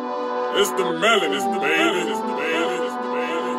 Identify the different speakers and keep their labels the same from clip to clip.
Speaker 1: It's the melon, it's the melon, it's the melon, it's the melon.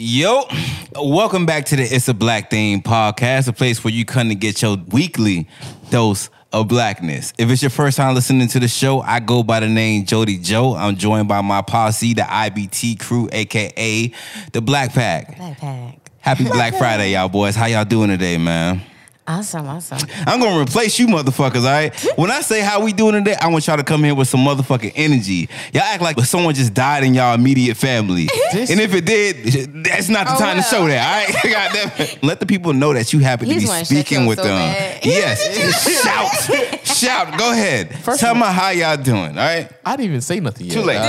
Speaker 2: Yo, welcome back to the It's a Black Thing podcast, a place where you come to get your weekly dose of blackness. If it's your first time listening to the show, I go by the name Jody Joe. I'm joined by my posse, the IBT crew, aka the Black Pack.
Speaker 3: Backpack.
Speaker 2: Happy Black Friday, y'all boys. How y'all doing today, man?
Speaker 3: Awesome, awesome.
Speaker 2: I'm gonna replace you motherfuckers, all right? When I say how we doing today, I want y'all to come here with some motherfucking energy. Y'all act like someone just died in y'all immediate family. and if it did, that's not the
Speaker 3: Oh,
Speaker 2: time to
Speaker 3: well.
Speaker 2: show that, all right? Goddamn it. Let the people know that you happen to
Speaker 3: He's
Speaker 2: be
Speaker 3: wanna shut
Speaker 2: speaking
Speaker 3: you up
Speaker 2: with
Speaker 3: so
Speaker 2: them.
Speaker 3: bad.
Speaker 2: Yes. shout. Shout. Go ahead.
Speaker 4: First
Speaker 2: Tell
Speaker 4: of
Speaker 2: me how y'all doing, all right?
Speaker 4: I didn't even say nothing yet.
Speaker 2: Too late.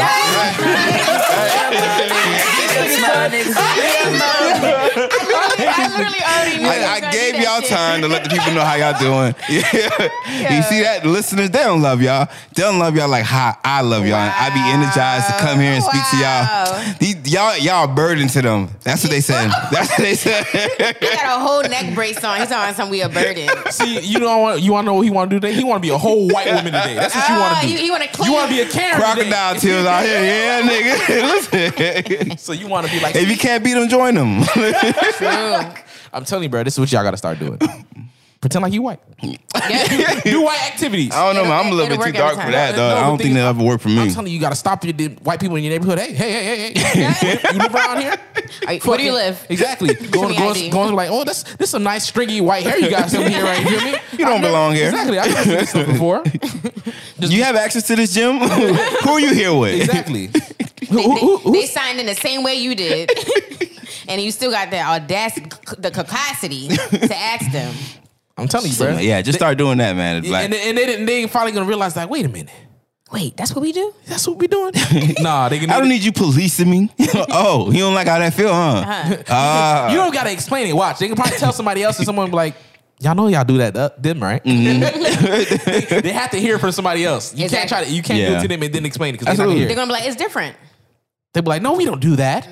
Speaker 4: dog.
Speaker 3: I literally already knew.
Speaker 2: I, I gave y'all time to let the people know how y'all doing. Yeah. You
Speaker 3: Yeah.
Speaker 2: see that? The listeners, they don't love y'all. They don't love y'all like how I love y'all. And I be energized to come here and speak
Speaker 3: Wow.
Speaker 2: to y'all. These, y'all, y'all a burden to them. That's what they said. That's what they said.
Speaker 3: He got a whole neck brace on. He's talking something we a burden.
Speaker 4: See, you don't want you want to know what he want to do today. He want to be a whole white woman today. That's what you want
Speaker 3: Ah,
Speaker 4: to do.
Speaker 3: you- you wanna clean-
Speaker 4: You want to be a Karen.
Speaker 2: Crocodile tears out here. Yeah, nigga. Listen.
Speaker 4: today. So you want to be like.
Speaker 2: If you can't beat them, join them.
Speaker 4: I'm telling you, bro. This is what y'all got to start doing. Pretend like you white.
Speaker 3: Yeah.
Speaker 4: Do white activities.
Speaker 2: I don't know,
Speaker 3: It'll-
Speaker 2: man. I'm a
Speaker 3: it'll
Speaker 2: little bit too
Speaker 3: work every
Speaker 2: dark for
Speaker 3: time.
Speaker 2: that,
Speaker 4: No,
Speaker 2: though. I
Speaker 4: but
Speaker 2: don't
Speaker 4: the
Speaker 2: think
Speaker 4: thing-
Speaker 2: that ever worked for
Speaker 4: I'm
Speaker 2: me.
Speaker 4: telling you, you got to stop your the white people in your neighborhood. Hey, hey, hey, hey, hey. you live around here?
Speaker 3: Are you- Where do you live?
Speaker 4: Exactly. Going,
Speaker 3: me
Speaker 4: going,
Speaker 3: ID.
Speaker 4: going like, oh, that's this some nice stringy white hair you got over here, right? You hear me?
Speaker 2: You don't belong here.
Speaker 4: Exactly. I've seen this stuff before.
Speaker 2: You have access to this gym? Who are you here with?
Speaker 4: Exactly.
Speaker 3: They,
Speaker 4: Who- who-
Speaker 3: they-
Speaker 4: who-
Speaker 3: they signed in the same way you did, and you still got that audacity, the capacity to ask them.
Speaker 4: I'm telling you,
Speaker 2: So,
Speaker 4: bro.
Speaker 2: yeah, just start doing that, man. It's black.
Speaker 4: And, and they didn't. They ain't finally gonna realize like, wait a minute,
Speaker 3: Wait, that's what we do.
Speaker 4: that's what we doing. nah, they can.
Speaker 2: I don't need you policing me. oh, you don't like how that feel,
Speaker 3: Uh-huh.
Speaker 2: huh?
Speaker 4: You don't gotta explain it. Watch. They can probably tell somebody else, and someone be like, y'all know y'all do that to them, right? they, they have to hear it from somebody else. You can't
Speaker 3: Exactly.
Speaker 4: try to. You can't do
Speaker 2: Mm-hmm. Yeah.
Speaker 4: it to them and then explain it because they're not
Speaker 2: Absolutely.
Speaker 3: They're
Speaker 4: gonna hear. it.
Speaker 3: gonna be like, it's different.
Speaker 4: They be like, no, we don't do that.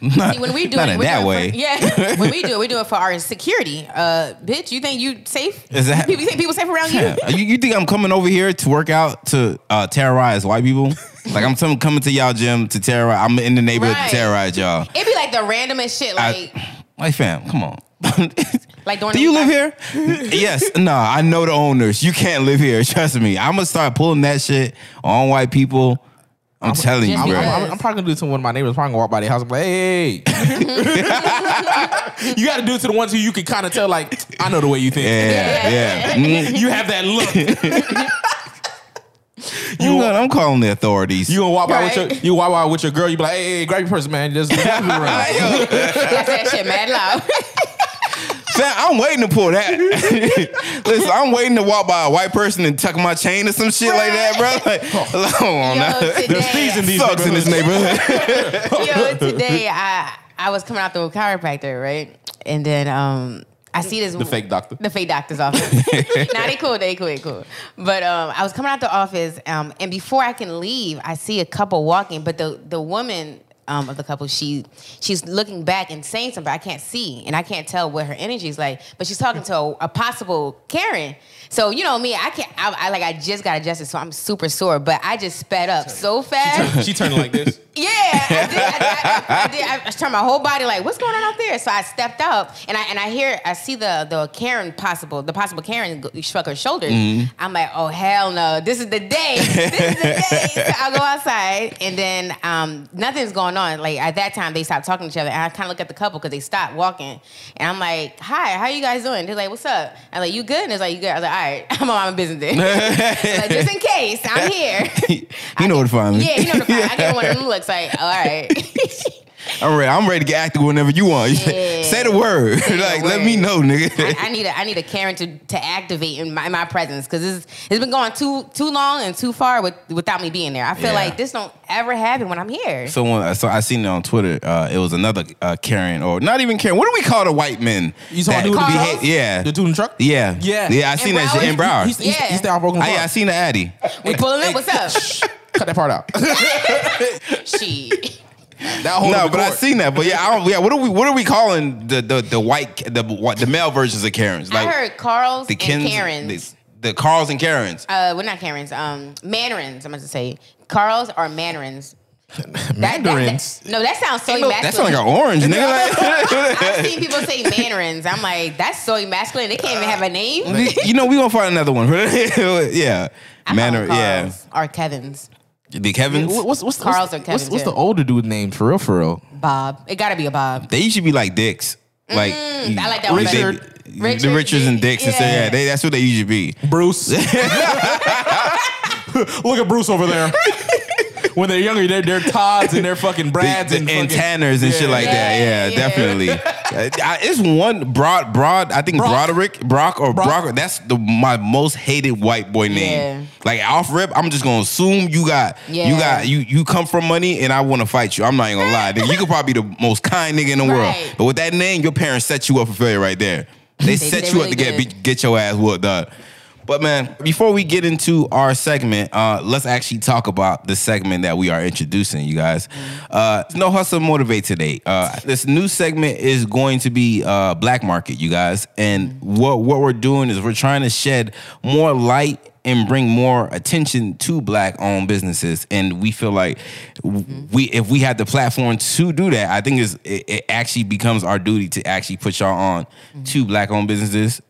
Speaker 3: See, when we do
Speaker 2: Not
Speaker 3: it,
Speaker 2: in
Speaker 3: we're
Speaker 2: that
Speaker 3: doing
Speaker 2: way.
Speaker 3: It for, yeah, when we do it, we do it for our security. Uh, bitch, you think you safe?
Speaker 2: Is that-
Speaker 3: people, you think people safe around you?
Speaker 2: you, you think I'm coming over here to work out to uh, terrorize white people? like I'm some- coming to y'all gym to terrorize. I'm in the neighborhood
Speaker 3: Right.
Speaker 2: to terrorize y'all.
Speaker 3: It'd be like the randomest shit, like
Speaker 2: I, like fam, come on.
Speaker 3: like during.
Speaker 2: Do
Speaker 3: the
Speaker 2: you
Speaker 3: week,
Speaker 2: live
Speaker 3: I-
Speaker 2: here? yes. No, I know the owners. You can't live here. Trust me. I'm gonna start pulling that shit on white people. I'm, telling you,
Speaker 3: just
Speaker 2: bro.
Speaker 4: I'm,
Speaker 3: because-
Speaker 4: I'm- I'm probably gonna do it to one of my neighbors. Probably gonna walk by their house. and be like, hey, hey, hey." you got to do it to the ones who you can kind of tell. Like, I know the way you think.
Speaker 2: yeah, yeah. Mm,
Speaker 4: You have that look. you
Speaker 2: you know, I'm calling the authorities.
Speaker 4: you gonna walk by with
Speaker 3: Right.
Speaker 4: your you walk by with your girl. You be like, hey, hey, grab your purse, man. Just grab your purse.
Speaker 3: That's that shit mad loud.
Speaker 2: Fam, I'm waiting to pull that. Listen, I'm waiting to walk by a white person and tuck my chain or some shit like that, bro. Like, come on now.
Speaker 3: Yo, today,
Speaker 4: in these
Speaker 2: Sucks in this neighborhood.
Speaker 3: yo, today I I was coming out the chiropractor, right? And then um I see this
Speaker 4: The fake doctor.
Speaker 3: the fake doctor's office. nah, they cool, they cool, they cool. But um I was coming out the office, um, and before I can leave, I see a couple walking, but the the woman um, of the couple, she she's looking back and saying something. I can't see, and I can't tell what her energy is like. But she's talking to a, a possible Karen. So you know me, I can't. I, I like I just got adjusted, so I'm super sore. But I just sped up so fast.
Speaker 4: She turning like this.
Speaker 3: Yeah, I did. I, did- I, I, I did. I turned my whole body like, what's going on out there? So I stepped up, and I and I hear, I see the the Karen possible, the possible Karen go- shrug her shoulders. I'm like, oh hell no, this is the day. This is the day. so I go outside, and then um, nothing's going on. Like at that time, they stopped talking to each other, and I kind of look at the couple because they stopped walking, and I'm like, hi, how you guys doing? They're like, what's up? I'm like, you good? And it's like, you good? I was like, all right, I'm on my business day. like, just in case, I'm here.
Speaker 2: you know what to find me.
Speaker 3: Yeah, you know the I get one of them looks like, all right.
Speaker 2: I'm ready. I'm ready to get active whenever you want.
Speaker 3: Yeah.
Speaker 2: Say the word.
Speaker 3: Say the
Speaker 2: like, let
Speaker 3: word.
Speaker 2: me know, nigga.
Speaker 3: I, I need a I need a Karen to, to activate in my, in my presence because it's it's been going too too long and too far with, without me being there. I feel
Speaker 2: Yeah.
Speaker 3: like this don't ever happen when I'm here.
Speaker 2: So, one- so I seen it on Twitter. Uh, it was another uh, Karen, or not even Karen. What do we call the white men?
Speaker 4: You saw
Speaker 2: that
Speaker 4: dude in the
Speaker 3: behave-
Speaker 4: truck?
Speaker 2: Yeah,
Speaker 4: the dude in the truck.
Speaker 2: yeah,
Speaker 4: Yeah.
Speaker 2: yeah. I
Speaker 4: In
Speaker 2: seen that shit in
Speaker 3: Broward?
Speaker 2: Broward.
Speaker 4: He's, he's,
Speaker 3: Yeah.
Speaker 4: he's down broken.
Speaker 2: I, I seen the Addy.
Speaker 3: we pulling
Speaker 2: eh,
Speaker 3: up. What's up?
Speaker 4: Cut that part out.
Speaker 3: Shit.
Speaker 4: That whole
Speaker 2: No, but I seen that. But yeah, I don't, yeah. What are we? What are we calling the the the white the what the male versions of Karens?
Speaker 3: I heard Carl's
Speaker 2: the Kens,
Speaker 3: and Karens.
Speaker 2: the, the Carls and Karens.
Speaker 3: uh, well, not Karens. Um, Mandarins. I'm going to say Carl's or Mandarins. That- that- that-
Speaker 4: Mandarins?
Speaker 3: no, that sounds so
Speaker 2: Ain't no-
Speaker 3: masculine.
Speaker 2: that sound like an orange, nigga.
Speaker 3: I've seen people say mandarins. I'm like, that's so emasculine. They can't even have a name.
Speaker 2: Like, you know, we gonna find another one. yeah,
Speaker 3: I call
Speaker 2: manner.
Speaker 3: them
Speaker 2: Yeah,
Speaker 3: Carls Or Kevin's.
Speaker 2: the Kevins.
Speaker 4: What's what's
Speaker 3: Carl's
Speaker 4: what's,
Speaker 3: or
Speaker 4: what's,
Speaker 3: Kevin,
Speaker 4: what's,
Speaker 3: too.
Speaker 4: the older dude name for real? For real.
Speaker 3: Bob. It got to be a Bob.
Speaker 2: They should be like dicks. Like
Speaker 3: Mm, I like that one
Speaker 4: Richard.
Speaker 2: they-
Speaker 3: Richard.
Speaker 2: the Richards and dicks. And so,
Speaker 3: Yeah.
Speaker 2: yeah, they, that's what they usually be.
Speaker 4: Bruce. Look at Bruce over there. when they're younger, they're, they're Tods and they're fucking Brads
Speaker 2: The-
Speaker 4: and,
Speaker 2: the- and
Speaker 4: fucking-
Speaker 2: Tanners and shit like that.
Speaker 3: Yeah,
Speaker 2: Yeah,
Speaker 3: yeah.
Speaker 2: definitely. Uh, I- it's one broad, broad. I think
Speaker 4: Brock.
Speaker 2: Broderick, Brock or
Speaker 4: Brock.
Speaker 2: Brock. That's the my most hated white boy name.
Speaker 3: Yeah.
Speaker 2: Like off rip, I'm just gonna assume you got
Speaker 3: Yeah.
Speaker 2: you got you you come from money, and I want to fight you. I'm not even gonna lie. Nigga, you could probably be the most kind nigga in the world,
Speaker 3: Right.
Speaker 2: but with that name, your parents set you up for failure right there. They,
Speaker 3: They-
Speaker 2: set
Speaker 3: they
Speaker 2: you
Speaker 3: really
Speaker 2: up to get
Speaker 3: did.
Speaker 2: beat get your ass whooped up. But man, before we get into our segment, uh, let's actually talk about the segment that we are introducing, you guys. Uh, no hustle motivate today. Uh, this new segment is going to be uh, black market, you guys. And what what we're doing is we're trying to shed more light and bring more attention to black owned businesses. And we feel like w- we if we had the platform to do that, I think it's, it, it actually becomes our duty to actually put y'all on to black owned businesses.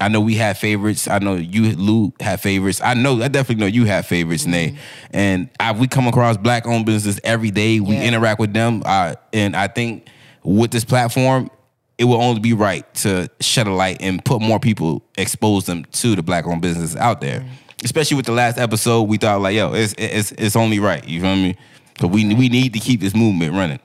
Speaker 2: I know we have favorites. I know you, Lou, have favorites. I know, I definitely know you have favorites, Nay. And I, we come across black owned businesses every day. We
Speaker 3: Yeah.
Speaker 2: interact with them. Uh, and I think with this platform, it will only be right to shed a light and put more people, expose them to the black owned businesses out there. Especially with the last episode, we thought, like, yo, it's, it's, it's only right. You feel me? Because we, we need to keep this movement running.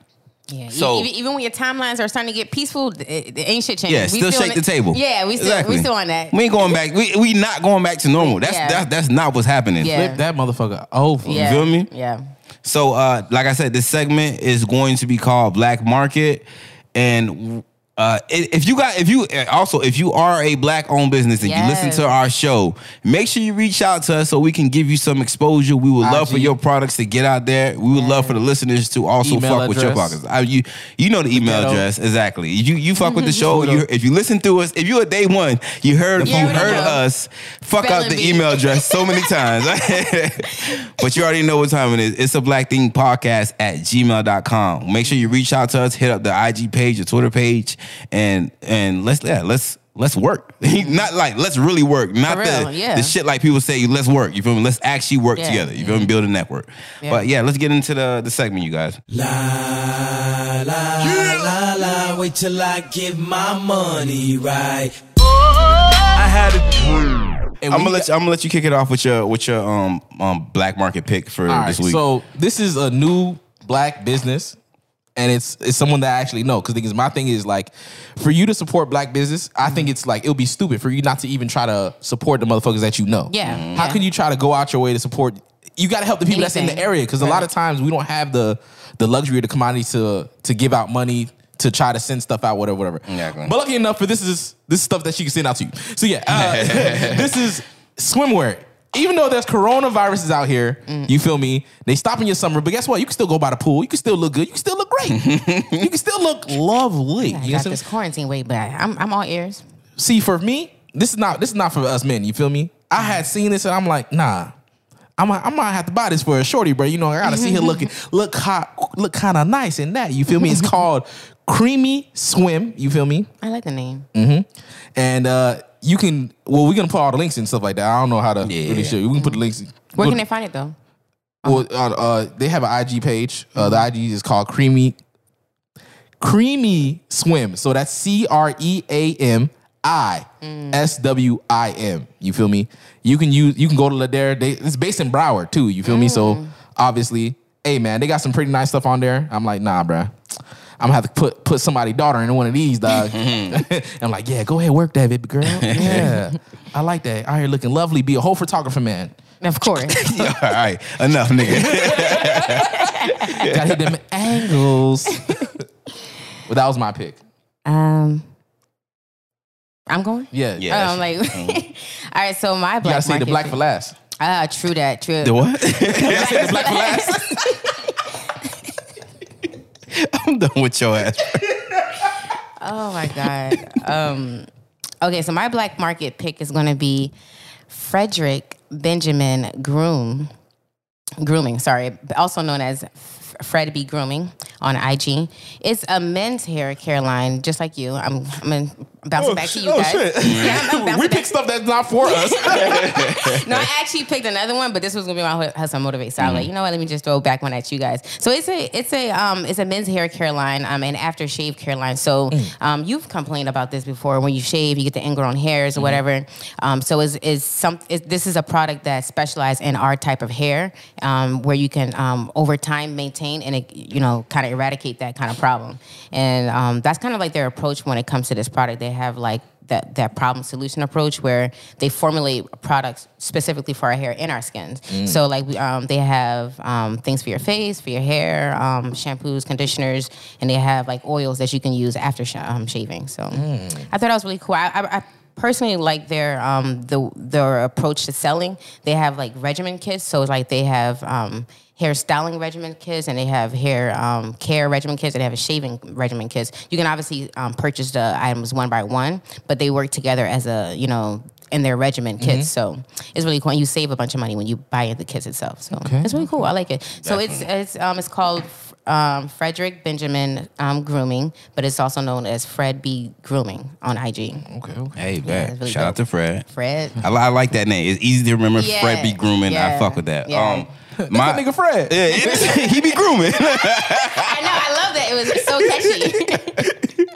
Speaker 3: Yeah. e-
Speaker 2: So-
Speaker 3: even, even when your timelines are starting to get peaceful, it, it ain't shit changing.
Speaker 2: Yeah, still shake
Speaker 3: on
Speaker 2: the table.
Speaker 3: Yeah, we still we still on that.
Speaker 2: We ain't going back. We we not going back to normal. That's
Speaker 3: Yeah.
Speaker 2: that's that's not what's happening.
Speaker 3: Yeah.
Speaker 4: Flip that motherfucker over.
Speaker 3: yeah.
Speaker 2: feel me?
Speaker 3: Yeah.
Speaker 2: So, uh, like I said, this segment is going to be called Black Market, and uh, i- if you got, if you uh, also, if you are a black-owned business and you listen
Speaker 3: Yes.
Speaker 2: to our show, make sure you reach out to us so we can give you some exposure. We would love for
Speaker 4: IG.
Speaker 2: your products to get out there. We would love for the listeners to also
Speaker 4: Email
Speaker 2: fuck with your
Speaker 4: address.
Speaker 2: pockets. I, you, you know the email
Speaker 4: ghetto.
Speaker 2: address exactly. You you fuck with the show. You, if you listen to us, if you're a day one, you heard
Speaker 3: Yeah,
Speaker 2: you
Speaker 3: we
Speaker 2: heard
Speaker 3: know.
Speaker 2: us fuck out
Speaker 3: Spelling
Speaker 2: the
Speaker 3: bee.
Speaker 2: email address so many times. but you already know what time it is. It's a black thing podcast at gmail.com. Make sure you reach out to us, hit up the IG page, the Twitter page, and and let's yeah, let's let's work. not like let's really work. Not
Speaker 3: For real,
Speaker 2: the,
Speaker 3: yeah.
Speaker 2: the shit like people say, let's work. You feel me? Let's actually work
Speaker 3: Yeah. Mm-hmm.
Speaker 2: together. You feel me? Build a network.
Speaker 3: Yeah.
Speaker 2: But yeah, let's get into the, the segment, you guys.
Speaker 5: La la, wait till I get my money right. I had a dream.
Speaker 4: And
Speaker 2: I'm
Speaker 4: we-
Speaker 2: gonna let you, I'm gonna let you kick it off with your with your um um black market pick for
Speaker 4: All right,
Speaker 2: this week.
Speaker 4: So this is a new black business, and it's it's someone that I actually know. Because thing is, my thing is like, for you to support black business, I think it's like it would be stupid for you not to even try to support the motherfuckers that you know.
Speaker 3: Yeah. Mhm.
Speaker 4: How can you try to go out your way to support? You got to help the people that's in the
Speaker 3: Anything.
Speaker 4: area because a lot of times we don't have the the luxury or the commodity to to give out money. To try to send stuff out, whatever, whatever.
Speaker 2: Exactly.
Speaker 4: But lucky enough for this is this is stuff that she can send out to you. So yeah, uh, this is swimwear. Even though there's coronaviruses out here,
Speaker 3: Mm.
Speaker 4: you feel me? They stopping your summer, but guess what? You can still go by the pool. You can still look good. You can still look great. you can still look
Speaker 3: I
Speaker 4: lovely. You
Speaker 3: got
Speaker 4: understand?
Speaker 3: this quarantine weight, but I'm I'm all ears.
Speaker 4: See, for me, this is not this is not for us men. You feel me? I
Speaker 3: Mm-hmm.
Speaker 4: had seen this and I'm like, nah. I'm I might have to buy this for a shorty, bro. You know, I gotta see her looking look hot, look kind of nice in that. You feel me? It's called Creamy Swim. You feel me?
Speaker 3: I like the name.
Speaker 2: Mm.
Speaker 4: And uh, you can, well, we're gonna put all the links and stuff like that. I don't know how to really show you. We can put the links.
Speaker 3: Where
Speaker 4: go-
Speaker 3: can they find it though?
Speaker 4: well, uh, uh, they have an IG page. Uh, the IG is called Creamy Creamy Swim. So that's C R E A M I S W I M. You feel me? You can use. You can go to Ladera. They, it's based in Broward too. You feel me? So obviously, hey man, they got some pretty nice stuff on there. I'm like, nah, bruh. I'm gonna have to put put somebody's daughter in one of these, dog. I'm like, yeah, go ahead, work that baby girl. Yeah, I like that. Out here looking lovely. Be a whole photographer, man.
Speaker 3: Of course.
Speaker 2: All right, enough, nigga.
Speaker 4: Gotta hit them angles. but that was my pick.
Speaker 3: um, I'm going.
Speaker 4: Yeah,
Speaker 2: Yeah.
Speaker 3: Oh, I'm like, all right. So my
Speaker 4: You gotta
Speaker 3: black
Speaker 4: say
Speaker 3: market
Speaker 4: the black
Speaker 3: pick-
Speaker 4: for last.
Speaker 3: Ah, true that. True.
Speaker 2: the what?
Speaker 3: black for last.
Speaker 2: I'm done with your ass.
Speaker 3: Oh my god. um, okay, so my black market pick is going to be Frederick Benjamin Groom, grooming. Sorry, also known as F- Fred B Grooming on IG. It's a men's hair care line, just like you. I'm, I'm gonna bounce it back to you guys. Yeah, I'm, I'm bouncing
Speaker 4: We
Speaker 3: back-
Speaker 4: pick stuff that's not for us.
Speaker 3: no, I actually picked another one, but this was gonna be my hu- hustle motivate. So I was like, you know what? Let me just throw back one at you guys. So it's a it's a um it's a men's hair care line um and after shave care line. So um you've complained about this before when you shave you get the ingrown hairs or whatever. Um so is is some is, this is a product that specializes in our type of hair um where you can um over time maintain and it, you know kind of eradicate that kind of problem. And um that's kind of like their approach when it comes to this product. They have like that that problem solution approach where they formulate products specifically for our hair and our skins. So like we, um, they have um, things for your face, for your hair, um, shampoos, conditioners, and they have like oils that you can use after sh- um, shaving. So I thought that was really cool. I, I, I personally like their um, the their approach to selling. They have like regimen kits, so it's like they have. Um, hair styling regimen kits and they have hair um, care regimen kits and they have a shaving regimen kits. You can obviously um, purchase the items one by one, but they work together as a, you know, in their regimen kits. So it's really cool. And you save a bunch of money when you buy the kits itself. So it's really cool. I like it. So it's it's um, it's called um, Frederick Benjamin um, Grooming, but it's also known as Fred B Grooming on IG.
Speaker 4: okay, okay.
Speaker 2: Hey,
Speaker 3: Yeah,
Speaker 2: man.
Speaker 3: it's really
Speaker 2: Shout out to
Speaker 3: dope.
Speaker 2: Fred.
Speaker 3: Fred.
Speaker 2: I, li- I like that name. It's easy to remember.
Speaker 3: Yeah,
Speaker 2: Fred be grooming. I
Speaker 3: yeah,
Speaker 2: fuck with that.
Speaker 3: yeah.
Speaker 2: Um, my
Speaker 4: Nigga Fred.
Speaker 2: Yeah, it- he be grooming.
Speaker 3: I know. I love that. It was so catchy.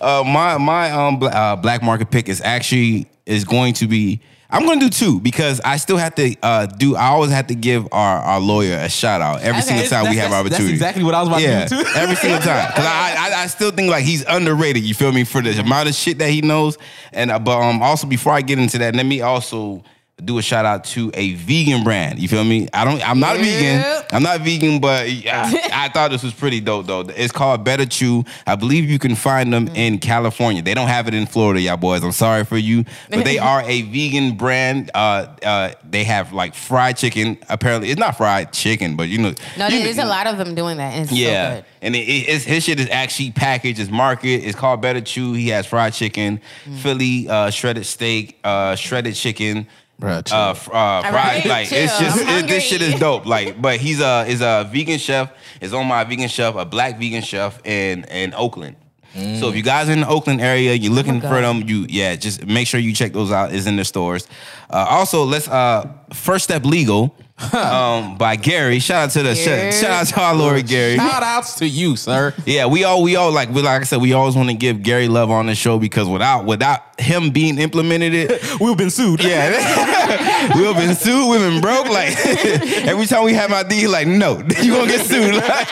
Speaker 2: Uh, my my um bla- uh, black market pick is actually is going to be. I'm going to do two because I still have to uh, do. I always have to give our, our lawyer a shout out every
Speaker 3: Okay.
Speaker 2: single time we have
Speaker 4: That's-
Speaker 2: opportunity.
Speaker 4: That's exactly what I was about
Speaker 2: yeah,
Speaker 4: to do too.
Speaker 2: every single time. Because I, I I still think like he's underrated. You feel me for the amount of shit that he knows. And uh, but um also before I get into that, let me also do a shout out to a vegan brand. You feel me? I don't. I'm not a vegan.
Speaker 3: Yep.
Speaker 2: I'm not vegan, but I, I thought this was pretty dope though. It's called Better Chew. I believe you can find
Speaker 3: Mm.
Speaker 2: them in California. They don't have it in Florida, y'all boys. I'm sorry for you, but they are a vegan brand. Uh, uh, they have like fried chicken. Apparently, it's not fried chicken, but you know,
Speaker 3: No,
Speaker 2: you-
Speaker 3: there's a lot of them doing that. And it's so
Speaker 2: yeah,
Speaker 3: good.
Speaker 2: and it, it- it's, his shit is actually packaged. It's market. It's called Better Chew. He has fried chicken,
Speaker 3: Mm.
Speaker 2: Philly uh, shredded steak, uh, shredded chicken.
Speaker 4: Bruh, chill.
Speaker 2: uh, fr- uh, fried
Speaker 3: right,
Speaker 2: like it's
Speaker 3: chill.
Speaker 2: just
Speaker 3: I'm
Speaker 2: it, this
Speaker 3: hungry.
Speaker 2: shit is dope. Like, but he's a is a vegan chef. Is on my vegan chef, a black vegan chef in in Oakland. So if you guys are in the Oakland area, you're looking
Speaker 3: Mm. Oh my
Speaker 2: for
Speaker 3: God.
Speaker 2: them. You yeah, just make sure you check those out. Is in the stores. Uh, also, let's uh, first step legal um, by Gary. Shout out to the shout,
Speaker 3: Gary.
Speaker 2: shout out to our Lord Gary.
Speaker 4: Shout outs to you, sir.
Speaker 2: Yeah, we all we all like we like I said, we always want to give Gary love on the show because without without him being implemented it,
Speaker 4: We've been sued.
Speaker 2: yeah, we've been sued, we've been broke. Like every time we have our D, he like, no, you gonna get sued. Like,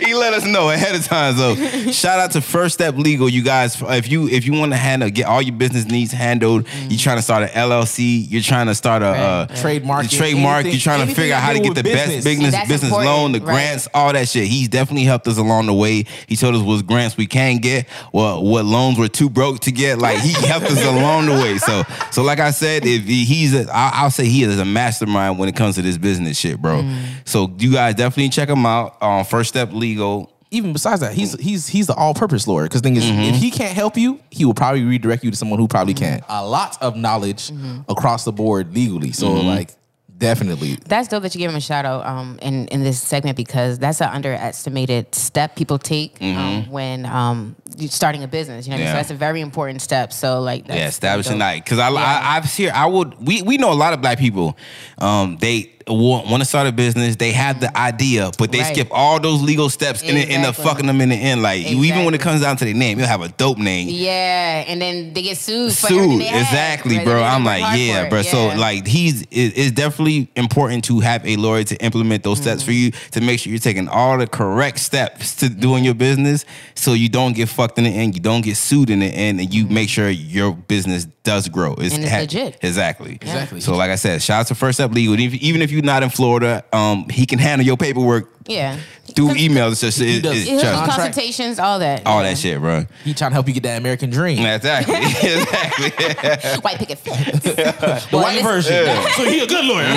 Speaker 2: he let us know ahead of time. So shout out to First Step Legal, you guys. If you if you want to handle get all your business needs handled, you're trying to start an LLC, you're trying to start a uh,
Speaker 4: Trademark,
Speaker 2: trademark.
Speaker 4: anything-
Speaker 2: you're trying to
Speaker 4: anything
Speaker 2: figure out
Speaker 4: to
Speaker 2: how to
Speaker 4: do
Speaker 2: get
Speaker 4: with
Speaker 2: the best
Speaker 4: business.
Speaker 2: business
Speaker 3: That's
Speaker 2: business
Speaker 3: important,
Speaker 2: loan, the
Speaker 3: right.
Speaker 2: grants grants, all that shit. He's definitely helped us along the way. He told us what grants we can get, what what loans we're too broke to get. Like he helped us along the way. So so like I said, if he- he's a, I, I'll say he is a mastermind when it comes to this business shit, bro.
Speaker 3: Mm.
Speaker 2: So you guys definitely check him out on First Step Legal.
Speaker 4: Even besides that, he's he's he's the all-purpose lawyer. Because thing is,
Speaker 2: Mm-hmm.
Speaker 4: if he can't help you, he will probably redirect you to someone who probably can. A lot of knowledge across the board legally. So
Speaker 2: Mm-hmm.
Speaker 4: like, definitely.
Speaker 3: That's dope that you give him a shout out um, in in this segment because that's an underestimated step people take um, when um, you starting a business. You know, what I mean?
Speaker 2: Mm-hmm. Yeah.
Speaker 3: so that's a very important step. So like, that's
Speaker 2: yeah, establishing
Speaker 3: dope.
Speaker 2: like because I, I I've seen I would we we know a lot of black people, um they want, want to start a business. They have the idea, but they
Speaker 3: Right.
Speaker 2: skip all those legal steps and it end up
Speaker 3: Exactly.
Speaker 2: fucking them in the end. Like you- even when it
Speaker 3: Exactly.
Speaker 2: comes down to their name, you'll have a dope name.
Speaker 3: Yeah, and then they get sued. For everything
Speaker 2: Sued
Speaker 3: they had.
Speaker 2: exactly,
Speaker 3: Right,
Speaker 2: bro.
Speaker 3: they
Speaker 2: I'm
Speaker 3: work
Speaker 2: like,
Speaker 3: hard for
Speaker 2: yeah,
Speaker 3: it.
Speaker 2: bro. So
Speaker 3: Yeah.
Speaker 2: like, he's it, it's definitely important to have a lawyer to implement those steps
Speaker 3: Mm-hmm.
Speaker 2: for you to make sure you're taking all the correct steps to doing your business, so you don't get fucked in the end, you don't get sued in the end, and you make sure your business does grow.
Speaker 3: Mm-hmm. And it's legit.
Speaker 2: Exactly.
Speaker 4: Exactly.
Speaker 2: So like I said, shout out to First Up Legal. Even if- Even if you're not in Florida, um, he can handle your paperwork
Speaker 3: yeah,
Speaker 2: through
Speaker 3: Cons-
Speaker 2: emails. It's just,
Speaker 4: He
Speaker 2: it,
Speaker 4: does.
Speaker 2: it's
Speaker 4: He
Speaker 3: his
Speaker 2: just
Speaker 4: Contract.
Speaker 3: consultations, all that,
Speaker 2: all that shit, bro.
Speaker 4: He trying to help you get that American dream.
Speaker 2: Exactly. exactly.
Speaker 3: White picket fence,
Speaker 4: The white version.
Speaker 6: So he a good lawyer.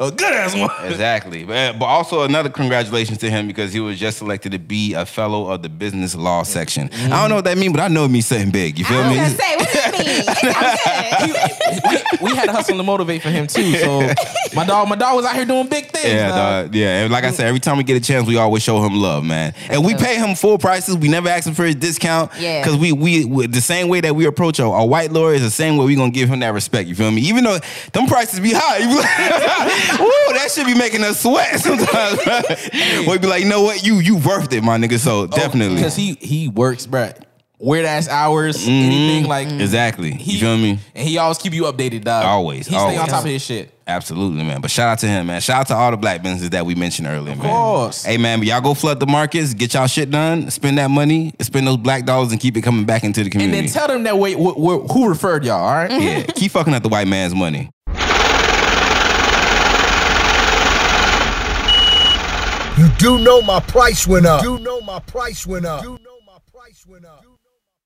Speaker 6: a good ass one.
Speaker 2: Exactly. Eh, But, but also another congratulations to him because he was just selected to be a fellow of the business law section. I don't know what that means, but I know it means something big. You
Speaker 3: I
Speaker 2: feel
Speaker 3: was
Speaker 2: me?
Speaker 3: gonna say, what does it mean? It sounds good.
Speaker 4: we had to hustle to motivate for him too. So my dog, my dog was out here doing big things.
Speaker 2: yeah,
Speaker 4: dog.
Speaker 2: dog. yeah. And like I said, every time we get a chance, we always show him love, man. And we
Speaker 3: dope.
Speaker 2: pay him full prices. We never ask him for his discount.
Speaker 3: Yeah.
Speaker 2: Because we, we we- the same way that we approach our, our white lawyer is the same way we gonna give him that respect. You feel me? Even though them prices be high, you be like, woo, that should be making us sweat sometimes. bruh. we be like, you know what? You you worth it, my nigga.
Speaker 3: Oh,
Speaker 2: So definitely.
Speaker 4: because he he works, bruh. Weird ass hours, anything like
Speaker 2: Exactly.
Speaker 4: He,
Speaker 2: you feel me?
Speaker 4: And he always keep you updated, dog.
Speaker 2: Always,
Speaker 4: He stay
Speaker 2: always.
Speaker 4: on top of his shit.
Speaker 2: Absolutely, man. But shout out to him, man. Shout out to all the black businesses that we mentioned earlier, man.
Speaker 4: course.
Speaker 2: Hey, man, but y'all go flood the markets, get y'all shit done, spend that money, spend those black dollars, and keep it coming back into the
Speaker 4: And
Speaker 2: community.
Speaker 4: then tell them that wait, wh- wh- who referred y'all? All right.
Speaker 2: yeah, keep fucking up the white man's money.
Speaker 7: You do know my price went up. You know my price went up. You know my price went up.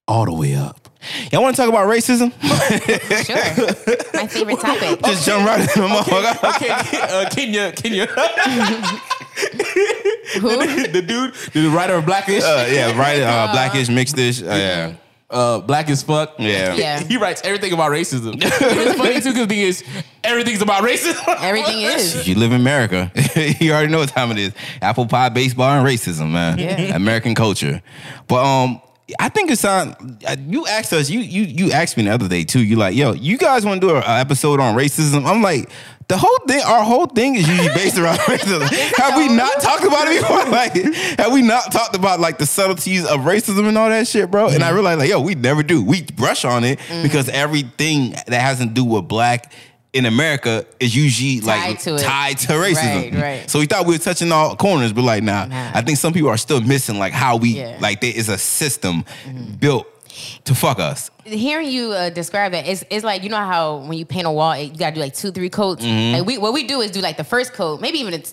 Speaker 4: All the way up.
Speaker 2: Y'all want to talk about racism?
Speaker 3: Sure, my favorite topic.
Speaker 2: Just jump right in the mug.
Speaker 4: Okay, uh, Kenya, Kenya,
Speaker 3: Who?
Speaker 4: the dude, the writer of Blackish,
Speaker 2: Uh, yeah, right. Uh, blackish, mixedish. Uh, yeah,
Speaker 4: uh, Black as fuck.
Speaker 2: yeah.
Speaker 3: Yeah.
Speaker 4: He writes everything about racism. And it's funny too because the thing is, everything's about racism.
Speaker 3: Everything is.
Speaker 2: If you live in America, you already know what time it is. Apple pie, baseball, and racism, man.
Speaker 3: Yeah.
Speaker 2: American culture. But um, I think it's on. You asked us. You you you asked me the other day too. You like, yo, you guys want to do an episode on racism? I'm like. The whole thing, our whole thing is usually based around racism. Have we not talked about it before? Like, have we not talked about like the subtleties of racism and all that shit, bro? And I realized, like, yo, we never do. We brush on it because everything that has to do with black in America is usually like
Speaker 3: Tied to it.
Speaker 2: tied to racism.
Speaker 3: Right, right.
Speaker 2: So we thought we were touching all corners, but like, nah.
Speaker 3: Nah.
Speaker 2: I think some people are still missing like how we
Speaker 3: Yeah.
Speaker 2: like there is a system built to fuck us.
Speaker 3: hearing you uh, describe that, it's, it's like you know how when you paint a wall, it, you gotta do like two, three coats.
Speaker 2: Mm-hmm.
Speaker 3: Like we, what we do is do like the first coat, maybe even the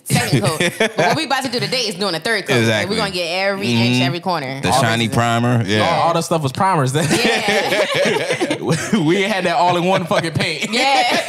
Speaker 3: second coat. But what we about to do today is doing a third coat. Like,
Speaker 2: Exactly. Mm-hmm.
Speaker 3: we're gonna get every inch, every corner.
Speaker 2: The shiny primer, yeah.
Speaker 4: All, all that stuff was primers. That
Speaker 3: yeah,
Speaker 4: we ain't had that all in one fucking paint.
Speaker 3: yeah.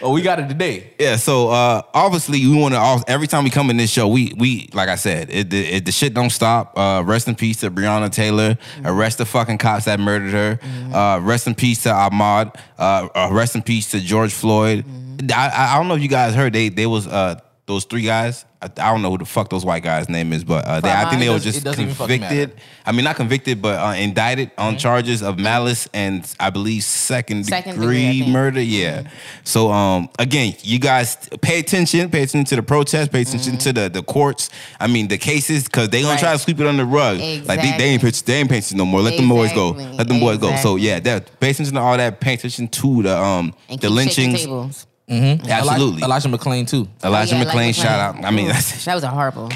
Speaker 4: Oh, we got it today.
Speaker 2: Yeah, so uh, obviously we want to. Every time we come in this show, we we like I said, it, the- it, the shit don't stop. Uh, rest in peace to Breonna Taylor.
Speaker 4: Mm-hmm.
Speaker 2: Arrest the fucking cops that murdered her. Uh, rest in peace to Ahmad. Uh, uh, rest in peace to George Floyd.
Speaker 4: Mm-hmm.
Speaker 2: I- I, I don't know if you guys heard they they was uh, those three guys. I, I don't know who the fuck those white guys' name is, but uh, they, I think
Speaker 4: Fine,
Speaker 2: they
Speaker 4: it
Speaker 2: were
Speaker 4: doesn't-
Speaker 2: just
Speaker 4: it doesn't even fucking matter. Mm-hmm.
Speaker 2: convicted. I mean, not convicted, but uh, indicted on charges of malice and I believe second
Speaker 3: Second
Speaker 2: degree,
Speaker 3: degree, I think.
Speaker 2: murder murder, Yeah.
Speaker 3: Mm-hmm.
Speaker 2: So um again, you guys pay attention, pay attention to the protests, pay attention to the, the courts. I mean the cases, cause they gonna try to
Speaker 3: Mm-hmm. Right.
Speaker 2: sweep it under the rug. Like they, they ain't pitch, they ain't pay attention no more. Let them boys go.
Speaker 3: Exactly.
Speaker 2: Let them boys go. So yeah, that pay attention to all that, pay attention to the um
Speaker 3: And
Speaker 2: the
Speaker 3: keep shaking
Speaker 2: lynchings.
Speaker 3: tables. Oh,
Speaker 2: Absolutely.
Speaker 4: Elijah, Elijah McClain too.
Speaker 2: Elijah
Speaker 3: Yeah,
Speaker 2: McClain,
Speaker 3: like McClain.
Speaker 2: shout out. I mean,
Speaker 3: Ooh,
Speaker 2: that's,
Speaker 3: that was a horrible.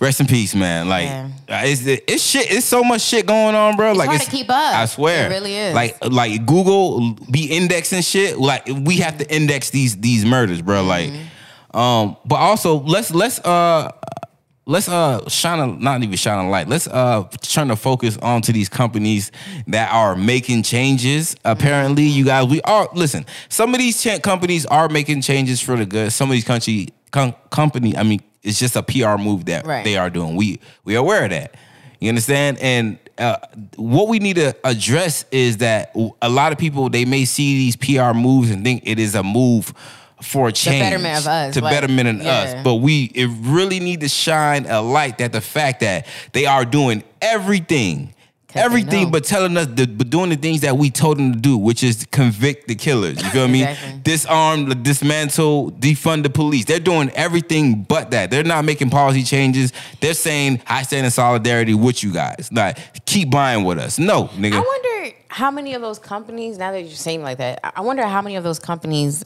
Speaker 2: rest in peace, man. Like,
Speaker 3: Yeah.
Speaker 2: uh, it's it's shit. It's so much shit going on, bro. like,
Speaker 3: hard to keep up.
Speaker 2: I swear,
Speaker 3: It really is.
Speaker 2: Like, like Google be indexing shit. Like, we have to index these these murders, bro.
Speaker 3: Mm-hmm.
Speaker 2: Like, um, but also let's let's uh let's uh shine a not even shine a light. Let's uh trying to focus onto these companies that are making changes. Apparently, you guys, we are listen. Some of these cha- companies are making changes for the good. Some of these country com- company, I mean, it's just a PR move that
Speaker 3: Right.
Speaker 2: they are doing. We we are aware of that. You understand? And uh, what we need to address is that a lot of people they may see these PR moves and think it is a move for a change
Speaker 3: betterment of us,
Speaker 2: to
Speaker 3: like,
Speaker 2: betterment in us,
Speaker 3: yeah.
Speaker 2: but we it really need to shine a light that the fact that they are doing everything
Speaker 3: they
Speaker 2: everything,
Speaker 3: know.
Speaker 2: but telling us, the, but doing the things that we told them to do, which is convict the killers. You feel me?
Speaker 3: Exactly.
Speaker 2: Disarm, dismantle, defund the police. They're doing everything but that. They're not making policy changes. They're saying, "I stand in solidarity with you guys." Not keep buying with us. No, nigga.
Speaker 3: I wonder how many of those companies, now that you're saying like that, I- I wonder how many of those companies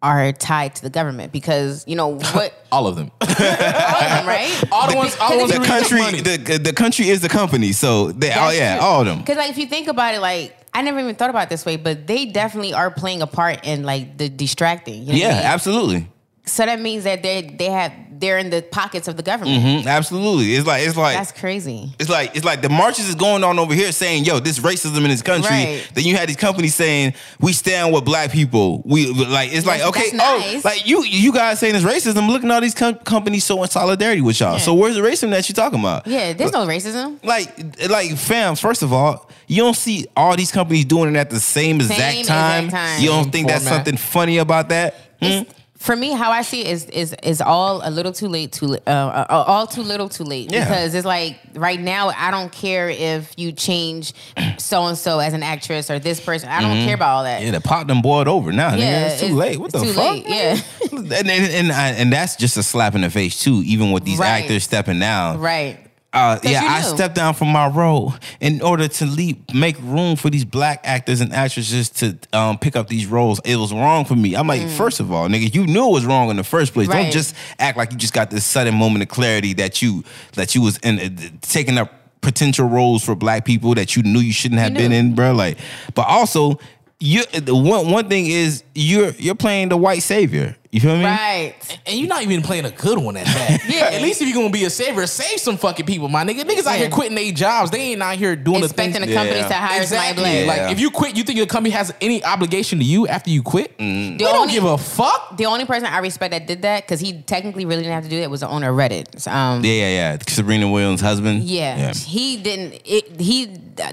Speaker 3: are tied to the government because, you know, what,
Speaker 4: All of them.
Speaker 3: all of them, right?
Speaker 4: All the ones- all the ones
Speaker 2: the
Speaker 4: Really
Speaker 2: country,
Speaker 4: money.
Speaker 2: the, the country is the company. So they, oh yeah, all of them.
Speaker 3: Because like if you think about it, like I never even thought about it this way, but they definitely are playing a part in like the distracting. you know what I
Speaker 2: Yeah,
Speaker 3: mean?
Speaker 2: absolutely.
Speaker 3: So that means that they they have they're in the pockets of the government.
Speaker 2: Mhm, absolutely. It's like it's like
Speaker 3: That's crazy.
Speaker 2: It's like it's like the marches is going on over here saying, "Yo, this racism in this country."
Speaker 3: Right.
Speaker 2: Then you had these companies saying, "We stand with black people." We like it's like
Speaker 3: That's-
Speaker 2: okay,
Speaker 3: that's
Speaker 2: oh,
Speaker 3: nice.
Speaker 2: like you you guys saying it's racism. Look at all these com- companies showing solidarity with y'all. So where's the racism that you talking about?
Speaker 3: Yeah, there's no racism.
Speaker 2: Like, like, fam. First of all, you don't see all these companies doing it at the same exact,
Speaker 3: Same exact
Speaker 2: time.
Speaker 3: time.
Speaker 2: You don't think that's
Speaker 4: Format.
Speaker 2: something funny about that?
Speaker 3: It's- For me, how I see it is is is all a little too late, too li- uh, uh, all too little, too late.
Speaker 2: Yeah.
Speaker 3: Because it's like right now, I don't care if you change so and so as an actress or this person. I don't care about all that.
Speaker 2: Mm-hmm. Yeah, the pot done boiled over now. nigga. it's too
Speaker 3: it's-
Speaker 2: late. What
Speaker 3: it's
Speaker 2: the
Speaker 3: too
Speaker 2: fuck?
Speaker 3: late, yeah.
Speaker 2: and, and and I- and that's just a slap in the face too. Even with these
Speaker 3: Right.
Speaker 2: actors stepping down,
Speaker 3: Right.
Speaker 2: Uh, yeah,
Speaker 3: you
Speaker 2: I
Speaker 3: knew.
Speaker 2: stepped down from my role in order to leap, make room for these black actors and actresses to um, pick up these roles. It was wrong for me. I'm like, first of all, nigga, you knew it was wrong in the first place. Don't
Speaker 3: Mm. Right.
Speaker 2: just act like you just got this sudden moment of clarity that you that you was in uh, taking up potential roles for black people that you knew you shouldn't have been
Speaker 3: knew.
Speaker 2: in, bro. Like, but also. You the one one thing is you're you're playing the white savior. You feel me?
Speaker 3: Right.
Speaker 4: And you're not even playing a good one at that.
Speaker 3: Yeah.
Speaker 4: At least if you're gonna be a savior, save some fucking people, my nigga. Niggas out
Speaker 3: Yeah.
Speaker 4: here quitting their jobs. They ain't out here doing
Speaker 3: Expecting the
Speaker 4: the things.
Speaker 3: companies
Speaker 2: Yeah.
Speaker 3: to hire
Speaker 4: Exactly.
Speaker 3: somebody black.
Speaker 2: Yeah.
Speaker 4: Like if you quit, you think your company has any obligation to you after you quit?
Speaker 2: Mm-hmm.
Speaker 4: They don't
Speaker 3: only-
Speaker 4: give a fuck.
Speaker 3: The only person I respect that did that because he technically really didn't have to do that was the owner of Reddit. So, Um,
Speaker 2: Yeah, yeah, yeah. Serena Williams' husband.
Speaker 3: Yeah, he didn't. It, he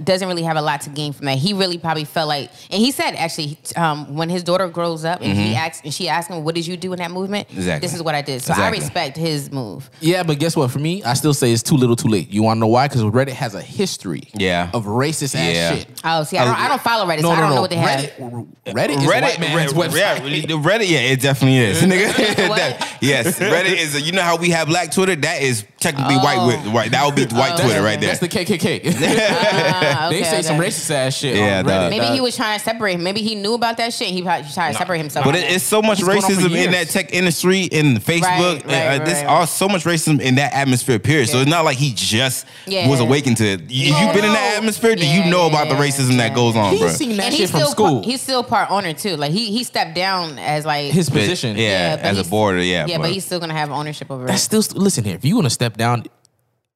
Speaker 3: doesn't really have a lot to gain from that. He really probably felt like, and he said actually, um, when his daughter grows up and he asks and she asked him, "What did you do in that movement?"
Speaker 2: Exactly.
Speaker 3: This is what I did. So
Speaker 2: Exactly.
Speaker 3: I respect his move.
Speaker 4: Yeah, but guess what? For me, I still say it's too little, too late. You want to know why? Because Reddit has a history,
Speaker 2: Yeah.
Speaker 4: of racist
Speaker 2: Yeah.
Speaker 4: ass shit.
Speaker 3: Oh, see, I don't, I don't follow Reddit, so I don't know what they have.
Speaker 4: Reddit, Reddit is
Speaker 2: Reddit,
Speaker 4: white man's
Speaker 2: Reddit,
Speaker 4: website.
Speaker 2: Reddit, Reddit, yeah, it definitely is. Nigga,
Speaker 3: What?
Speaker 2: That- yes, Reddit is. A, you know how we have Black Twitter? That is technically white
Speaker 3: Oh.
Speaker 2: white. wi- Right, that would be white Twitter right there.
Speaker 4: That's the KKK.
Speaker 3: Ah,
Speaker 4: they
Speaker 3: okay,
Speaker 4: say some
Speaker 3: okay.
Speaker 4: racist ass shit.
Speaker 2: Yeah,
Speaker 4: on
Speaker 2: dog.
Speaker 4: Reddit.
Speaker 3: Maybe he was trying to separate. him. Maybe he knew about that shit. And he probably tried to separate himself.
Speaker 2: but
Speaker 3: from
Speaker 2: it, it's so much
Speaker 4: It's going on for
Speaker 2: racism in
Speaker 4: years.
Speaker 2: that tech industry, in Facebook,
Speaker 3: Right,
Speaker 2: and,
Speaker 3: right,
Speaker 2: uh, this
Speaker 3: right,
Speaker 2: all
Speaker 3: right.
Speaker 2: so much racism in that atmosphere. Period. So
Speaker 3: Yeah.
Speaker 2: it's not like he just
Speaker 3: Yeah.
Speaker 2: was awakened to it. If you've
Speaker 3: Yeah.
Speaker 2: been in that atmosphere, then you
Speaker 3: Yeah,
Speaker 2: know
Speaker 3: yeah,
Speaker 2: about the racism
Speaker 3: yeah.
Speaker 2: that goes on,
Speaker 4: He
Speaker 2: bro.
Speaker 4: seen that
Speaker 3: and
Speaker 4: shit
Speaker 3: he's
Speaker 4: from
Speaker 3: still
Speaker 4: school.
Speaker 3: Part, he's still part owner too. Like he he stepped down as like
Speaker 4: His
Speaker 2: But-
Speaker 4: position.
Speaker 2: yeah,
Speaker 3: but
Speaker 2: as a
Speaker 3: he's-
Speaker 2: border, yeah,
Speaker 3: yeah, but, he's still gonna have ownership over
Speaker 4: That's
Speaker 3: it.
Speaker 4: still listen here. If you want to step down,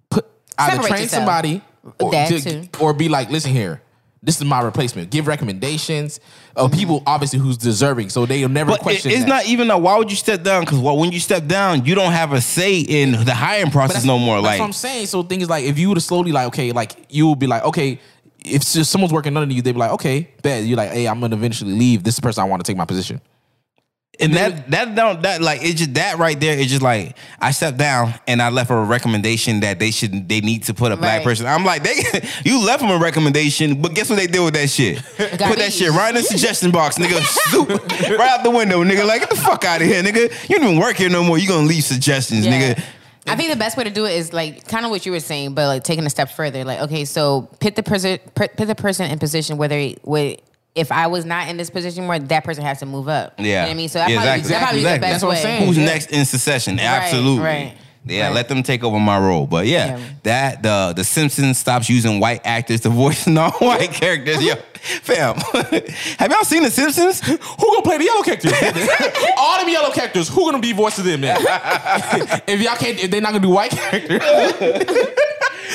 Speaker 4: put either
Speaker 3: Separate
Speaker 4: train
Speaker 3: yourself.
Speaker 4: somebody or,
Speaker 3: That
Speaker 4: to-
Speaker 3: too.
Speaker 4: or be like, listen here. This is my replacement. Give recommendations of people, obviously, who's deserving, so they'll never
Speaker 2: But it-
Speaker 4: question.
Speaker 2: it's
Speaker 4: that.
Speaker 2: not even a why would you step down? Because when you step down, you don't have a say in the hiring
Speaker 4: But
Speaker 2: process no more.
Speaker 4: That's
Speaker 2: Like
Speaker 4: what I'm saying. So things like if you would have slowly like okay, like you would be like okay, if s- someone's working under you, they'd be like okay, bet you're like hey, I'm gonna eventually leave. This person I want to take my position.
Speaker 2: and that that don't that like it's just that right there. It's just like I stepped down and I left a recommendation that they should they need to put a black
Speaker 3: Right.
Speaker 2: person. I'm like they you left them a recommendation, but guess what they did with that shit? put that
Speaker 3: beat.
Speaker 2: shit right in the suggestion box, nigga. Zoop, right out the window, nigga. Like get the fuck out of here, nigga. You don't even work here no more. You gonna leave suggestions,
Speaker 3: Yeah.
Speaker 2: nigga.
Speaker 3: I think the best way to do it is like kind of what you were saying, but like taking a step further. Like, okay, so put the person put the person in position whether wait, if I was not in this position where that person has to move up. You know
Speaker 2: Yeah.
Speaker 3: what I mean, so that
Speaker 2: Yeah,
Speaker 3: probably,
Speaker 2: exactly.
Speaker 3: that probably
Speaker 2: Exactly.
Speaker 3: is
Speaker 4: That's
Speaker 3: the
Speaker 4: what I'm
Speaker 3: best way.
Speaker 4: saying.
Speaker 2: who's
Speaker 4: Yeah.
Speaker 2: next in succession. Absolutely.
Speaker 3: right,
Speaker 2: Yeah,
Speaker 3: right.
Speaker 2: let them take over my role. But yeah,
Speaker 3: Yeah.
Speaker 2: that the the Simpsons stops using white actors to voice non-white characters. Yo, fam, have y'all seen the Simpsons?
Speaker 4: Who gonna play the yellow characters? All them yellow characters. Who gonna be voices them? Then? if y'all can't, if they're not gonna do white characters,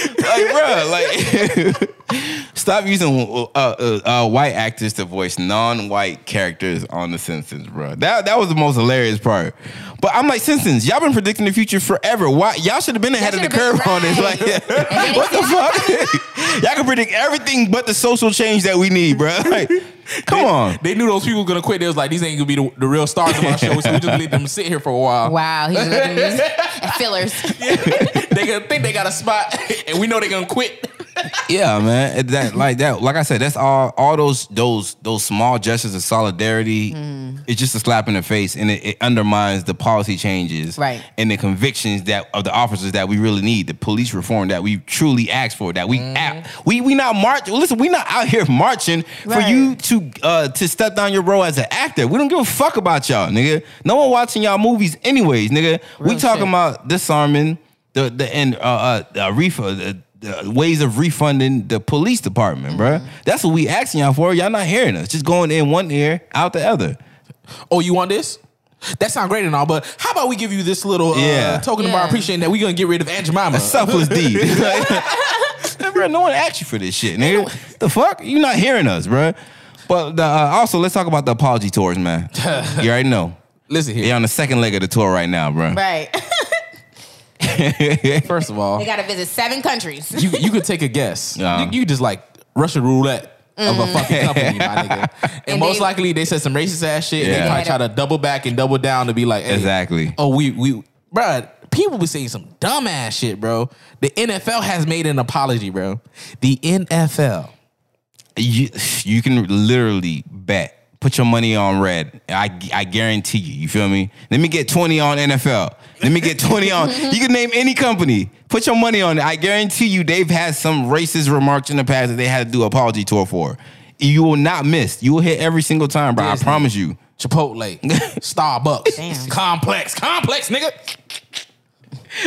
Speaker 2: Like, bro, like, stop using uh, uh, uh, white actors to voice non-white characters on the Simpsons, bro. That that was the most hilarious part. But I'm like, Simpsons, y'all been predicting the future forever. Why y'all should have been ahead of the
Speaker 3: should've been
Speaker 2: curve on this?
Speaker 3: right.
Speaker 2: Like, what the fuck? y'all can predict everything but the social change that we need, bro. Like, come on.
Speaker 4: they knew those people were gonna quit. They was like, these ain't gonna be the, the real stars of our show. So we just let them sit here for a while.
Speaker 3: Wow, he's looking at fillers.
Speaker 4: they gonna think they got a spot, and we know they're gonna quit.
Speaker 2: yeah, man. It- That like that. Like I said, that's all. All those those those small gestures of solidarity.
Speaker 3: Mm.
Speaker 2: It's just a slap in the face, and it, it undermines the policy changes,
Speaker 3: Right.
Speaker 2: And the convictions that of the officers that we really need, the police reform that we truly asked for. That we
Speaker 3: Mm-hmm.
Speaker 2: act- we we not march. Listen, we not out here marching for
Speaker 3: Right.
Speaker 2: you to uh to step down your role as an actor. We don't give a fuck about y'all, nigga. No one watching y'all movies, anyways, nigga. we
Speaker 3: Real
Speaker 2: talking
Speaker 3: shit.
Speaker 2: about about disarming the the and uh, uh, uh ref- uh, the, the ways of refunding the police department, bruh.
Speaker 3: Mm-hmm.
Speaker 2: That's what we asking y'all for. Y'all not hearing us. Just going in one ear, out the other.
Speaker 4: Oh, you want this? That sound great and all, but how about we give you this little uh,
Speaker 2: Yeah.
Speaker 4: token of
Speaker 3: Yeah.
Speaker 4: our appreciation that we're gonna get rid of Aunt Jemima?
Speaker 2: A selfless deed. Like, bruh, no one asked you for this shit, nigga. the fuck? You not hearing us, bruh. But the, uh, also, let's talk about the apology tours, man. you already know.
Speaker 4: Listen here.
Speaker 2: They're on the second leg of the tour right now, bruh.
Speaker 3: Right.
Speaker 4: First of all,
Speaker 3: they got to visit seven countries.
Speaker 4: you you could take a guess.
Speaker 2: Yeah.
Speaker 4: You, you just like Russian roulette. Of a fucking company, my nigga. And,
Speaker 3: Mm. And
Speaker 4: most
Speaker 3: they-
Speaker 4: likely they said some racist ass shit. And
Speaker 2: Yeah.
Speaker 4: they probably try to double back and double down to be like, hey,
Speaker 2: Exactly.
Speaker 4: Oh, we we bruh, people be saying some dumb ass shit, bro. The NFL has made an apology, bro. The NFL.
Speaker 2: you, you can literally bet. Put your money on red. I, I guarantee you. You feel me? Let me get 20 on NFL. Let me get 20 on. You can name any company. Put your money on it. I guarantee you they've had some racist remarks in the past that they had to do apology tour for. You will not miss. You will hit every single time, bro. I
Speaker 4: Disney.
Speaker 2: promise
Speaker 3: Oh,
Speaker 2: you.
Speaker 4: Chipotle, Starbucks,
Speaker 3: Damn.
Speaker 4: Complex, Complex, nigga.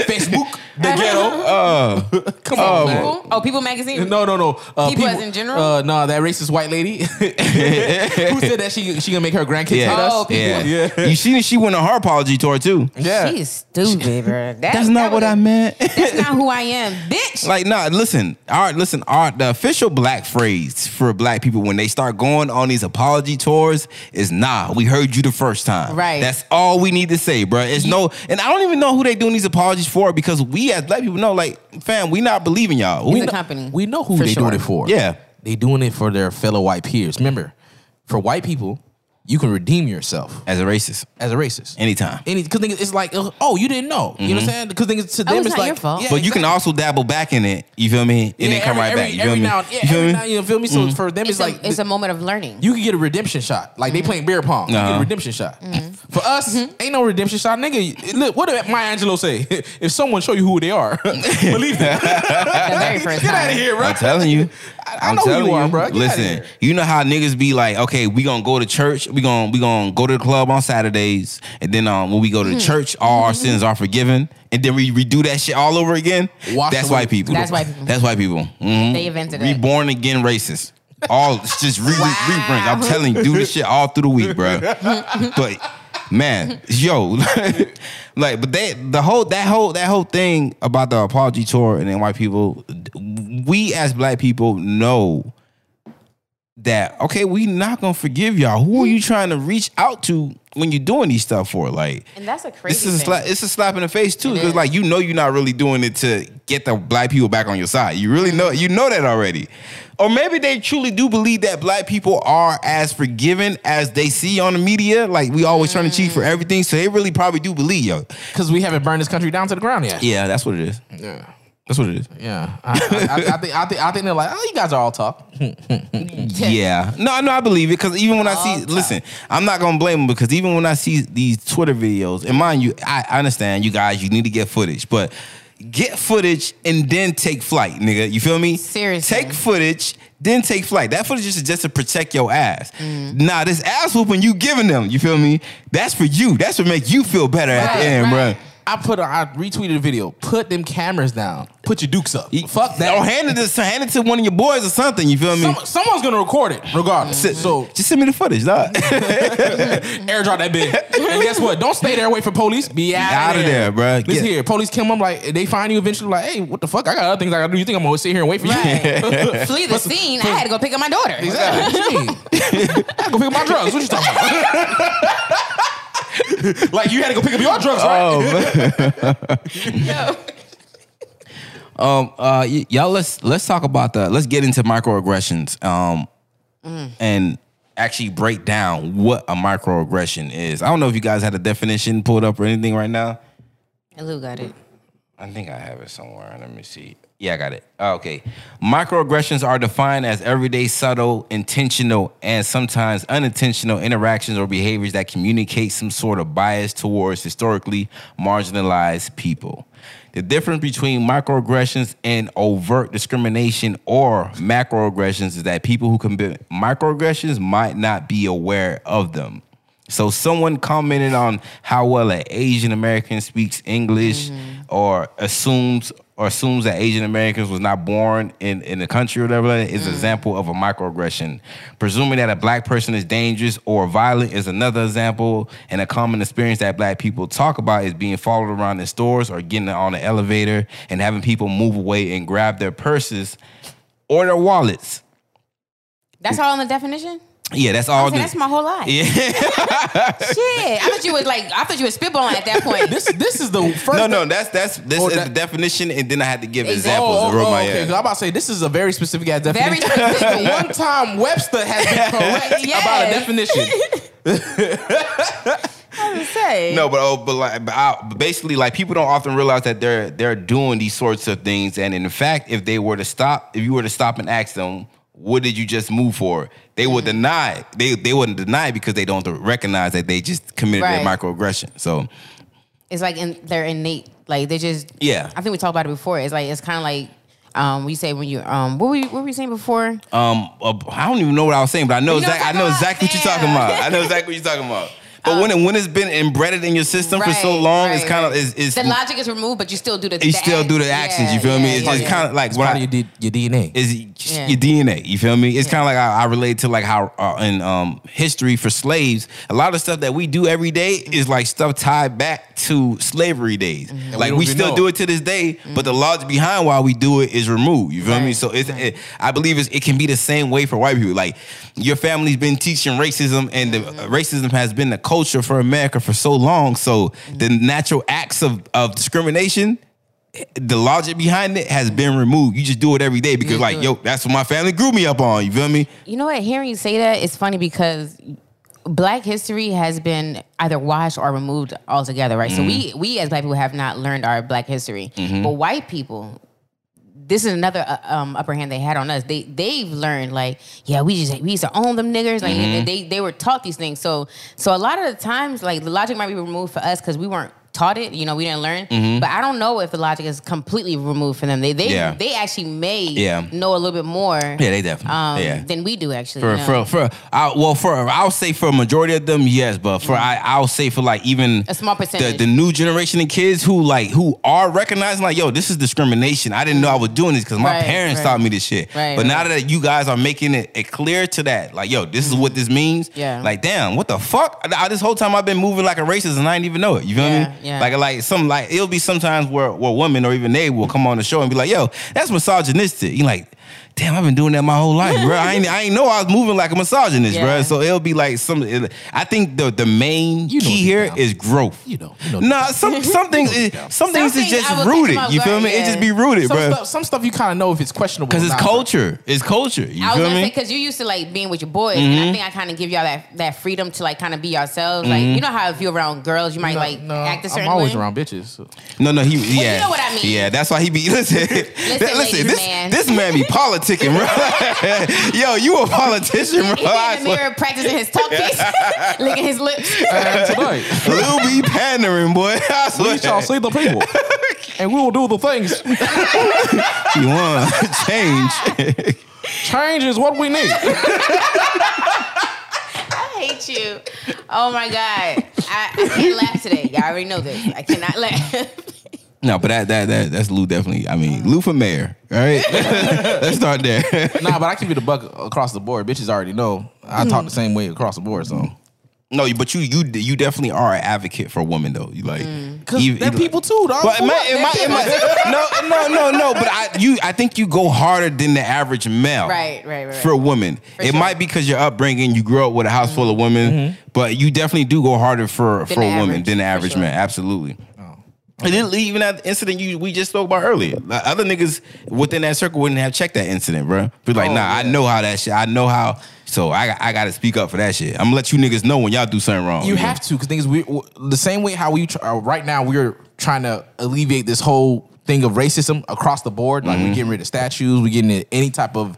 Speaker 4: Facebook, the ghetto.
Speaker 2: Oh.
Speaker 4: come on, man.
Speaker 3: People? Oh, People Magazine.
Speaker 4: No, no, no. Uh,
Speaker 3: People as in general?
Speaker 4: Uh, no, that racist white lady who said that she she gonna make her grandkids
Speaker 2: Yeah.
Speaker 4: hate
Speaker 3: Oh,
Speaker 4: us.
Speaker 3: people-
Speaker 2: Yeah. You see, she went on her apology tour too.
Speaker 4: Yeah.
Speaker 3: She's stupid, bro. That-
Speaker 2: That's
Speaker 3: that
Speaker 2: not what
Speaker 3: was-
Speaker 2: I meant.
Speaker 3: That's not who I am, bitch.
Speaker 2: Like, nah, listen, all right, listen, all right, the official black phrase for black people when they start going on these apology tours is nah, we heard you the first time.
Speaker 3: Right.
Speaker 2: That's all we need to say, bro. It's no, and I don't even know who they doing these apologies for because we as black people know, like, fam, we not believing y'all. We
Speaker 3: It's a
Speaker 2: not-
Speaker 3: company.
Speaker 4: We know who
Speaker 3: For
Speaker 4: they
Speaker 3: sure.
Speaker 4: doing it for.
Speaker 2: Yeah.
Speaker 4: They doing it for their fellow white peers. Remember, for white people, you can redeem yourself
Speaker 2: as a racist,
Speaker 4: as a racist.
Speaker 2: anytime.
Speaker 4: Any because it's like, oh, you didn't know. You know what I'm saying? Because it's to them,
Speaker 3: Mm-hmm. Oh, it's
Speaker 4: it's,
Speaker 3: not
Speaker 4: like,
Speaker 3: your fault.
Speaker 4: yeah,
Speaker 2: but you can
Speaker 4: exactly.
Speaker 2: also dabble back in it, you feel me? And then
Speaker 4: Yeah,
Speaker 2: come
Speaker 4: every-
Speaker 2: right
Speaker 4: every-
Speaker 2: back. You feel
Speaker 4: every
Speaker 2: me?
Speaker 4: now, and- yeah,
Speaker 2: you feel
Speaker 4: every
Speaker 2: me? Mm-hmm.
Speaker 4: now, and- you feel me? So for them, it's,
Speaker 3: It's,
Speaker 4: like
Speaker 3: a, Mm-hmm. it's a moment of learning.
Speaker 4: you can get a redemption shot. Like they playing beer pong, you get
Speaker 2: Uh-huh.
Speaker 4: a redemption shot.
Speaker 3: Mm-hmm.
Speaker 4: For us, ain't no redemption shot, nigga. Look, what did Maya Angelou say? if someone show you who they are, believe them.
Speaker 3: the very first
Speaker 4: Get out of
Speaker 3: time.
Speaker 4: here, bro.
Speaker 2: I'm telling you.
Speaker 4: I know who you are, bruh. Get outta
Speaker 2: Listen,
Speaker 4: here.
Speaker 2: you know how niggas be like, okay, we gonna go to church, we gonna we gonna go to the club on Saturdays, and then um, when we go to
Speaker 4: Mm-hmm.
Speaker 2: church, all our sins are forgiven, and then we redo that shit all over again.
Speaker 4: Wash
Speaker 2: That's
Speaker 4: away-
Speaker 2: white people.
Speaker 3: That's white people.
Speaker 2: That's white people. Mhm.
Speaker 3: They invented it.
Speaker 2: Reborn again racist. All it's just re-
Speaker 3: Wow.
Speaker 2: reprints. I'm telling you, do this shit all through the week, bro. but man, yo, like, but they the whole that whole that whole thing about the apology tour and then white people, we as black people know that okay, we not gonna forgive y'all. Who are you trying to reach out to when you're doing these stuff for? Like,
Speaker 3: And that's a crazy
Speaker 2: this is a
Speaker 3: thing.
Speaker 2: slap. It's a slap in the face too, because
Speaker 3: is.
Speaker 2: like you know you're not really doing it to get the black people back on your side. You really know you know that already, or maybe they truly do believe that black people are as forgiving as they see on the media. Like we always trying to cheat for everything, so they really probably do believe yo.
Speaker 4: Because we haven't burned this country down to the ground yet.
Speaker 2: Yeah, that's what it is.
Speaker 4: Yeah.
Speaker 2: That's what it is.
Speaker 4: Yeah. I, I, I, I think I think I think they're like, oh, you guys are all talk.
Speaker 2: Yeah. No, no, I believe it because even when I see, listen, I'm not gonna blame them because even when I see these Twitter videos, and mind you, I, I understand you guys, you need to get footage, but get footage and then take flight, nigga. You feel me?
Speaker 3: Seriously.
Speaker 2: Take footage, then take flight. That footage is just to protect your ass.
Speaker 3: Mm.
Speaker 2: Nah, this ass whooping you giving them, you feel me? That's for you. That's what make you feel better at the
Speaker 3: Right,
Speaker 2: end,
Speaker 3: right.
Speaker 2: bruh.
Speaker 4: I put a, I retweeted a video. Put them cameras down. Put your dukes up. Fuck
Speaker 2: Or
Speaker 4: that.
Speaker 2: hand it to hand it to one of your boys or something. You feel me?
Speaker 4: Some, someone's gonna record it, regardless. So
Speaker 2: just send me the footage, dog.
Speaker 4: airdrop that bit. and guess what? Don't stay there. Wait for police. Be out,
Speaker 2: outta there, bruh.
Speaker 4: Listen
Speaker 2: Get-
Speaker 4: here. Police come. I'm like, they find you eventually. Like, hey, what the fuck? I got other things I gotta do. You think I'm gonna sit here and wait for you?
Speaker 3: Right. Flee the scene. I had to go pick up my daughter.
Speaker 4: Exactly. What you mean? I gotta go pick up my drugs. What you talking about? like you had to go pick up your drugs, right?
Speaker 2: Oh. Um, uh, y- y'all, let's let's talk about the let's get into microaggressions. Um, and actually break down what a microaggression is. I don't know if you guys had a definition pulled up or anything right now.
Speaker 3: And Lou got it.
Speaker 2: I think I have it somewhere. Let me see. Yeah, I got it. Oh, Okay. Microaggressions are defined as everyday, subtle, intentional, and sometimes unintentional interactions or behaviors that communicate some sort of bias towards historically marginalized people. The difference between microaggressions and overt discrimination or macroaggressions is that people who commit microaggressions might not be aware of them. So someone commented on how well an Asian American speaks English
Speaker 3: Mm-hmm.
Speaker 2: or assumes or assumes that Asian Americans was not born in, in the country or whatever like that is an
Speaker 3: Mm.
Speaker 2: example of a microaggression. Presuming that a black person is dangerous or violent is another example, and a common experience that black people talk about is being followed around in stores or getting on an elevator and having people move away and grab their purses or their wallets.
Speaker 3: That's all in the definition.
Speaker 2: Yeah, that's
Speaker 3: I
Speaker 2: all.
Speaker 3: was like,
Speaker 2: Oh, the-
Speaker 3: that's my whole life.
Speaker 2: Yeah.
Speaker 3: Shit, I thought you was like, I thought you was spitballing at that point.
Speaker 4: This this is the first.
Speaker 2: No, no, that's that's this
Speaker 4: Oh,
Speaker 2: is
Speaker 4: that-
Speaker 2: the definition, and then I had to give
Speaker 3: Exactly.
Speaker 2: examples.
Speaker 4: Oh,
Speaker 2: of
Speaker 4: oh,
Speaker 2: wrote
Speaker 4: oh,
Speaker 2: my
Speaker 4: okay. 'cause I'm about to say this is a very specific ass definition.
Speaker 3: Very specific.
Speaker 4: One time Webster has been correct
Speaker 3: Yes.
Speaker 4: about a definition.
Speaker 3: say.
Speaker 2: No, but oh, but like, but, I, but basically, like people don't often realize that they're they're doing these sorts of things, and in fact, if they were to stop, if you were to stop and ask them, what did you just move for? They would
Speaker 3: Mm-hmm.
Speaker 2: deny. it. They they wouldn't deny it because they don't recognize that they just committed a
Speaker 3: Right.
Speaker 2: microaggression. So
Speaker 3: it's like in, they're innate. Like they just.
Speaker 2: Yeah.
Speaker 3: I think we talked about it before. It's like it's kind of like um we say when you um what were you, what were we saying before?
Speaker 2: Um, uh, I don't even know what I was saying, but I know,
Speaker 3: You know
Speaker 2: exact,
Speaker 3: what
Speaker 2: I
Speaker 3: I'm
Speaker 2: know
Speaker 3: talking about?
Speaker 2: exactly what you're talking
Speaker 3: Yeah. Um,
Speaker 2: about. I know exactly what you're talking about. But when it, when it's been embedded in your system for so
Speaker 3: Right,
Speaker 2: long, it's
Speaker 3: right,
Speaker 2: kind of
Speaker 3: right.
Speaker 2: is is
Speaker 3: the logic is removed, but you still do the.
Speaker 2: you still do the actions. you feel me? It's just kind of like what I,
Speaker 4: Part of your, D- your DNA.
Speaker 2: is
Speaker 3: Yeah.
Speaker 2: your DNA. You feel me? It's kind of like I, I relate to like how uh, in um, history for slaves, a lot of stuff that we do every day
Speaker 3: Mm-hmm.
Speaker 2: is like stuff tied back to slavery days. Like
Speaker 4: don't
Speaker 2: we
Speaker 4: even
Speaker 2: still
Speaker 4: know.
Speaker 2: do it to this day, but the logic behind why we do it is removed. You feel me?
Speaker 3: Right,
Speaker 2: So it's it, I believe it's, it can be the same way for white people. Like your family's been teaching racism, and the racism has been the culture for America for so long. So the natural acts of of discrimination the logic behind it has been removed. You just do it every day because, like, yo, that's what my family grew me up on. You feel me?
Speaker 3: You know what? Hearing you say that is funny because black history has been either washed or removed altogether, right? So we
Speaker 2: Mm-hmm.
Speaker 3: we as black people have not learned our black history. But white people, this is another uh, um, upper hand they had on us. They they've learned like, yeah, we just we used to own them niggers. Like
Speaker 2: Mm-hmm.
Speaker 3: they they were taught these things. So so a lot of the times, like the logic might be removed for us because we weren't taught it. You know, we didn't learn. But I don't know if the logic is completely removed for them. They they
Speaker 2: Mm-hmm. Yeah.
Speaker 3: they actually may
Speaker 2: Yeah.
Speaker 3: know a little bit more.
Speaker 2: Yeah, they definitely.
Speaker 3: Um,
Speaker 2: yeah.
Speaker 3: Than we do actually.
Speaker 2: for
Speaker 3: you know?
Speaker 2: for for I, well for I'll say for a majority of them yes, but for I I'll say for like even
Speaker 3: A small
Speaker 2: the,
Speaker 3: percentage.
Speaker 2: the new generation of kids who like who are recognizing like yo this is discrimination. I didn't know I was doing this because my
Speaker 3: Right,
Speaker 2: parents
Speaker 3: right.
Speaker 2: taught me this shit.
Speaker 3: Right,
Speaker 2: but now
Speaker 3: right.
Speaker 2: that you guys are making it, it clear to that like yo this is what this means.
Speaker 3: Yeah.
Speaker 2: Like damn what the fuck? I, I- this whole time I've been moving like a racist and I didn't even know it. You feel
Speaker 3: Yeah,
Speaker 2: me?
Speaker 3: yeah.
Speaker 2: Like like some like it'll be sometimes where where women or even they will come on the show and be like yo that's misogynistic. You like. Damn, I've been doing that my whole life, bro. I ain't, I ain't know I was moving like a misogynist,
Speaker 3: Yeah.
Speaker 2: bro. So it'll be like some. it- I think the the main
Speaker 4: You know
Speaker 2: key
Speaker 4: deep
Speaker 2: here is
Speaker 4: down.
Speaker 2: growth.
Speaker 4: You know- you know deep
Speaker 2: nah, some some things,
Speaker 4: You know deep
Speaker 2: is-
Speaker 4: down.
Speaker 2: some things
Speaker 3: Some
Speaker 2: is
Speaker 3: things I
Speaker 2: just
Speaker 3: was thinking
Speaker 2: rooted.
Speaker 3: about
Speaker 2: You feel me? It
Speaker 3: learning,
Speaker 2: just
Speaker 3: yeah.
Speaker 2: be rooted,
Speaker 4: some,
Speaker 2: bro.
Speaker 4: stuff, some stuff you kind of know if it's questionable.
Speaker 2: Because it's
Speaker 4: or not,
Speaker 2: culture. It's culture. You
Speaker 3: I
Speaker 2: feel
Speaker 3: was gonna say
Speaker 2: me? Mm-hmm.
Speaker 3: because you used to like being with your boys, and I think I kind of give y'all that, that freedom to like kind of be yourselves.
Speaker 2: Mm-hmm.
Speaker 3: Like you know how if you're around girls, you might
Speaker 4: No,
Speaker 3: like
Speaker 4: no,
Speaker 3: act a certain
Speaker 4: I'm always
Speaker 3: way.
Speaker 4: around bitches. so.
Speaker 2: No, no, he. yeah,
Speaker 3: know what I mean.
Speaker 2: Yeah, that's why he be listen. Listen,
Speaker 3: ladies,
Speaker 2: this
Speaker 3: man.
Speaker 2: this man be politicking, bro. Yo, you a politician, bro?
Speaker 3: He be
Speaker 2: I
Speaker 3: in the
Speaker 2: swear.
Speaker 3: mirror practicing his talkies, licking his lips.
Speaker 4: And tonight,
Speaker 2: Lil be pandering, boy. I swear.
Speaker 4: we shall see the people, and we will do the things.
Speaker 2: You want change?
Speaker 4: Change is what we need.
Speaker 3: I hate you. Oh my god, I, I can't laugh today. Y'all already know this. I cannot laugh.
Speaker 2: No, but that that that that's Lou definitely. I mean, Lou for mayor. All right, let's start there.
Speaker 4: nah, but I keep it a buck across the board. Bitches already know I talk the same way across the board. So
Speaker 2: no, but you you you definitely are an advocate for women though. You like
Speaker 3: Mm.
Speaker 4: because
Speaker 2: you-
Speaker 4: they're
Speaker 2: you-
Speaker 4: people too, dog.
Speaker 2: But am I,
Speaker 4: Fuck,
Speaker 2: am I,
Speaker 4: they're
Speaker 2: am I- no, no, no, no. But I, you, I think you go harder than the average male.
Speaker 3: Right, right, right, right.
Speaker 2: For women, it
Speaker 3: sure. Mm-hmm.
Speaker 2: might be because your upbringing, you grew up with a house full of women, but you definitely do go harder for for
Speaker 3: the
Speaker 2: women
Speaker 3: average,
Speaker 2: than the
Speaker 3: for
Speaker 2: average
Speaker 3: sure.
Speaker 2: man. Absolutely.
Speaker 4: Oh.
Speaker 2: And then even that incident you we just spoke about earlier, like, other niggas within that circle wouldn't have checked that incident, bro. Be like,
Speaker 4: Oh,
Speaker 2: nah, I
Speaker 4: yeah.
Speaker 2: know how that shit. I know how. So I I got to speak up for that shit. I'm Oh, gonna let you niggas know when y'all do something wrong.
Speaker 4: You
Speaker 2: know?
Speaker 4: have to because things we w- the same way how we tr- uh, right now we're trying to alleviate this whole thing of racism across the board. Like
Speaker 2: Mm-hmm.
Speaker 4: we're getting rid of statues, we're getting rid of any type of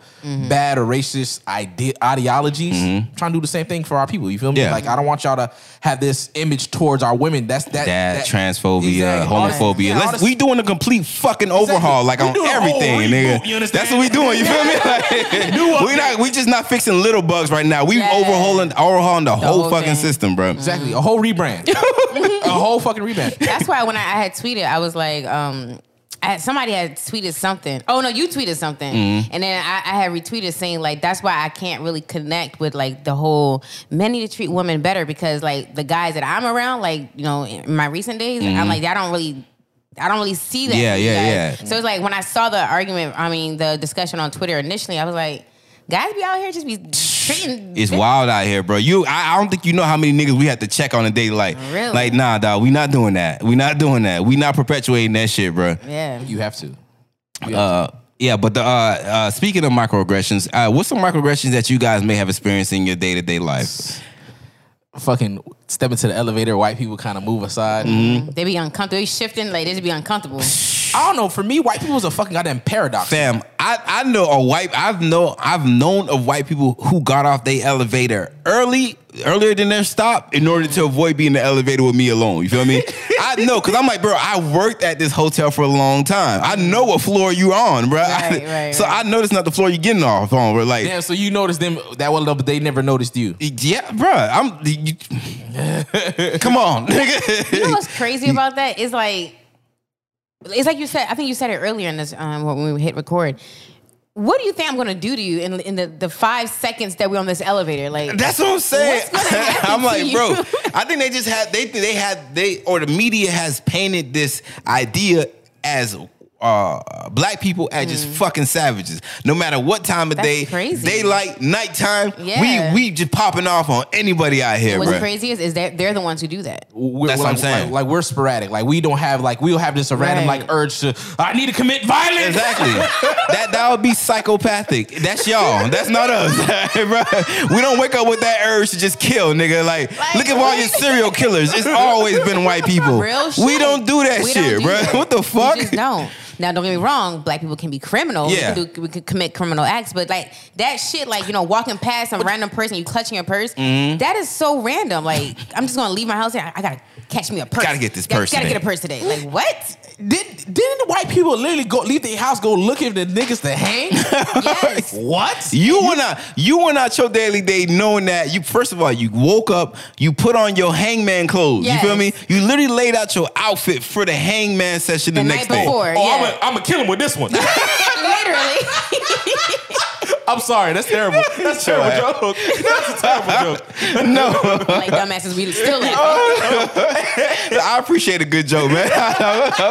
Speaker 4: bad or racist ide- ideologies. Trying to do the same thing for our people. You feel me?
Speaker 2: Mm-hmm. Yeah.
Speaker 4: Like I don't want y'all to have this image towards our women. That's that,
Speaker 2: that, transphobia,
Speaker 4: Exactly.
Speaker 2: homophobia.
Speaker 4: Yeah,
Speaker 2: Let's,
Speaker 4: honest-
Speaker 2: we doing a complete fucking overhaul, like
Speaker 4: We
Speaker 2: on
Speaker 4: doing a whole
Speaker 2: everything,
Speaker 4: reboot,
Speaker 2: nigga.
Speaker 4: you understand?
Speaker 2: That's what we doing. You feel me? Like, we not, we just not fixing little bugs right now. We
Speaker 3: Yeah.
Speaker 2: overhauling, overhauling the, whole,
Speaker 3: whole
Speaker 2: fucking
Speaker 3: thing.
Speaker 2: system, bro.
Speaker 4: Mm-hmm. Exactly. A whole rebrand. a whole fucking rebrand.
Speaker 3: That's why when I, I had tweeted, I was like, um, I had, somebody had tweeted something. Oh no, you tweeted something,
Speaker 2: Mm-hmm.
Speaker 3: and then I, I had retweeted saying like, that's why I can't really connect with like the whole men need to treat women better because like the guys that I'm around, like you know, in my recent days, I'm like, I don't really. I don't really see that.
Speaker 2: Mm-hmm. Yeah,
Speaker 3: in you
Speaker 2: yeah,
Speaker 3: guys.
Speaker 2: yeah.
Speaker 3: So it's like when I saw the argument, I mean, the discussion on Twitter initially, I was like, guys be out here just be treating.
Speaker 2: It's wild out here, bro. You, I, I don't think you know how many niggas we have to check on a daily life.
Speaker 3: Really?
Speaker 2: Like, nah, dog, we not doing that. We not doing that. We not perpetuating that shit, bro.
Speaker 3: Yeah.
Speaker 4: You have to.
Speaker 2: Yeah, but the uh, uh, speaking of microaggressions, uh, what's some microaggressions that you guys may have experienced in your day to day life?
Speaker 4: Fucking step into the elevator, white people kind of move aside.
Speaker 2: Mm-hmm.
Speaker 3: They be uncomfortable. They shifting, like, they just be uncomfortable.
Speaker 4: I don't know. For me, white people is a fucking goddamn paradox.
Speaker 2: Fam, I, I know a white I've know I've known of white people who got off their elevator early earlier than their stop in order to avoid being in the elevator with me alone. You feel me? I know because I'm like, bro, I worked at this hotel for a long time. I know what floor you on, bro.
Speaker 3: Right, right,
Speaker 2: so
Speaker 3: right.
Speaker 2: I know that's not the floor you're getting off on. We're like,
Speaker 4: Damn, so you noticed them that one level, but they never noticed you.
Speaker 2: yeah, bro, I'm. You, come on, nigga.
Speaker 3: You know what's crazy about that is like, it's like you said. I think you said it earlier in this um, when we hit record. What do you think I'm gonna do to you in, in the, the five seconds that we're on this elevator? Like,
Speaker 2: That's what I'm saying.
Speaker 3: What's gonna happen
Speaker 2: I'm
Speaker 3: to
Speaker 2: like,
Speaker 3: you?
Speaker 2: bro. I think they just had they they had they or the media has painted this idea as uh black people as just fucking savages. No matter what time of
Speaker 3: Hmm. That's
Speaker 2: day,
Speaker 3: crazy.
Speaker 2: daylight, nighttime,
Speaker 3: Yeah.
Speaker 2: we we just popping off on anybody out here,
Speaker 3: what's
Speaker 2: bro.
Speaker 3: crazy is, is that they're the ones who do that.
Speaker 4: We're,
Speaker 2: That's
Speaker 4: we're
Speaker 2: what I'm
Speaker 4: like,
Speaker 2: saying.
Speaker 4: Like, like we're sporadic. Like we don't have like we don't have this random
Speaker 3: Right.
Speaker 4: like urge to I need to commit violence.
Speaker 2: Exactly. that that would be psychopathic. That's y'all. That's not us, bro. We don't wake up with that urge to just kill, nigga. Like,
Speaker 3: Like,
Speaker 2: look at all your serial killers. It's always been white people.
Speaker 3: Real shit.
Speaker 2: We don't do that
Speaker 3: We don't
Speaker 2: shit,
Speaker 3: do
Speaker 2: bro.
Speaker 3: that.
Speaker 2: What the fuck?
Speaker 3: We just don't. Now, don't get me wrong. Black people can be criminals.
Speaker 2: Yeah.
Speaker 3: We, can do, we can commit criminal acts, but like that shit, like you know, walking past some random person, you clutching your purse.
Speaker 2: Mm-hmm.
Speaker 3: That is so random. Like, I'm just gonna leave my house and I, I gotta catch me a purse.
Speaker 2: Gotta get this
Speaker 3: Gotta-
Speaker 2: purse
Speaker 3: Gotta
Speaker 2: today.
Speaker 3: get a purse today. Like what?
Speaker 4: Did didn't the white people literally go leave their house, go looking for the niggas to hang?
Speaker 3: Yes.
Speaker 4: what?
Speaker 2: You went out. You went out your daily day knowing that you. First of all, you woke up. You put on your hangman clothes.
Speaker 3: Yes.
Speaker 2: You feel me? You literally laid out your outfit for the hangman session the,
Speaker 3: The
Speaker 2: next
Speaker 3: night before.
Speaker 2: day.
Speaker 4: Oh,
Speaker 3: yeah.
Speaker 4: I'm gonna kill him with this one.
Speaker 3: Literally.
Speaker 4: I'm sorry, that's terrible. That's terrible joke. That's a terrible joke.
Speaker 3: like dumbasses, we still like. Oh,
Speaker 2: I appreciate a good joke, man. I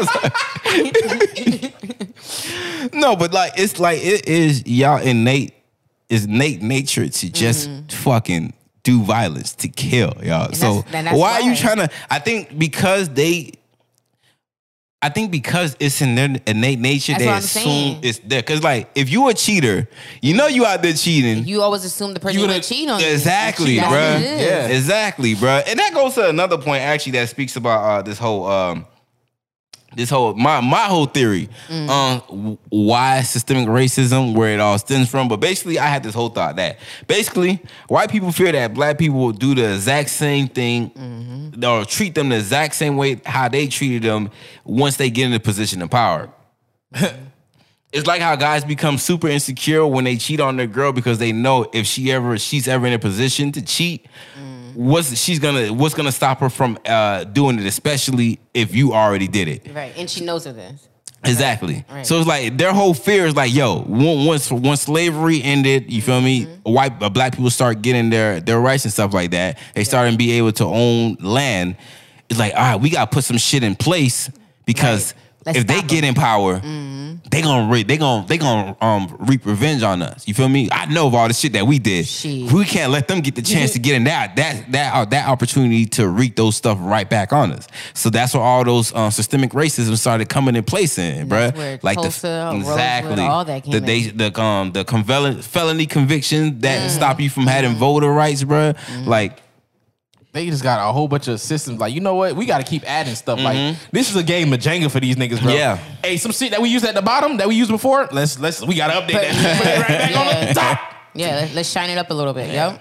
Speaker 2: was like- no, but like it's like it is y'all innate. It's innate nature to just fucking do violence to kill y'all. so
Speaker 3: that's- Mm-hmm. and that's
Speaker 2: why are you
Speaker 3: why.
Speaker 2: trying to? I think because they. I think because it's in their innate nature,
Speaker 3: That's
Speaker 2: they
Speaker 3: what I'm
Speaker 2: assume
Speaker 3: saying.
Speaker 2: it's there. Cause like, if you a cheater, you know you out there cheating.
Speaker 3: you always assume the person
Speaker 4: You
Speaker 3: you
Speaker 4: gonna-
Speaker 3: would cheat on. you.
Speaker 2: Exactly,
Speaker 3: That's
Speaker 2: bro.
Speaker 3: what it is.
Speaker 4: Yeah.
Speaker 2: exactly, bro. And that goes to another point actually that speaks about uh, this whole um, this whole my my whole theory
Speaker 3: Mm.
Speaker 2: on w why systemic racism, where it all stems from. But basically, I had this whole thought that basically white people fear that black people will do the exact same thing
Speaker 3: Mm-hmm.
Speaker 2: or treat them the exact same way how they treated them once they get in a position of power. It's like how guys become super insecure when they cheat on their girl because they know if she ever she's ever in a position to cheat,
Speaker 3: Mm.
Speaker 2: what's she's gonna what's gonna stop her from uh, doing it, especially if you already did it.
Speaker 3: Right, and she knows of this.
Speaker 2: Exactly.
Speaker 3: Right.
Speaker 2: So it's like their whole fear is like, yo, on- once once slavery ended, you feel me?
Speaker 3: Mm-hmm.
Speaker 2: White uh, black people start getting their their rights and stuff like that. They started to be able to own land. It's like, all right, we gotta put some shit in place because
Speaker 3: Right. Let's
Speaker 2: if they
Speaker 3: stop Mm-hmm.
Speaker 2: get in power, they gonna re- they gonna they gonna um reap revenge on us. You feel me? I know of all the shit that we did.
Speaker 3: Shit.
Speaker 2: We can't let them get the chance to get in that that that uh, that opportunity to wreak those stuff right back on us. So that's where all those uh, systemic racism started coming in place in,
Speaker 3: That's
Speaker 2: bruh.
Speaker 3: where
Speaker 2: Like
Speaker 3: Tulsa, uh,
Speaker 2: the
Speaker 3: Rosewood, all that came
Speaker 2: the
Speaker 3: in. Mm-hmm.
Speaker 2: they the um the convel- felony conviction that stop you from having voter rights, bruh. Like
Speaker 4: They just got a whole bunch of systems. Like, you know what? We got to keep adding stuff. Like, this is a game of Jenga for these niggas, bro.
Speaker 2: Mm-hmm. Yeah.
Speaker 4: Hey, some shit that we used at the bottom that we used before. Let's let's we got to update that. shit. Put it right back on the top.
Speaker 3: Yeah, let- let's shine it up a little bit. Yep.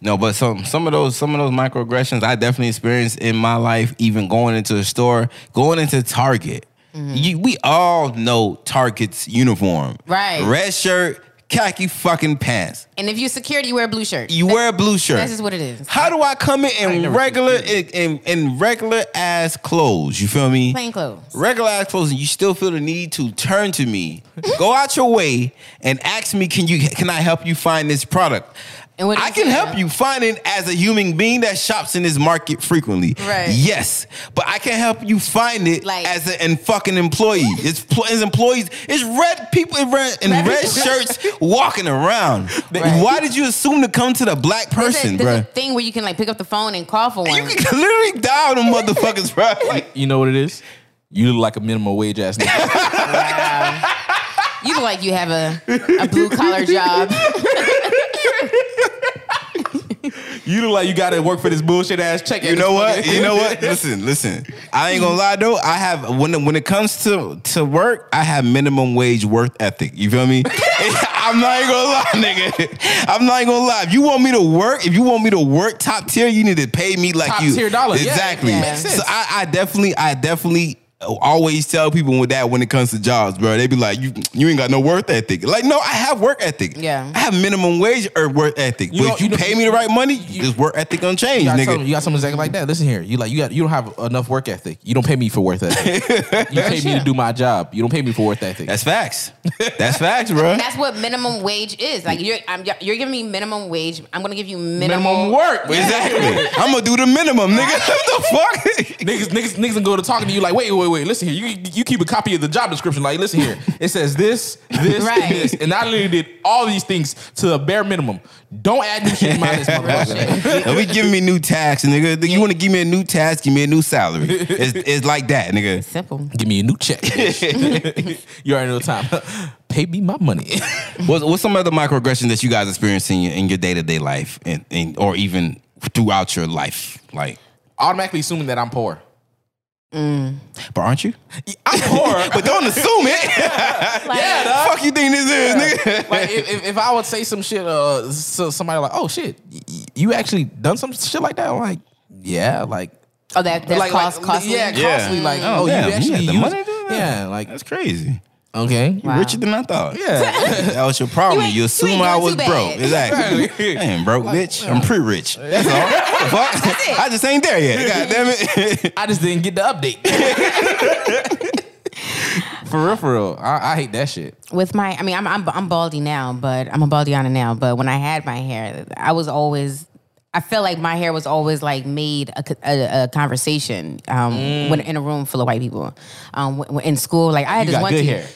Speaker 2: No, but some some of those some of those microaggressions I definitely experienced in my life. Even going into a store, going into Target,
Speaker 3: Mm-hmm.
Speaker 2: you, we all know Target's uniform,
Speaker 3: Right.
Speaker 2: Red shirt, khaki fucking pants.
Speaker 3: And if you security, you wear a blue shirt.
Speaker 2: You wear a blue shirt.
Speaker 3: That's just what it is.
Speaker 2: How do I come in in regular in, in, in regular ass clothes? You feel me?
Speaker 3: Plain clothes.
Speaker 2: Regular ass clothes, and you still feel the need to turn to me, go out your way, and ask me, can you can I help you find this product?
Speaker 3: And what
Speaker 2: I
Speaker 3: is
Speaker 2: can
Speaker 3: it?
Speaker 2: help you find it as a human being that shops in this market frequently.
Speaker 3: Right.
Speaker 2: Yes, but I can help you find it
Speaker 3: Like-
Speaker 2: as an and fucking employee. It's, pl- it's employees. It's red people in red, in
Speaker 3: Red
Speaker 2: red
Speaker 3: people.
Speaker 2: shirts walking around.
Speaker 3: Right.
Speaker 2: Why did you assume to come to the black
Speaker 3: There's a-
Speaker 2: person,
Speaker 3: there's
Speaker 2: bro?
Speaker 3: a thing where you can like pick up the phone and call for
Speaker 2: You
Speaker 3: one.
Speaker 2: can literally dial them motherfuckers, bro. Like,
Speaker 4: You know what it is? You look like a minimum wage ass nigga.
Speaker 3: You look like you have a, a blue collar job.
Speaker 4: you look like you got to work for this bullshit ass check.
Speaker 2: You know what? You know what? Listen, listen. I ain't gonna lie though. I have when it- when it comes to to work, I have minimum wage work ethic. You feel me? I'm not even gonna lie, nigga. I'm not even gonna lie. If you want me to work, if you want me to work top tier, you need to pay me like
Speaker 4: Top
Speaker 2: you
Speaker 4: tier dollar. Yeah,
Speaker 2: Exactly.
Speaker 3: yeah. Makes
Speaker 2: So I, I definitely, I definitely. Always tell people with that when it comes to jobs, bro. They be like, "You, you ain't got no work ethic." Like, no, I have work ethic.
Speaker 3: Yeah.
Speaker 2: I have minimum wage or work ethic.
Speaker 4: You
Speaker 2: but
Speaker 4: know-
Speaker 2: if you,
Speaker 4: you know-
Speaker 2: pay me the right money, this work ethic gonna change,
Speaker 4: You got,
Speaker 2: nigga.
Speaker 4: some, you got someone exactly like that. Listen here, you like you got you don't have enough work ethic. You don't pay me for work ethic. you pay me to do my job. You don't pay me for work ethic.
Speaker 2: That's facts. That's facts, bro.
Speaker 3: That's what minimum wage is. Like you're, I'm, you're giving me minimum wage. I'm gonna give you minimum,
Speaker 4: minimum work.
Speaker 2: Exactly. I'm gonna do the minimum, nigga. What the fuck?
Speaker 4: Niggas, niggas, niggas, and go to talking to you like, wait, wait, wait. Listen here, you you keep a copy of the job description. Like, listen here, it says this, this,
Speaker 3: Right.
Speaker 4: and this, and I literally did all these things to the bare minimum. Don't add new shit to my list, motherfucker.
Speaker 2: Don't be giving me new tax, nigga. You want to give me a new tax? Give me a new salary. It's, it's like that, nigga.
Speaker 3: Simple.
Speaker 4: Give me a new check. bitch. you already know the time. Pay me my money.
Speaker 2: What's, what's some other microaggression that you guys experience in your, in your day-to-day life and, and or even throughout your life? Like,
Speaker 4: Automatically assuming that I'm poor.
Speaker 2: but aren't you?
Speaker 4: I'm poor.
Speaker 2: But don't assume it.
Speaker 4: yeah, dog.
Speaker 2: fuck you think this is, nigga?
Speaker 4: like if, if, if I would say some shit, uh, so somebody like, oh shit, y- y- you actually done some shit like that? I'm like, yeah, like,
Speaker 3: Oh, that that's
Speaker 4: like,
Speaker 3: cost,
Speaker 4: like,
Speaker 3: costly.
Speaker 4: yeah, costly. Like, oh,
Speaker 2: damn,
Speaker 4: you actually
Speaker 2: had the
Speaker 4: used-
Speaker 2: money to do that?
Speaker 4: yeah, like,
Speaker 2: That's crazy.
Speaker 4: okay,
Speaker 3: Wow.
Speaker 2: Richer than I thought.
Speaker 4: yeah,
Speaker 2: That was your problem.
Speaker 3: You ain't-
Speaker 2: You,
Speaker 3: you
Speaker 2: assume
Speaker 3: ain't
Speaker 2: I
Speaker 3: doing
Speaker 2: was
Speaker 3: too bad.
Speaker 2: broke. Exactly.
Speaker 4: Exactly.
Speaker 2: I ain't broke, bitch. I'm pretty rich. That's all. Fuck. I just ain't there yet. God damn it.
Speaker 4: I just didn't get the update. for real, for real, I, I hate that shit.
Speaker 3: with my I mean I'm I'm I'm baldy now, but I'm a baldy on it now, but when I had my hair, I was always I felt like my hair was always like made a, co- a, a conversation um, when in a room full of white people um, w- w- in school. Like I had
Speaker 4: Mm. You
Speaker 3: this
Speaker 4: got
Speaker 3: one
Speaker 4: good
Speaker 3: teacher-
Speaker 4: hair.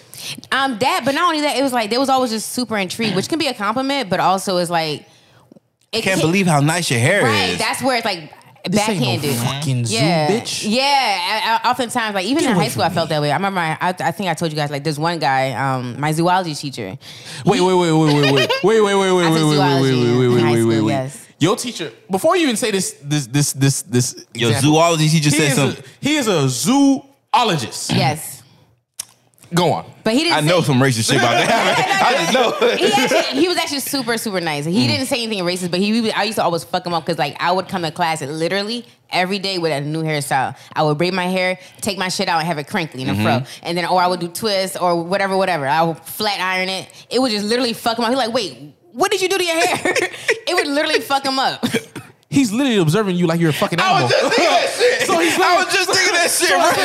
Speaker 3: Um, that, but not only that, it was like they was always just super intrigued, which can be a compliment, but also is like it
Speaker 2: Can't
Speaker 3: can-
Speaker 2: believe how nice your hair
Speaker 3: right.
Speaker 2: is.
Speaker 3: That's where it's like
Speaker 4: This ain't no
Speaker 3: backhanded.
Speaker 4: fucking zoo,
Speaker 3: Yeah,
Speaker 4: bitch.
Speaker 3: yeah. I, I, oftentimes, like even in high school, I felt that way. I remember. I, I, I think I told you guys like this one guy, um, my zoology teacher.
Speaker 4: Wait, wait, wait, wait, wait, wait, wait, wait, wait, wait, wait,
Speaker 3: I took
Speaker 4: wait, wait,
Speaker 3: zoology
Speaker 4: wait, wait,
Speaker 3: in
Speaker 4: wait,
Speaker 3: high
Speaker 4: wait, wait,
Speaker 3: school,
Speaker 4: wait.
Speaker 3: yes.
Speaker 4: Your teacher, before you even say this, this, this, this, this,
Speaker 2: Your
Speaker 4: example,
Speaker 2: zoology teacher
Speaker 4: he
Speaker 2: said
Speaker 4: is a-
Speaker 2: something.
Speaker 4: He is a zoologist.
Speaker 3: Yes,
Speaker 4: Go on.
Speaker 3: but he didn't.
Speaker 2: I know
Speaker 3: say,
Speaker 2: some racist shit about that. I just know.
Speaker 3: He, actually, he was actually super, super nice.
Speaker 2: Mm.
Speaker 3: He didn't say anything racist, but he, I used to always fuck him up because like I would come to class and literally every day with a new hairstyle. I would braid my hair, take my shit out, and have it crinkly in
Speaker 2: Mm-hmm.
Speaker 3: a fro, and then or I would do twists or whatever, whatever. I would flat iron it. It would just literally fuck him up. He like, wait, what did you do to your hair? it would literally fuck him up.
Speaker 4: He's literally observing you like you're a fucking
Speaker 2: I
Speaker 4: animal.
Speaker 2: was just thinking that shit.
Speaker 4: So he's
Speaker 2: I
Speaker 4: like-
Speaker 2: was just thinking that shit, bro.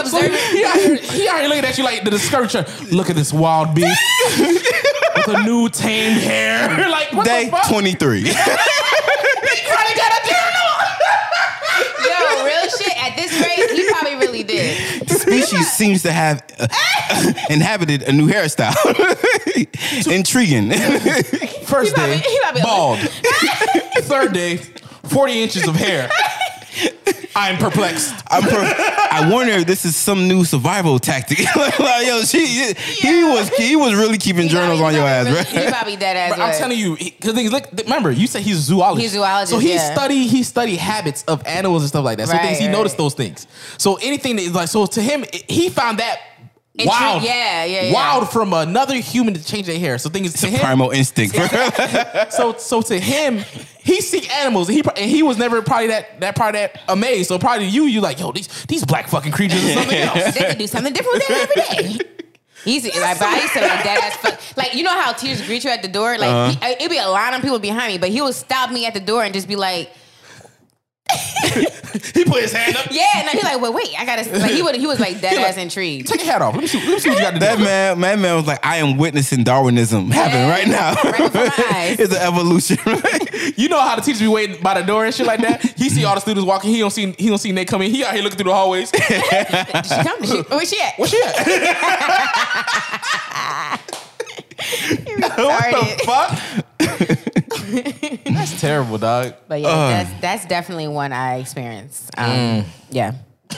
Speaker 3: was
Speaker 4: So he,
Speaker 3: observing.
Speaker 4: he, out here, he out here looking at you like the discouraged. Look at this wild beast with a new tamed hair. Like what
Speaker 2: Day
Speaker 4: the fuck?
Speaker 2: 23.
Speaker 4: Probably got a journal.
Speaker 3: Yo, real shit. At this rate, he probably really did.
Speaker 2: Species seems to have uh, inhabited a new hairstyle. Intriguing.
Speaker 4: First
Speaker 3: probably-
Speaker 4: day,
Speaker 3: he probably-
Speaker 4: bald. Third day, forty inches of hair. I'm perplexed.
Speaker 2: I'm per- I wonder if this is some new survival tactic. like, like, yo, she, he was he was really keeping journals on your ass, right?
Speaker 3: He probably dead ass.
Speaker 4: But I'm
Speaker 3: right?
Speaker 4: telling you, because things like remember, you said he's a zoologist.
Speaker 3: He's a zoologist,
Speaker 4: So he
Speaker 3: yeah.
Speaker 4: study he study habits of animals and stuff like that. So
Speaker 3: Right,
Speaker 4: things he
Speaker 3: right.
Speaker 4: noticed those things. So anything that is like so to him, i- he found that
Speaker 3: Intri-
Speaker 4: wild.
Speaker 3: yeah, yeah, yeah.
Speaker 4: Wild from another human to change their hair. So things to him.
Speaker 2: Primal instinct.
Speaker 4: so so to him, he see animals. And he pro- and he was never probably that that part that amazed. So probably you, you like yo these these black fucking creatures or something else.
Speaker 3: they could do something different with them every day. Easy, like, but I used to like dead ass fuck. Like, you know how teachers greet you at the door? Like,
Speaker 4: Uh-huh.
Speaker 3: he- it'd be a line of people behind me, but he would stop me at the door and just be like,
Speaker 4: He put his hand up.
Speaker 3: "Yeah," and he's like, "Well, wait, I gotta." Like, he would, he was like dead ass intrigued.
Speaker 4: Take your hat off. Let me see. Let me see what you got to do.
Speaker 2: That man, that man was like, I am witnessing Darwinism happen
Speaker 3: Yeah.
Speaker 2: right now.
Speaker 3: Right before my eyes.
Speaker 2: it's an evolution. right?
Speaker 4: You know how the teachers be waiting by the door and shit like that. He see all the students walking. He don't see. He don't see Nate coming. He out here looking through the hallways.
Speaker 3: Did she come? Did she, where's she at?
Speaker 4: What's that? what the
Speaker 3: Started.
Speaker 4: fuck? That's terrible, dog.
Speaker 3: But yeah,
Speaker 4: Uh.
Speaker 3: that's that's definitely one I experienced. Um,
Speaker 4: Mm.
Speaker 3: Yeah,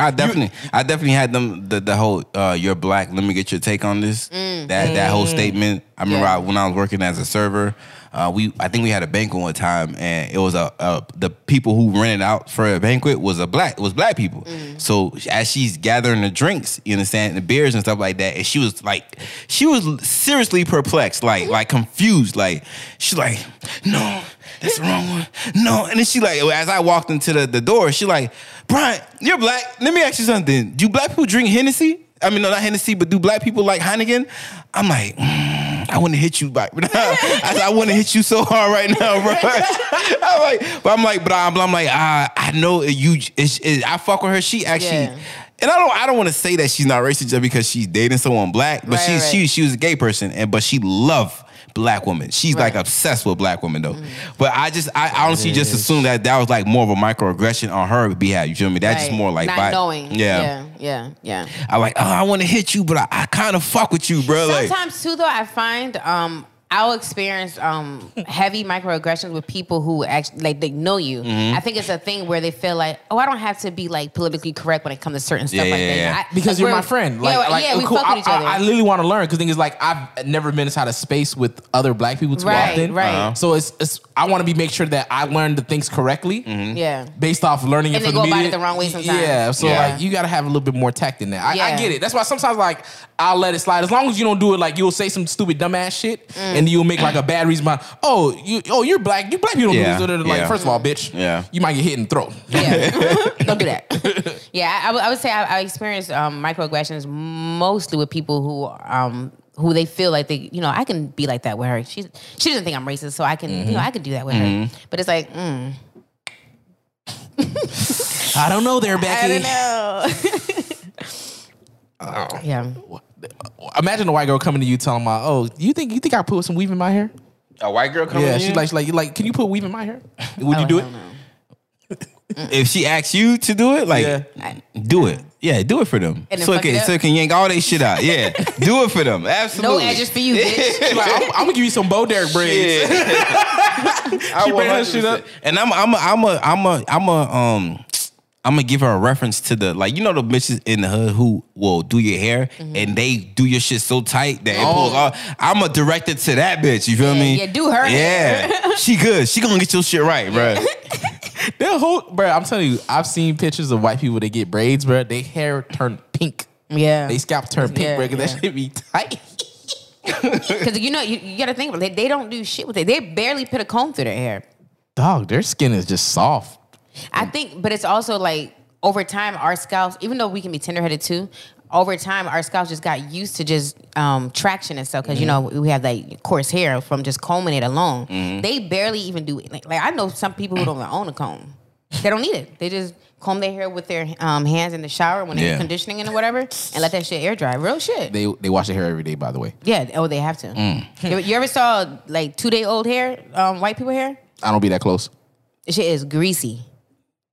Speaker 2: I definitely, I definitely had them the, the whole uh, "you're black." Let me get your take on this. That that whole statement. I remember
Speaker 3: Yeah.
Speaker 2: I, when I was working as a server, uh, we I think we had a banquet one time, and it was a, a the people who rented out for a banquet was a black was black people. So as she's gathering the drinks, you understand the beers and stuff like that, and she was like, she was seriously perplexed, like like confused, like she's like, no. That's the wrong one. No. And then she like, as I walked into the, the door, she like, Brian, you're black. Let me ask you something. Do black people drink Hennessy? I mean, no, not Hennessy, but do black people like Heineken? I'm like, mm, I want to hit you back. I, said, I want to hit you so hard right now, bro. I'm like, but I'm like, but I'm, I'm like, ah, I know you. It's, it, I fuck with her. She actually,
Speaker 3: Yeah.
Speaker 2: and I don't, I don't want to say that she's not racist just because she's dating someone black, but
Speaker 3: Right,
Speaker 2: she,
Speaker 3: right.
Speaker 2: she, she was a gay person, and but she loved black women. She's like
Speaker 3: Right. Mm.
Speaker 2: obsessed with black women though. But I just, I honestly just assumed that that was like more of a microaggression on her behalf. You feel me? That's just
Speaker 3: Right.
Speaker 2: more like
Speaker 3: not
Speaker 2: bi-
Speaker 3: knowing.
Speaker 2: yeah.
Speaker 3: yeah, yeah, yeah.
Speaker 2: I like, oh, I want to hit you, but I, I kind of fuck with you, bro. Like,
Speaker 3: Sometimes too, though, I find um, I'll experience um, heavy microaggressions with people who actually like they know you.
Speaker 2: Mm-hmm.
Speaker 3: I think it's a thing where they feel like, oh, I don't have to be like politically correct when it comes to certain stuff
Speaker 2: Yeah,
Speaker 3: like
Speaker 2: yeah,
Speaker 3: that.
Speaker 2: yeah.
Speaker 3: I-
Speaker 4: Because
Speaker 3: like,
Speaker 4: you're
Speaker 3: we're-
Speaker 4: my friend.
Speaker 3: Yeah,
Speaker 4: Like, like,
Speaker 3: yeah, we
Speaker 4: cool.
Speaker 3: fuck
Speaker 4: I,
Speaker 3: with each
Speaker 4: I-
Speaker 3: other.
Speaker 4: I literally want to learn because thing is like I've never been inside a space with other black people too
Speaker 3: Right,
Speaker 4: often.
Speaker 3: right. Uh-huh.
Speaker 4: So it's, it's I want to be make sure that I learn the things correctly.
Speaker 3: yeah.
Speaker 4: based off learning
Speaker 3: And
Speaker 4: it
Speaker 3: they
Speaker 4: from the
Speaker 3: go about
Speaker 4: media.
Speaker 3: it the wrong way sometimes.
Speaker 4: Yeah, so
Speaker 2: Yeah.
Speaker 4: like you got to have a little bit more tact in that. I, I
Speaker 3: Yeah.
Speaker 4: get it. That's why sometimes like I'll let it slide as long as you don't do it. Like you'll say some stupid dumbass shit,
Speaker 3: Mm.
Speaker 4: and you'll make like a bad reason. By, oh, you oh you're black. You black people don't
Speaker 2: Yeah,
Speaker 4: do this. Like
Speaker 2: yeah.
Speaker 4: first of all, bitch.
Speaker 2: Yeah.
Speaker 4: you might get hit and thrown.
Speaker 3: Yeah, don't do that. Yeah, I, I would- I would say I, I experienced um, microaggressions mostly with people who um, who they feel like they, you know, I can be like that with her. She's she doesn't think I'm racist, so I can, you
Speaker 2: Mm-hmm.
Speaker 3: know, I can do that with her. But it's like, mm,
Speaker 4: I don't Oh. know there,
Speaker 3: I
Speaker 4: Becky.
Speaker 3: don't know. Oh. yeah,
Speaker 4: Imagine a white girl coming to you telling my, oh, you think you think I put some weave in my hair?
Speaker 2: a white girl coming.
Speaker 4: Yeah,
Speaker 2: in?
Speaker 4: she's like, she's like, you like, can you put weave in my hair?
Speaker 3: Oh,
Speaker 4: Would you do it?
Speaker 2: if she asks you to do it, like,
Speaker 4: Yeah.
Speaker 2: do it. Yeah, do it for them.
Speaker 3: And then
Speaker 2: So it,
Speaker 3: fuck it
Speaker 2: can,
Speaker 3: up.
Speaker 2: so it can yank all they shit out. Yeah, do it for them.
Speaker 3: no
Speaker 2: Absolutely.
Speaker 3: edges for you, bitch.
Speaker 4: She's like, I'm, I'm gonna give you some Bo Derek braids.
Speaker 2: Yeah.
Speaker 4: She bring her shit up.
Speaker 2: And I'm I'm a, I'm a I'm a I'm a um I'm gonna give her a reference to the like you know the bitches in the hood who will do your hair
Speaker 3: Mm-hmm.
Speaker 2: and they do your shit so tight that it pulls off. I'm a director to that bitch. You feel me?
Speaker 3: Oh. yeah, do her hair.
Speaker 2: Yeah, she good. She gonna get your shit right, bro.
Speaker 4: That whole bro, I'm telling you, I've seen pictures of white people that get braids, bro. They hair turn pink.
Speaker 3: Yeah,
Speaker 4: They scalp turn pink,
Speaker 3: Yeah,
Speaker 4: bro, 'cause
Speaker 3: yeah.
Speaker 4: that shit be tight.
Speaker 3: because you know you, you got to think about it. They don't do shit with it. They barely put a comb through their hair.
Speaker 4: Dog, their skin is just soft.
Speaker 3: I think, but it's also like over time, our scouts, even though we can be tenderheaded too, over time, our scouts just got used to just um, traction and stuff because you know we have like coarse hair from just combing it alone. They barely even do it. Like, like, I know some people who don't own a comb, they don't need it. They just comb their hair with their um, hands in the shower when they're
Speaker 2: Yeah.
Speaker 3: conditioning and whatever, and let that shit air dry. Real shit.
Speaker 4: They they wash their hair every day, by the way.
Speaker 3: yeah. Oh, they have to. You, you ever saw like two day old hair, um, white people hair?
Speaker 4: I don't be that close.
Speaker 3: This shit is greasy.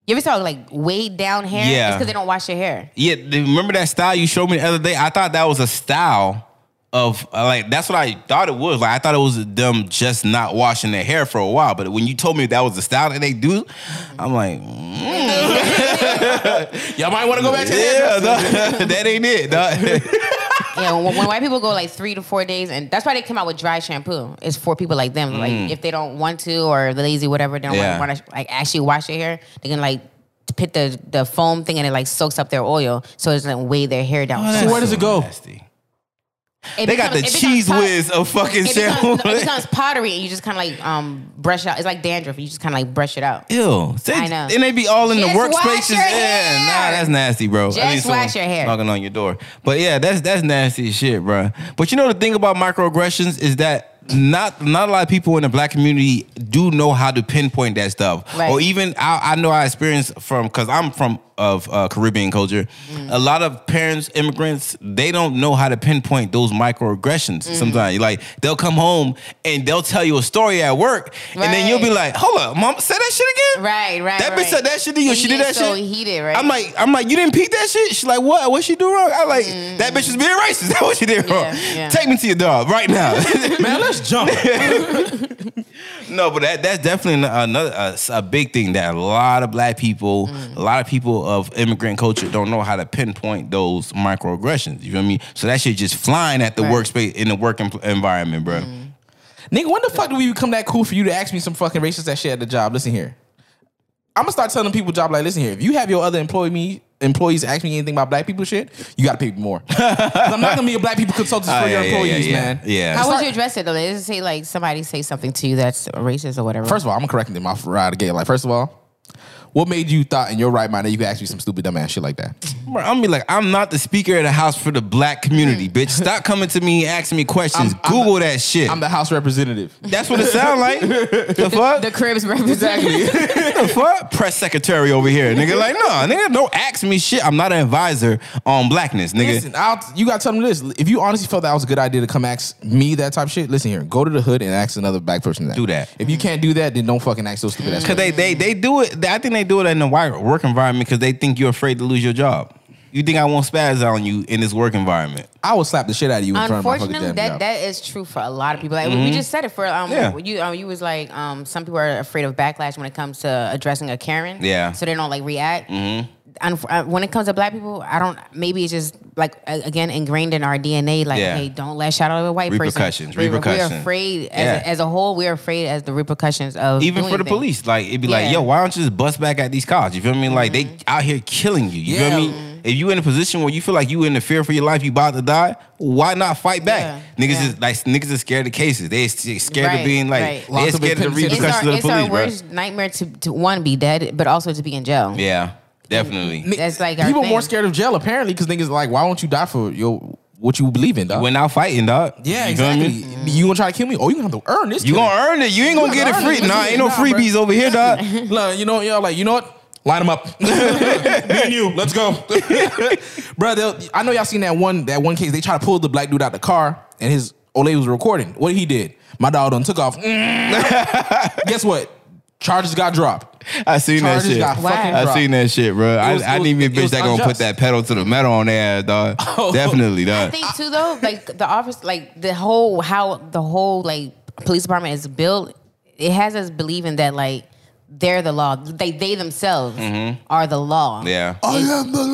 Speaker 3: You ever saw like weighed down hair?
Speaker 2: Yeah.
Speaker 3: because they don't wash their hair.
Speaker 2: Yeah, they- remember that style you showed me the other day? I thought that was a style of uh, like that's what I thought it was. Like I thought it was them just not washing their hair for a while. But when you told me that was the style that they do, I'm like,
Speaker 4: Y'all might want to go back to that.
Speaker 2: yeah, no, that ain't it. no.
Speaker 3: Yeah, when, when white people go like three to four days, and that's why they come out with dry shampoo. It's for people like them. Like if they don't want to or lazy, whatever, they don't
Speaker 2: Mm. Yeah.
Speaker 3: want to like actually wash their hair. They can like put the the foam thing and it like soaks up their oil, so it doesn't weigh their hair down.
Speaker 4: So where does it go?
Speaker 2: Nasty. Oh, They got the cheese whiz of fucking
Speaker 3: It becomes,
Speaker 2: shampoo.
Speaker 3: it becomes pottery, and you just kind of like um brush it out. It's like dandruff. You just kind of like brush it out.
Speaker 2: Ew. They,
Speaker 3: I know.
Speaker 2: And they be all in the
Speaker 3: Just wash
Speaker 2: workspaces.
Speaker 3: your
Speaker 2: Yeah, nah,
Speaker 3: hair.
Speaker 2: that's nasty, bro. At
Speaker 3: Just
Speaker 2: least someone
Speaker 3: wash your hair.
Speaker 2: Knocking on your door. But yeah, that's that's nasty as shit, bro. But you know the thing about microaggressions is that not not a lot of people in the black community do know how to pinpoint that stuff.
Speaker 3: Right.
Speaker 2: Or even I, I know I experienced from because I'm from of uh, Caribbean culture.
Speaker 3: Mm.
Speaker 2: A lot of parents, immigrants, they don't know how to pinpoint those microaggressions.
Speaker 3: Mm.
Speaker 2: Sometimes, like they'll come home and they'll tell you a story at work, and then you'll be
Speaker 3: Right.
Speaker 2: like, "Hold up, mom, say that shit again."
Speaker 3: Right, right.
Speaker 2: That
Speaker 3: right.
Speaker 2: bitch said that shit to you.
Speaker 3: And
Speaker 2: She did
Speaker 3: get
Speaker 2: that
Speaker 3: so
Speaker 2: shit.
Speaker 3: Heated, right?
Speaker 2: I'm like, I'm like, you didn't peep that shit. She's like, what? What she do wrong? I like that bitch is being racist. That's what she did
Speaker 3: Mm. Yeah,
Speaker 2: wrong.
Speaker 3: yeah.
Speaker 2: Take me to your dog right now.
Speaker 4: Man, let's jump.
Speaker 2: no, but that, that's definitely another a, a big thing that a lot of black people,
Speaker 3: Mm.
Speaker 2: a lot of people of immigrant culture don't know how to pinpoint those microaggressions. You feel me? So that shit just flying at the
Speaker 3: Right. Mm.
Speaker 2: workspace in the work em- environment, bro.
Speaker 4: Nigga, when the fuck do we become that cool for you to ask me some fucking racist that shit at the job? Listen here. I'm gonna start telling people job like, listen here, if you have your other employee me employees ask me anything about black people shit, you gotta pay me more. 'Cause I'm not gonna be a black people consultant
Speaker 2: Oh,
Speaker 4: for your
Speaker 2: yeah, yeah,
Speaker 4: employees,
Speaker 2: yeah, yeah.
Speaker 4: man.
Speaker 2: Yeah.
Speaker 3: How would
Speaker 4: Sorry.
Speaker 3: you address it though? They didn't say like somebody say something to you that's racist or whatever.
Speaker 4: First of all, I'm correcting them off right again. Like, first of all, what made you thought in your right mind that you could ask me some stupid dumbass shit like that?
Speaker 2: Bro, I'm gonna be like, I'm not the speaker of the house for the black community, bitch. Stop coming to me and asking me questions.
Speaker 4: Hmm. I'm- I'm
Speaker 2: Google
Speaker 4: the-
Speaker 2: that shit.
Speaker 4: I'm the house representative.
Speaker 2: That's what it sound like. the fuck?
Speaker 3: the cribs represent.
Speaker 2: the fuck? Press secretary over here, nigga. Like, nah, nigga, don't ask me shit. I'm not an advisor on blackness, nigga.
Speaker 4: Listen, I'll, you gotta tell them this. If you honestly felt that was a good idea to come ask me that type of shit, listen here. Go to the hood and ask another black person that.
Speaker 2: Do that. Mm.
Speaker 4: If you can't do that, then don't fucking ask those stupid ass.
Speaker 2: Cause they they they do it. I think they do it in the wi- work environment because they think you're afraid to lose your job. You think I won't spaz on you in this work environment?
Speaker 4: I will slap the shit out of you in front of my fucking
Speaker 3: Unfortunately,
Speaker 4: damn
Speaker 3: that
Speaker 4: job.
Speaker 3: that is true for a lot of people. Like we just said it for um
Speaker 2: Mm-hmm. Yeah.
Speaker 3: you um, you was like um some people are afraid of backlash when it comes to addressing a Karen.
Speaker 2: Yeah. Mm-hmm.
Speaker 3: So they don't like react. Unf- uh, when it comes to black people, I don't. Maybe it's just like a- again ingrained in our DNA. Like,
Speaker 2: Yeah.
Speaker 3: hey, don't lash out at a white
Speaker 2: Repercussions,
Speaker 3: person. We-
Speaker 2: repercussions.
Speaker 3: We're afraid as,
Speaker 2: Yeah.
Speaker 3: a, as a whole. We're afraid as the repercussions of
Speaker 2: Even
Speaker 3: doing
Speaker 2: for the
Speaker 3: things.
Speaker 2: police, like it'd be like,
Speaker 3: Yeah. Mm-hmm.
Speaker 2: yo, why don't you just bust back at these cops? You feel me? Like they out here killing you. You
Speaker 4: Yeah.
Speaker 2: feel me? If you in a position where you feel like you in the fear for your life, you about to die, why not fight back?
Speaker 3: Yeah.
Speaker 2: Niggas
Speaker 3: Yeah.
Speaker 2: is like niggas is scared of cases. They is scared of
Speaker 3: Right,
Speaker 2: being like
Speaker 3: right.
Speaker 2: they're
Speaker 4: Lots of
Speaker 2: scared of the
Speaker 4: victims
Speaker 3: It's
Speaker 2: repercussions
Speaker 3: our,
Speaker 2: of the
Speaker 3: it's our
Speaker 2: police, bro.
Speaker 3: worst nightmare to, to one be dead, but also to be in jail.
Speaker 2: Yeah, definitely.
Speaker 3: That's like our
Speaker 4: people more
Speaker 3: thing.
Speaker 4: scared of jail apparently because niggas like, why won't you die for your what you believe in, dog?
Speaker 2: We're not fighting, dog.
Speaker 4: yeah,
Speaker 2: You feel me?
Speaker 4: exactly. You gonna try to kill me? Oh, you gonna have to earn this?
Speaker 2: You
Speaker 4: killing.
Speaker 2: gonna earn it. You ain't gonna
Speaker 4: You
Speaker 2: get it
Speaker 4: gotta
Speaker 2: free.
Speaker 4: earn it.
Speaker 2: Nah, ain't no
Speaker 4: Nah, bro.
Speaker 2: freebies over here, dog.
Speaker 4: Look, you know, y'all like, you know what? Line them up. Me and you, let's go, bro. they'll- I know y'all seen that one. That one case, they tried to pull the black dude out the car, and his Ole was recording. What he did? My dog done took off. Guess what? Charges got dropped.
Speaker 2: I seen
Speaker 4: Charges
Speaker 2: that
Speaker 4: got
Speaker 2: shit.
Speaker 3: Wow.
Speaker 4: fucking
Speaker 2: I
Speaker 4: dropped.
Speaker 2: seen that shit, bro. I,
Speaker 4: was-
Speaker 2: I
Speaker 4: it was-
Speaker 2: didn't even
Speaker 4: it was
Speaker 2: bitch that gonna put
Speaker 4: unjust. Oh.
Speaker 2: that pedal to the metal on their ass, dog. Definitely,
Speaker 3: I
Speaker 2: dog.
Speaker 3: think too though, like the office, like the whole how the whole like police department is built, it has us believing that like they're the law. They they themselves are the law.
Speaker 2: Mm-hmm. Yeah.
Speaker 4: I am the
Speaker 2: Oh.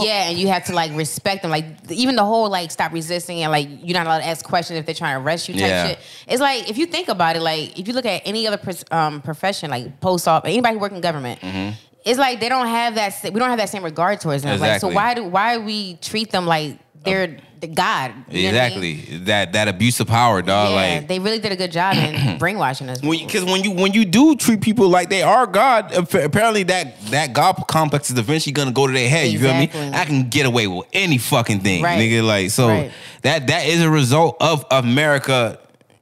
Speaker 4: law.
Speaker 3: Yeah, and you have to like respect them. Like even the whole like stop resisting and like you're not allowed to ask questions if they're trying to arrest you type
Speaker 2: Yeah.
Speaker 3: shit. It's like if you think about it, like if you look at any other pers- um, profession, like post op, anybody who work in government,
Speaker 2: Mm-hmm.
Speaker 3: it's like they don't have that. sa- We don't have that same regard towards them.
Speaker 2: Exactly. Uh,
Speaker 3: Like so, why do why we treat them like they're the God? you know what I mean?
Speaker 2: Exactly. That that abuse of power, dog.
Speaker 3: yeah,
Speaker 2: like
Speaker 3: they really did a good job in brainwashing us.
Speaker 2: because when, you when you do treat people like they are God, ap- apparently that that God complex is eventually gonna go to their head. You feel me?
Speaker 3: Exactly.
Speaker 2: I can get away with any fucking thing,
Speaker 3: Right.
Speaker 2: nigga. Like so
Speaker 3: Right.
Speaker 2: that that is a result of America.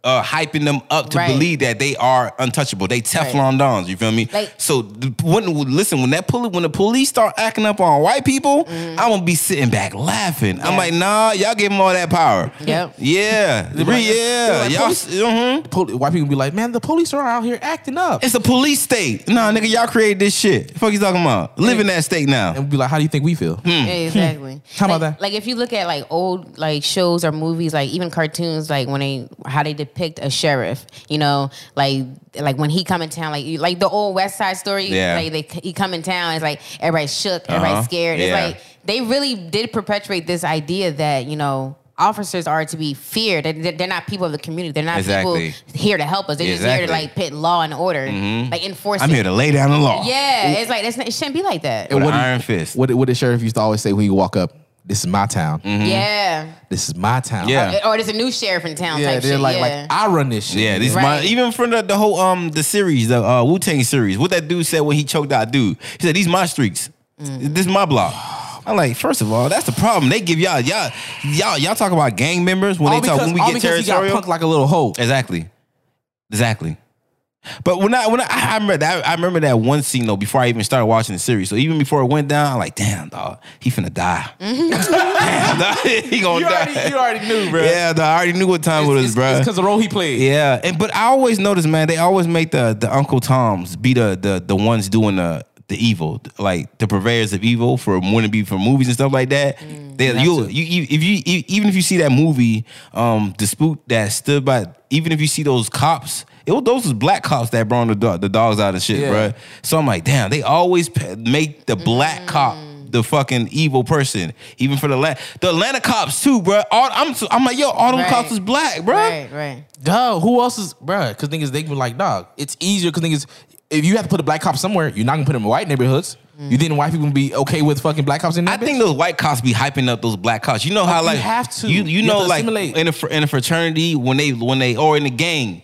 Speaker 2: uh, hyping them up to
Speaker 3: Right.
Speaker 2: believe that they are untouchable. They Teflon dons. You feel me?
Speaker 3: Like-
Speaker 2: so th- when listen, when that poli- when the police start acting up on white people, I'm gonna be sitting back laughing. I'm
Speaker 3: Mm-hmm. Yeah.
Speaker 2: like, nah, y'all give them all that power.
Speaker 3: Yep.
Speaker 2: Yeah. yeah.
Speaker 4: like- they're like,
Speaker 2: y'all.
Speaker 4: police-
Speaker 2: mhm.
Speaker 4: Pol- white people be like, man, the police are out here acting up.
Speaker 2: It's a police state. Nah, nigga, y'all created this shit. fuck you talking about? Live in that state now.
Speaker 4: And we be like, how do you think we feel?
Speaker 2: Mm. Hmm.
Speaker 3: Exactly.
Speaker 4: How about
Speaker 3: Like-
Speaker 4: that?
Speaker 3: Like if you look at like old like shows or movies, like even cartoons, like when they how they depict a sheriff, you know, like like when he come in town, like you- like the old West Side Story,
Speaker 2: Yeah.
Speaker 3: like they he come in town, it's like everybody's shook, everybody's
Speaker 2: Uh-huh.
Speaker 3: scared. It's
Speaker 2: Yeah.
Speaker 3: like they really did perpetuate this idea that you know. Officers are to be feared. They- they- They're not people of the community. They're not
Speaker 2: Exactly.
Speaker 3: people here to help us. They're just here to
Speaker 2: Exactly. Mm-hmm.
Speaker 3: like put law and order, like enforce.
Speaker 2: I'm
Speaker 3: it.
Speaker 2: here to lay down the law.
Speaker 3: Yeah, it's like it's not, it shouldn't be like that.
Speaker 4: And
Speaker 2: With
Speaker 4: what
Speaker 2: an
Speaker 4: do you-
Speaker 2: iron fist.
Speaker 4: What, did- what the sheriff used to always say when you walk up? This is my town.
Speaker 3: Mm.
Speaker 2: Mm-hmm.
Speaker 3: Yeah.
Speaker 4: This is my town.
Speaker 2: Yeah.
Speaker 3: Uh, Or there's a new sheriff in town.
Speaker 4: Yeah,
Speaker 3: type
Speaker 4: they're
Speaker 3: shit.
Speaker 4: like,
Speaker 3: yeah.
Speaker 4: like
Speaker 2: "Ah,
Speaker 4: I run this shit.
Speaker 2: Yeah, these
Speaker 3: Right.
Speaker 2: my even from the, the whole um the series, the uh, Wu Tang series, what that dude said when he choked out dude. He said, These my streaks.
Speaker 4: Mm.
Speaker 2: This is my block. I'm like, first of all, that's the problem. They give y'all y'all y'all y'all talk about gang members when they
Speaker 4: all because,
Speaker 2: talk when we
Speaker 4: all
Speaker 2: get
Speaker 4: because he got
Speaker 2: territorial.
Speaker 4: punked like a little hoe.
Speaker 2: Exactly. Exactly. But when I when I, I remember that I remember that one scene though before I even started watching the series. So even before it went down, I'm like, damn dog, he finna die. damn, dog, he gonna
Speaker 4: Mm-hmm. You
Speaker 2: die.
Speaker 4: already, you already knew, bro.
Speaker 2: yeah, dog, I already knew what time it was, bro.
Speaker 4: because the role he played.
Speaker 2: Yeah, and but I always notice, man, they always make the the Uncle Toms be the the the ones doing the the evil, like the purveyors of evil for when it be for movies and stuff like that. they you, you you if you e- even if you see that movie, um, dispute that stood by. Even if you see those cops, it was those was black cops that brought the dog, the dogs out and shit,
Speaker 4: Yeah.
Speaker 2: bruh. So I'm like, damn, they always pe- make the black cop. The fucking evil person, even for the la- the Atlanta cops too, bruh. All, I'm so- I'm like, yo, all them
Speaker 3: Right.
Speaker 2: cops is black, bruh.
Speaker 3: Right, right.
Speaker 4: Duh, who else is bruh? Cause niggas they be like, dog, it's easier because niggas if you have to put a black cop somewhere, you're not gonna put him in white neighborhoods. You think white people be okay with fucking black cops in
Speaker 2: Mm. I
Speaker 4: that bitch?
Speaker 2: think those white cops be hyping up those black cops. You know how
Speaker 4: you
Speaker 2: like
Speaker 4: have to.
Speaker 2: You you
Speaker 4: You have
Speaker 2: know
Speaker 4: to
Speaker 2: like
Speaker 4: assimilate.
Speaker 2: in a fr- in a fraternity when they when they or in the gang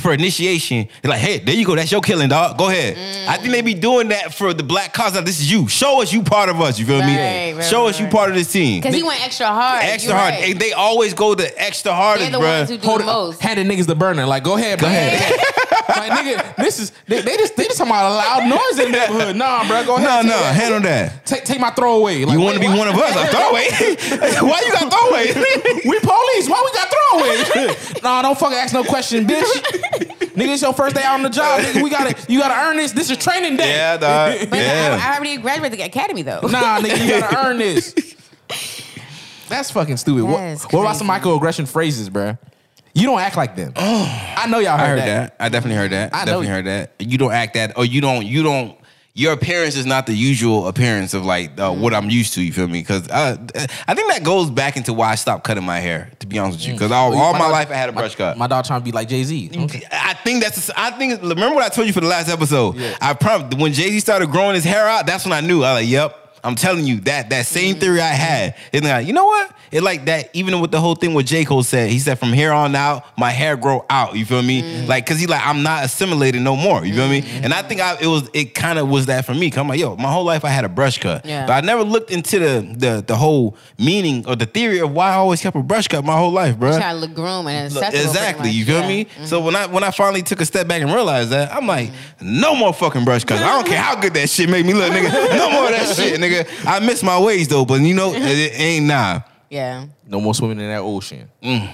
Speaker 2: for initiation they're like hey there you go that's your killing dog go ahead.
Speaker 3: Mm.
Speaker 2: I think they be doing that for the black cops. Like, this is you. Show us you part of us. You feel me?
Speaker 3: Right, right,
Speaker 2: Show
Speaker 3: right,
Speaker 2: us you
Speaker 3: right.
Speaker 2: part of this team.
Speaker 3: Because he went extra hard.
Speaker 2: extra
Speaker 3: You're
Speaker 2: hard.
Speaker 3: right.
Speaker 2: They, they always go the extra hardest,
Speaker 3: They're the
Speaker 2: bruh.
Speaker 3: ones who do
Speaker 4: Hold
Speaker 3: the most.
Speaker 4: handed niggas the burner. Like, go ahead, go ahead. like nigga, this is they, they just they just talking about a loud noise in the neighborhood. Nah, bro, go
Speaker 2: no,
Speaker 4: ahead.
Speaker 2: no, handle that.
Speaker 4: Take, take my throwaway. Like,
Speaker 2: You want to
Speaker 4: wait,
Speaker 2: be
Speaker 4: what?
Speaker 2: one of us? Like, throwaway. Why you got throwaway?
Speaker 4: We police. Why we got throwaways? nah, don't fucking ask no question, bitch. nigga, it's your first day out on the job. Nigga, we gotta you gotta earn this. This is training day.
Speaker 2: yeah, dog.
Speaker 3: But
Speaker 2: Yeah.
Speaker 3: I, I already graduated the academy though.
Speaker 4: Nah, nigga, you gotta earn this. That's fucking stupid. What,
Speaker 3: That is
Speaker 4: what about some
Speaker 3: crazy.
Speaker 4: microaggression phrases, bruh? You don't act like them. I know y'all
Speaker 2: Oh. I
Speaker 4: heard,
Speaker 2: heard
Speaker 4: that.
Speaker 2: that. I definitely heard that.
Speaker 4: I
Speaker 2: I
Speaker 4: know
Speaker 2: definitely
Speaker 4: you-
Speaker 2: heard that. You don't act that, or you don't. You don't. Your appearance is not the usual appearance of like uh, what I'm used to. You feel me? Because I, I think that goes back into why I stopped cutting my hair. To be honest with you,
Speaker 4: Mm.
Speaker 2: because all, all my
Speaker 4: Oh, dog-
Speaker 2: life I had a brush cut. Mm.
Speaker 4: My dog trying to be like Jay Z.
Speaker 2: I think that's. I think. Remember what I told you for the last episode? I promised when Jay Z started growing his hair out. That's when I knew. I like, yep. I'm telling you that that same theory I had. And like, you know what? It like that. Even with the whole thing with J Cole said, he said from here on out, my hair grow out. You feel me? Like, cause he like I'm not assimilated no more. You feel me? And I think I it was it kind of was that for me. i I'm like, yo, my whole life I had a brush cut,
Speaker 3: Yeah.
Speaker 2: but I never looked into the the the whole meaning or the theory of why I always kept a brush cut my whole life, bro.
Speaker 3: Trying to look groom and
Speaker 2: Look,
Speaker 3: accessible.
Speaker 2: exactly.
Speaker 3: pretty
Speaker 2: You
Speaker 3: much.
Speaker 2: feel
Speaker 3: Yeah. Mm-hmm.
Speaker 2: me? So when I when I finally took a step back and realized that, I'm like,
Speaker 3: Mm-hmm.
Speaker 2: no more fucking brush cuts. I don't care how good that shit made me look, nigga. No more of that shit, nigga. I miss my ways though, but you know, it, it ain't nah.
Speaker 3: Yeah.
Speaker 4: No more swimming in that ocean.
Speaker 2: Mm.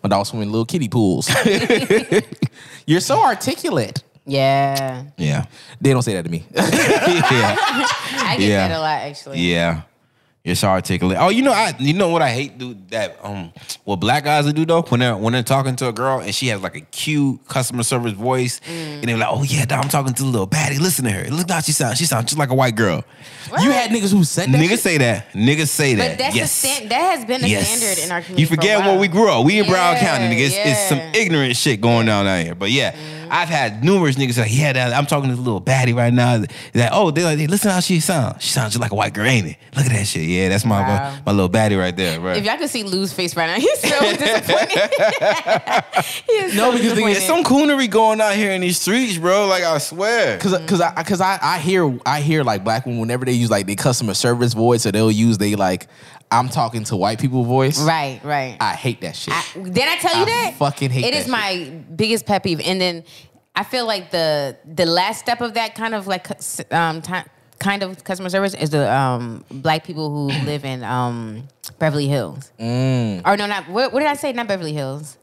Speaker 4: my dog swimming in little kiddie pools. You're so articulate.
Speaker 3: Yeah.
Speaker 2: Yeah.
Speaker 4: They don't say that to me.
Speaker 2: yeah.
Speaker 3: I get
Speaker 2: Yeah.
Speaker 3: that a lot actually.
Speaker 2: Yeah. You're so articulate. Oh, you know, I you know what I hate do that um what black guys will do though when they're when they're talking to a girl and she has like a cute customer service voice
Speaker 3: Mm.
Speaker 2: and they're like, oh yeah, dog, I'm talking to a little baddie. Listen to her. Look how she sounds. She sounds just like a white girl.
Speaker 4: you had niggas who said that.
Speaker 2: Niggas
Speaker 4: shit?
Speaker 2: say that. Niggas say that.
Speaker 3: But that's
Speaker 2: yes.
Speaker 3: the stand that has been the standard in our community.
Speaker 2: You forget
Speaker 3: for a
Speaker 2: where
Speaker 3: while.
Speaker 2: we grew up. We in Brown
Speaker 3: Yeah, Mm-hmm.
Speaker 2: County, nigga. It's, it's some
Speaker 3: yeah.
Speaker 2: ignorant shit going down out here. But yeah, I've had numerous niggas like, yeah, that, I'm talking to this little baddie right now. That oh, they like, hey, listen how she sounds. She sounds just like a white girl, ain't it? Look at that shit. Yeah, that's my
Speaker 3: Wow.
Speaker 2: my, my little baddie right there. Right.
Speaker 3: If y'all could see Lou's face right now, he's so disappointed. he is
Speaker 4: No,
Speaker 3: so
Speaker 4: because the-
Speaker 3: disappointed.
Speaker 2: It's some coonery going out here in these streets, bro. Like I swear.
Speaker 4: Cause, cause, I, cause I, I hear, I hear like black women whenever they use like their customer service voice, or they'll use they like, I'm talking to white people voice.
Speaker 3: right, right.
Speaker 4: I hate that shit.
Speaker 3: I, did I tell you
Speaker 4: I
Speaker 3: that?
Speaker 4: fucking hate
Speaker 3: It
Speaker 4: that
Speaker 3: is my biggest pet peeve, and then I feel like the the last step of that kind of like um ti kind of customer service is the um black people who live in um Beverly Hills.
Speaker 2: Mm.
Speaker 3: Or no, not what, what did I say? Not Beverly Hills.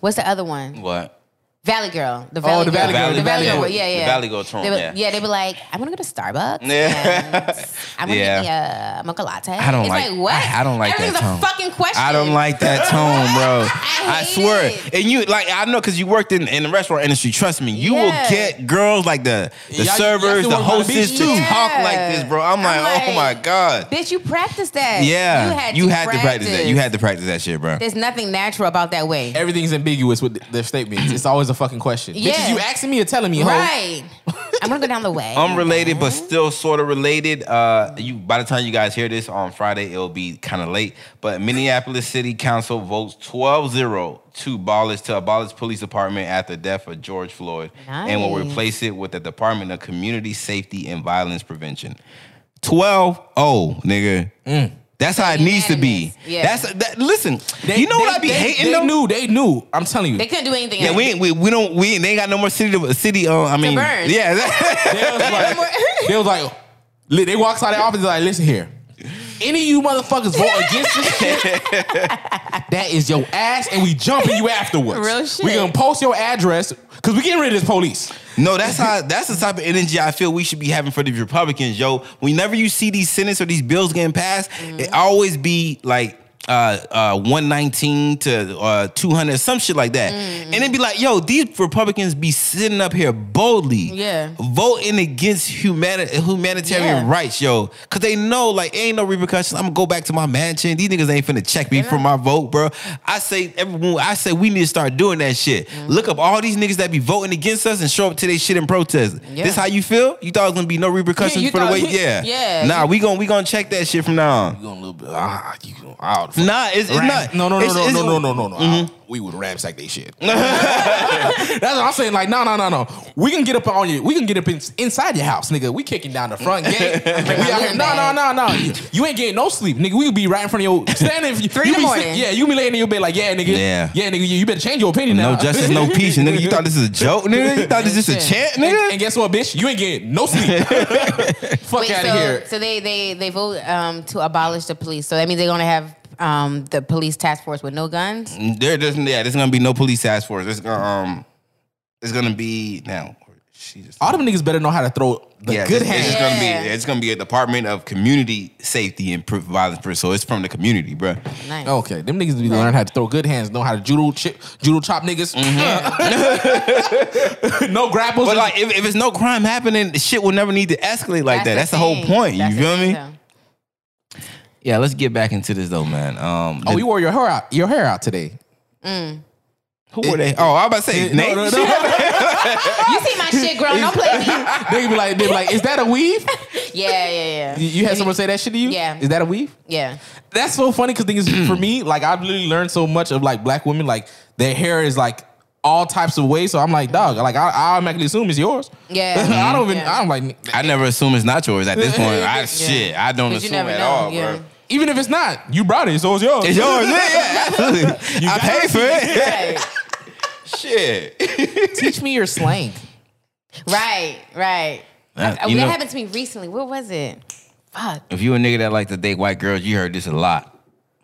Speaker 3: What's the other one?
Speaker 2: what?
Speaker 3: Valley Girl. The Valley
Speaker 4: the
Speaker 3: Girl.
Speaker 4: Valley Girl,
Speaker 3: The Valley Girl.
Speaker 2: Oh, Girl.
Speaker 3: Yeah, yeah.
Speaker 2: The Valley Girl Trump,
Speaker 3: They were-
Speaker 2: yeah.
Speaker 3: they were like, I'm gonna go to Starbucks.
Speaker 2: Yeah.
Speaker 3: and I'm gonna
Speaker 2: Yeah.
Speaker 3: get me a mocha latte.
Speaker 2: I don't
Speaker 3: it's
Speaker 2: like,
Speaker 3: like, what?
Speaker 2: I, I don't like
Speaker 3: Everything's
Speaker 2: that tone.
Speaker 3: a fucking question.
Speaker 2: I don't like that tone, bro. I,
Speaker 3: I hate
Speaker 2: swear.
Speaker 3: it.
Speaker 2: And you like I know because you worked in, in the restaurant industry. Trust me, you
Speaker 3: Yeah.
Speaker 2: will get girls like the the
Speaker 4: Y'all- y'all
Speaker 2: servers,
Speaker 4: still
Speaker 2: the
Speaker 4: work on the beach,
Speaker 2: hostess to
Speaker 4: too?
Speaker 2: talk
Speaker 3: Yeah.
Speaker 2: like this, bro. I'm
Speaker 3: I'm
Speaker 2: like, oh
Speaker 3: like-
Speaker 2: my god.
Speaker 3: Bitch, you practice that.
Speaker 2: Yeah,
Speaker 3: You had, to, practice.
Speaker 2: that. You had to practice that shit, bro.
Speaker 3: There's nothing natural about that way.
Speaker 4: Everything's ambiguous with their statements. It's always a fucking question.
Speaker 3: Yeah.
Speaker 4: Bitches, you asking me or telling me, ho?
Speaker 3: right. I'm gonna go down the way.
Speaker 2: Unrelated, but still sort of related. Uh, you by the time you guys hear this on Friday, it'll be kind of late. But Minneapolis City Council votes 12-0 to abolish to abolish police department after death of George Floyd, and will
Speaker 3: Nice.
Speaker 2: replace it with the Department of Community Safety and Violence Prevention. 12-0, nigga. That's how it needs to be.
Speaker 3: Unanimous, yeah.
Speaker 2: That's that, listen.
Speaker 4: They-
Speaker 2: you know what
Speaker 4: they-
Speaker 2: I be
Speaker 4: they-
Speaker 2: hating
Speaker 4: They
Speaker 2: though.
Speaker 4: knew. They knew. I'm telling you.
Speaker 3: They couldn't do anything.
Speaker 2: Yeah,
Speaker 3: else.
Speaker 2: we ain't, we we don't we ain't- they ain't got no more city to, city. Uh, I mean,
Speaker 3: burn.
Speaker 2: yeah, that-
Speaker 4: They was like, they was like, li- they walks out of the office like, listen here. Any of you motherfuckers vote against this shit, that is your ass, and we jumping you afterwards.
Speaker 3: Real shit.
Speaker 4: We gonna post your address because we getting rid of this police.
Speaker 2: no, that's how that's the type of energy I feel we should be having for the Republicans, yo. Whenever you see these senators or these bills getting passed, it
Speaker 3: Mm-hmm.
Speaker 2: always be like. Uh, uh, 119 to uh 200, some shit like that,
Speaker 3: Mm-hmm.
Speaker 2: and it'd be like, yo, these Republicans be sitting up here boldly,
Speaker 3: Yeah.
Speaker 2: voting against humani- humanitarian
Speaker 3: Yeah.
Speaker 2: rights, yo, because they know like ain't no repercussions. I'm gonna go back to my mansion. These niggas ain't finna check me for my vote, bro. I say everyone, I say we need to start doing that shit. Look up all these niggas that be voting against us and show up to their shit and protest.
Speaker 3: Yeah.
Speaker 2: This how you feel? You thought it was gonna be no repercussions
Speaker 3: you
Speaker 2: for the
Speaker 3: thought-
Speaker 2: way? Yeah,
Speaker 3: Yeah.
Speaker 2: Nah, we gonna we gonna check that shit from now on.
Speaker 4: You gonna little bit? Ah, you gonna out?
Speaker 2: Nah, it's, it's not.
Speaker 4: No, no, no,
Speaker 2: it's-
Speaker 4: no,
Speaker 2: it's- Mm-hmm.
Speaker 4: no, no, no, no, no. Ah, We would ransack they shit. That's what I'm saying. Like, no, no, no, no. We can get up on you. We can get up in, inside your house, nigga. We kicking down the front gate. we out here. No, no, no, no. You, you ain't getting no sleep, nigga. We could be right in front of your standing. Three
Speaker 3: in
Speaker 4: you
Speaker 3: the
Speaker 4: be
Speaker 3: morning.
Speaker 4: yeah, you be laying in your bed like, yeah, nigga.
Speaker 2: Yeah.
Speaker 4: yeah, nigga. You, you better change your opinion now.
Speaker 2: No justice, no peace, nigga. You thought this is a joke, nigga? You thought this is just a chant,
Speaker 4: And,
Speaker 2: nigga?
Speaker 4: and guess what, bitch? You ain't getting no sleep. Fuck
Speaker 3: Wait,
Speaker 4: out of
Speaker 3: so,
Speaker 4: here.
Speaker 3: So they they they vote um, to abolish the police. So that means they're gonna have um, the police task force with no guns.
Speaker 2: There doesn't. Yeah, there's gonna be no police task force. It's gonna um, it's gonna be now. oh, She just
Speaker 4: All them niggas better know how to throw the
Speaker 2: yeah,
Speaker 4: good
Speaker 2: it's,
Speaker 4: hand.
Speaker 2: It's gonna be
Speaker 3: Yeah.
Speaker 2: it's gonna be a Department of Community Safety and Pro- Violence. Pro- So it's from the community, bro.
Speaker 3: Nice.
Speaker 2: Oh,
Speaker 4: Oh, Okay, them niggas be learn how to throw good hands, know how to judo chip, judo chop niggas. no
Speaker 2: Mm-hmm.
Speaker 4: grapples.
Speaker 2: But like, if, if it's no crime happening, the shit will never need to escalate like that. That's the whole
Speaker 3: thing.
Speaker 2: point.
Speaker 3: That's
Speaker 2: you
Speaker 3: the
Speaker 2: feel me?
Speaker 3: thing, though.
Speaker 2: Yeah, let's get back into this though, man. Um,
Speaker 4: oh, you wore your hair out, your hair out today.
Speaker 2: Mm. who were they? Oh, I was about to say,
Speaker 4: No,
Speaker 2: Nate.
Speaker 4: no, no.
Speaker 3: You see my shit growing? Don't play with me.
Speaker 4: they be like, they be like, is that a weave?
Speaker 3: Yeah, yeah,
Speaker 4: You-
Speaker 3: yeah,
Speaker 4: You had someone say that shit to you?
Speaker 3: Yeah.
Speaker 4: Is that a weave?
Speaker 3: yeah.
Speaker 4: That's so funny because thing is, for me, like I've literally learned so much of like black women, like their hair is like all types of ways. So I'm like, dog, like I, I automatically assume it's yours.
Speaker 3: Yeah.
Speaker 4: I don't even.
Speaker 3: Yeah.
Speaker 4: I'm like,
Speaker 2: I never assume it's not yours at this point. I shit, I don't
Speaker 3: 'Cause you
Speaker 2: assume
Speaker 3: never
Speaker 2: at
Speaker 3: know,
Speaker 2: all,
Speaker 3: yeah.
Speaker 2: bro.
Speaker 4: even if it's not, you brought it, so it's yours.
Speaker 2: It's yours, yeah, yeah, absolutely. I paid for it.
Speaker 3: Right,
Speaker 2: shit.
Speaker 4: Teach me your slang.
Speaker 3: right, right.
Speaker 2: That-
Speaker 3: That,
Speaker 2: you know-
Speaker 3: happened to me recently. What was it? Fuck.
Speaker 2: If you a nigga that like to date white girls, you heard this a lot.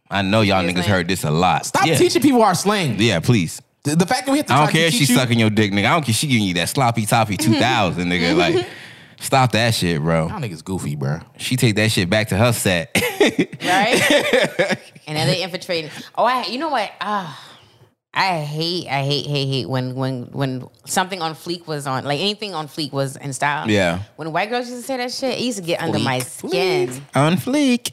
Speaker 2: I know y'all
Speaker 3: It's
Speaker 2: niggas
Speaker 3: like-
Speaker 2: heard this a lot.
Speaker 4: Stop
Speaker 2: yeah.
Speaker 4: teaching people our slang.
Speaker 2: Yeah, please.
Speaker 4: The, the fact that we have to.
Speaker 2: I don't
Speaker 4: try to
Speaker 2: care if
Speaker 4: teach
Speaker 2: she
Speaker 4: you-
Speaker 2: sucking your dick, nigga. I don't care if she giving you that sloppy toppy 2000, nigga. Like, stop that shit, bro.
Speaker 4: Y'all niggas goofy, bro.
Speaker 2: She take that shit back to her set.
Speaker 3: right? and then they infiltrating. Oh, I, you know what? Ah, I hate, I hate, hate, hate when when when something on fleek was on, like anything on fleek was in style.
Speaker 2: Yeah.
Speaker 3: When white girls used to say that shit, it used to get under my skin.
Speaker 2: On fleek.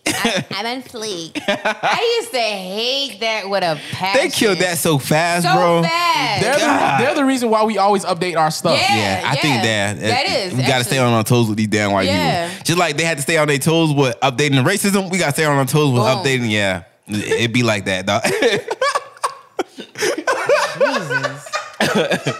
Speaker 3: I'm on fleek. I used to hate that with a passion.
Speaker 2: they killed that so fast,
Speaker 3: so
Speaker 2: bro.
Speaker 3: fast.
Speaker 4: They're the,
Speaker 2: God.
Speaker 4: they're the reason why we always update our stuff.
Speaker 3: Yeah.
Speaker 2: Yeah, I think
Speaker 3: yeah.
Speaker 2: that
Speaker 3: That is,
Speaker 2: we got to stay
Speaker 3: actually.
Speaker 2: on our toes with these damn white
Speaker 3: Yeah.
Speaker 2: people. Just like they had to stay on their toes with updating the racism, we got to stay on our toes with
Speaker 3: Boom.
Speaker 2: updating. Yeah, it'd be like that, dog.
Speaker 3: Jesus.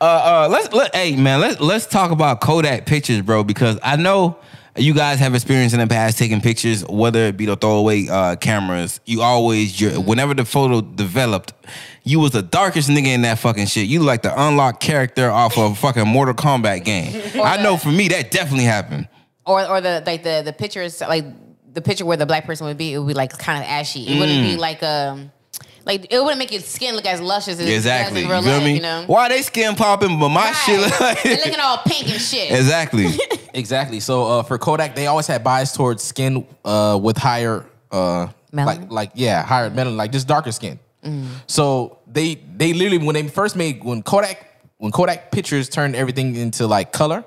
Speaker 2: uh, let's let hey man, let's let's talk about Kodak pictures, bro, because I know you guys have experience in the past taking pictures, whether it be the throwaway uh, cameras. You always, you whenever the photo developed, you was the darkest nigga in that fucking shit. You like the unlocked character off of a fucking Mortal Kombat game. I know for me that definitely happened.
Speaker 3: Or or the like the the pictures like the picture where the black person would be, it would be like kind of ashy. It wouldn't
Speaker 2: Mm.
Speaker 3: be like um like it wouldn't make your skin look as luscious as
Speaker 2: Exactly.
Speaker 3: it
Speaker 2: You
Speaker 3: does
Speaker 2: feel
Speaker 3: in real life,
Speaker 2: me?
Speaker 3: you know?
Speaker 2: Why they skin popping, but my
Speaker 3: Right.
Speaker 2: shit look
Speaker 3: They're
Speaker 2: like
Speaker 3: looking all pink and shit.
Speaker 2: Exactly.
Speaker 4: Exactly. So uh, for Kodak, they always had bias towards skin uh, with higher, uh,
Speaker 3: Melanin?
Speaker 4: like like yeah, higher melanin, like just darker skin. So they they literally when they first made when Kodak when Kodak pictures turned everything into like color,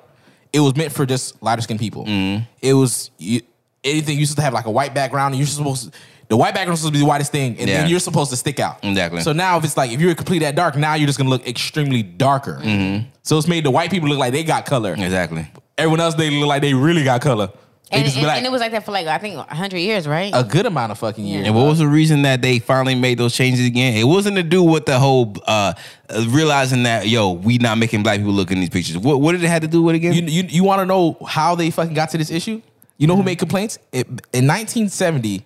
Speaker 4: it was meant for just lighter skinned people.
Speaker 2: Mm-hmm.
Speaker 4: It was you, anything you used to have like a white background, and you're supposed to, the white background supposed to be the whitest thing, and
Speaker 2: Yeah.
Speaker 4: then you're supposed to stick out.
Speaker 2: Exactly.
Speaker 4: So now if it's like if you're completely that dark, now you're just gonna look extremely darker.
Speaker 2: Mm-hmm.
Speaker 4: So it's made the white people look like they got color.
Speaker 2: exactly.
Speaker 4: Everyone else, they look like they really got color. They
Speaker 3: and,
Speaker 4: just be
Speaker 3: and-
Speaker 4: like,
Speaker 3: and it was like that for like I think hundred years, right?
Speaker 4: a good amount of fucking years.
Speaker 2: And what was the reason that they finally made those changes again? It wasn't to do with the whole uh, uh, realizing that yo, we not making black people look in these pictures. What what did it have to do with again?
Speaker 4: You, you, you want to know how they fucking got to this issue? You
Speaker 3: Uh-huh.
Speaker 4: know who made complaints? It, in 1970,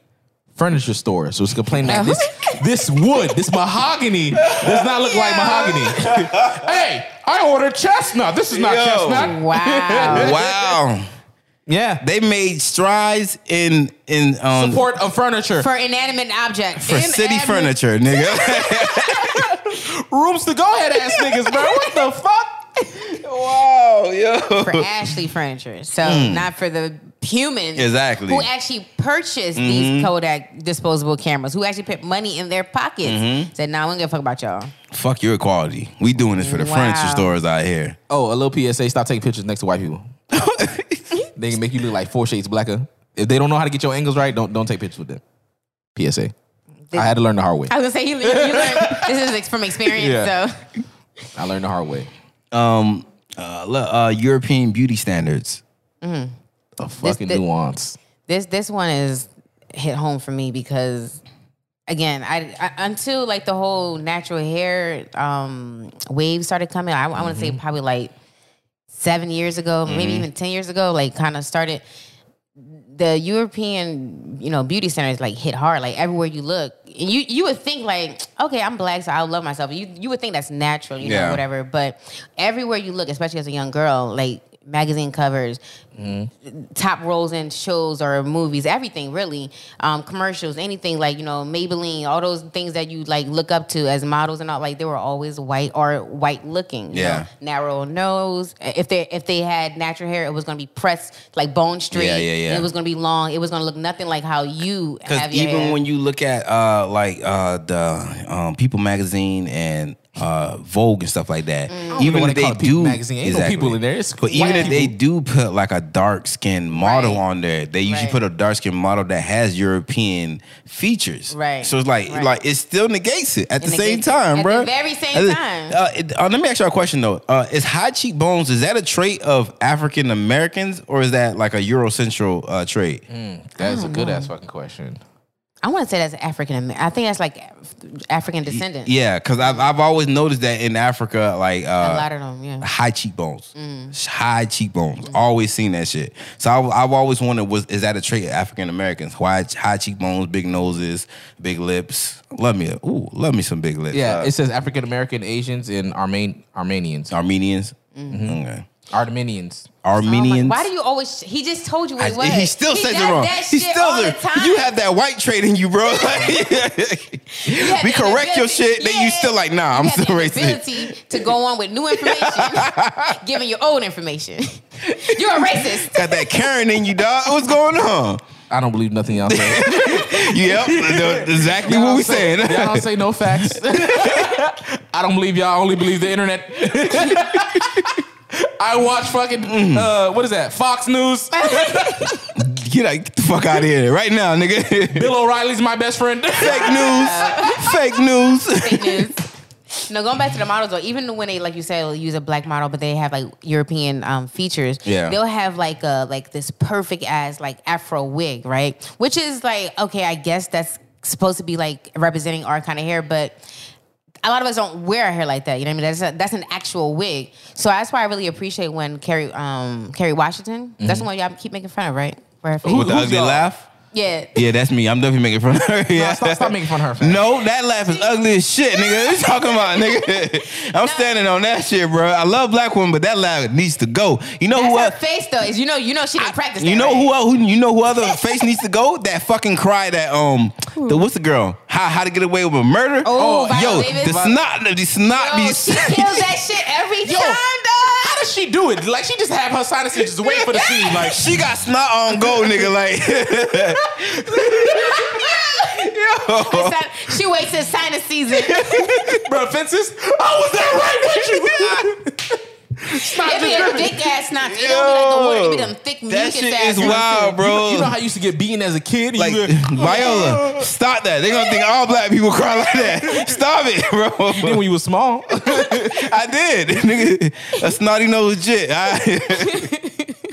Speaker 4: furniture stores was complaining
Speaker 3: Oh.
Speaker 4: that this this wood, this mahogany, does not look like mahogany. hey, I ordered chestnut. This is not
Speaker 2: Yo.
Speaker 4: chestnut.
Speaker 3: wow.
Speaker 2: wow,
Speaker 4: Yeah,
Speaker 2: they made strides in in um,
Speaker 4: support of furniture.
Speaker 3: For inanimate objects.
Speaker 2: for city
Speaker 3: Inanimate-
Speaker 2: furniture, nigga.
Speaker 4: Rooms to go ahead, ass niggas, bro. What the fuck?
Speaker 2: wow, yo,
Speaker 3: For Ashley furniture. So not for the humans.
Speaker 2: Hmm. Exactly. Mm-hmm.
Speaker 3: Who actually purchased these Kodak disposable cameras, who actually put money in their pockets.
Speaker 2: Mm-hmm.
Speaker 3: Said, nah, we don't give a fuck about y'all.
Speaker 2: fuck your equality. We doing this for the
Speaker 3: Wow.
Speaker 2: furniture stores out here.
Speaker 4: Oh, a little PSA: Stop taking pictures next to white people. they can make you look like four shades blacker. If they don't know how to get your angles right, don't don't take pictures with them. PSA. I had to learn the hard way.
Speaker 3: I was gonna say you, you learned this is ex- from experience,
Speaker 4: Yeah.
Speaker 3: so
Speaker 4: I learned the hard way.
Speaker 2: Um, uh, le- uh, European beauty standards.
Speaker 4: A fucking
Speaker 3: thi-
Speaker 4: nuance.
Speaker 3: this this one is hit home for me because again, I, I until like the whole natural hair um, wave started coming. I, I want to say probably like seven years ago, maybe even ten years ago. Like kind of started the European, you know, beauty centers like hit hard. Like everywhere you look, And you you would think like, okay, I'm black, so I love myself. You you would think that's natural, you
Speaker 2: Yeah.
Speaker 3: know, whatever. But everywhere you look, especially as a young girl, like magazine covers,
Speaker 2: Mm-hmm.
Speaker 3: top roles in shows or movies, everything really, um, commercials, anything like you know Maybelline, all those things that you like look up to as models and all. Like they were always white or white looking. you
Speaker 2: Yeah.
Speaker 3: know? narrow nose. If they if they had natural hair, it was gonna be pressed like bone straight.
Speaker 2: Yeah, yeah, yeah.
Speaker 3: And it was gonna be long. It was gonna look nothing like how you have
Speaker 2: Because
Speaker 3: your
Speaker 2: even
Speaker 3: hair.
Speaker 2: when you look at uh, like uh, the um, People magazine and uh, Vogue and stuff like
Speaker 3: Mm.
Speaker 2: that, even
Speaker 4: know why
Speaker 2: if they
Speaker 4: they call it
Speaker 2: do
Speaker 4: People magazine. Ain't no people in there. It's
Speaker 2: but even
Speaker 4: white
Speaker 2: if they do put like a dark skinned model
Speaker 3: Right.
Speaker 2: on there, they usually
Speaker 3: Right.
Speaker 2: put a dark skinned model that has European features.
Speaker 3: Right.
Speaker 2: So it's like
Speaker 3: Right.
Speaker 2: like it still negates it at
Speaker 3: It
Speaker 2: the same
Speaker 3: negates it.
Speaker 2: time,
Speaker 3: At
Speaker 2: bro.
Speaker 3: the very same time.
Speaker 2: Uh, it- uh, let me ask you a question though. Uh, is high cheekbones is that a trait of African Americans or is that like a Eurocentral uh, trait?
Speaker 4: That's a good ass fucking question.
Speaker 3: I want to say that's African. Amer- I think that's like Af- African descendant.
Speaker 2: Yeah, because I've, I've always noticed that in Africa, like
Speaker 3: a
Speaker 2: uh,
Speaker 3: lot of Mm. them. Yeah.
Speaker 2: high cheekbones, high cheekbones. Always seen that shit. So I've, I've always wondered was is that a trait of African Americans? Why high cheekbones, big noses, big lips? Love me, a- ooh, love me some big lips.
Speaker 4: Yeah,
Speaker 2: Uh,
Speaker 4: it says African American, Asians, and Arman- Armenians.
Speaker 2: Armenians.
Speaker 3: Mm-hmm.
Speaker 2: Okay.
Speaker 4: Armenians.
Speaker 2: Armenians.
Speaker 3: Why do you always? He just told you what it was.
Speaker 2: I- he still says
Speaker 3: does
Speaker 2: it wrong.
Speaker 3: That
Speaker 2: He
Speaker 3: shit
Speaker 2: still
Speaker 3: all the
Speaker 2: does-
Speaker 3: time.
Speaker 2: You have that white trait in you, bro.
Speaker 3: You have
Speaker 2: we
Speaker 3: the
Speaker 2: correct your
Speaker 3: inability-
Speaker 2: shit, then you still like, nah, I'm
Speaker 3: You have
Speaker 2: still
Speaker 3: the
Speaker 2: racist.
Speaker 3: inability to go on with new information, giving your old information. You're a racist.
Speaker 2: Got that Karen in you, dog. What's going on?
Speaker 4: I don't believe nothing y'all say.
Speaker 2: yep, that's exactly what we saying.
Speaker 4: Y'all don't say no facts. I don't believe y'all. I only believe the internet. I watch fucking uh, what is that? Fox News.
Speaker 2: Get, out, get the fuck out of here right now, nigga.
Speaker 4: Bill O'Reilly's my best friend.
Speaker 2: fake news, fake news.
Speaker 3: Fake news. No, going back to the models though, even when they like you said use a black model, but they have like European um, features.
Speaker 2: Yeah.
Speaker 3: They'll have like a like this perfect ass like Afro wig, right? Which is like okay, I guess that's supposed to be like representing our kind of hair, but a lot of us don't wear hair like that. You know what I mean? That's a, that's an actual wig. So that's why I really appreciate when Carrie um Carrie Washington. That's the one y'all keep making fun of, right? Where her face.
Speaker 2: With Mm-hmm. the ugly laugh.
Speaker 3: yeah.
Speaker 2: Yeah, that's me. I'm definitely making fun of her. Yeah.
Speaker 4: stop, stop making fun of her. fam.
Speaker 2: No, that laugh is ugly as shit, nigga. What you talking about, nigga? I'm standing on that shit, bro. I love black women, but that laugh needs to go. You know
Speaker 3: That's
Speaker 2: who
Speaker 3: her
Speaker 2: else?
Speaker 3: face though. Is you know you know she didn't practice.
Speaker 2: You
Speaker 3: that,
Speaker 2: know
Speaker 3: right?
Speaker 2: who, el- who? You know who other face needs to go? That fucking cry. That um, the what's the girl? How how to get away with a murder?
Speaker 3: Oh, Viola
Speaker 2: yo,
Speaker 3: Davis?
Speaker 2: the snot, the snot
Speaker 3: Yo,
Speaker 2: be.
Speaker 3: Oh, she kills that shit every
Speaker 4: Yo,
Speaker 3: time,
Speaker 4: How
Speaker 3: dog.
Speaker 4: does she do it? Like she just have her sinuses just waiting for the scene. Like
Speaker 2: She got snot on go, nigga. Like
Speaker 3: It's not- she waits till sinus season.
Speaker 4: bro, fences. Oh, was that right with you? Stop
Speaker 3: It be
Speaker 4: just
Speaker 3: a
Speaker 4: dripping.
Speaker 3: thick ass snot. It don't be like "Oh, the water. It be them thick
Speaker 2: that
Speaker 3: mucus
Speaker 2: shit
Speaker 3: ass.
Speaker 2: is wild,
Speaker 4: You know-
Speaker 2: bro.
Speaker 4: You, know how you used to get beaten as a kid? You
Speaker 2: like
Speaker 4: would-
Speaker 2: Viola, stop that. They gonna think all black people cry like that. Stop it, bro.
Speaker 4: then when you were small.
Speaker 2: I did, nigga. A snotty nosed jit. I-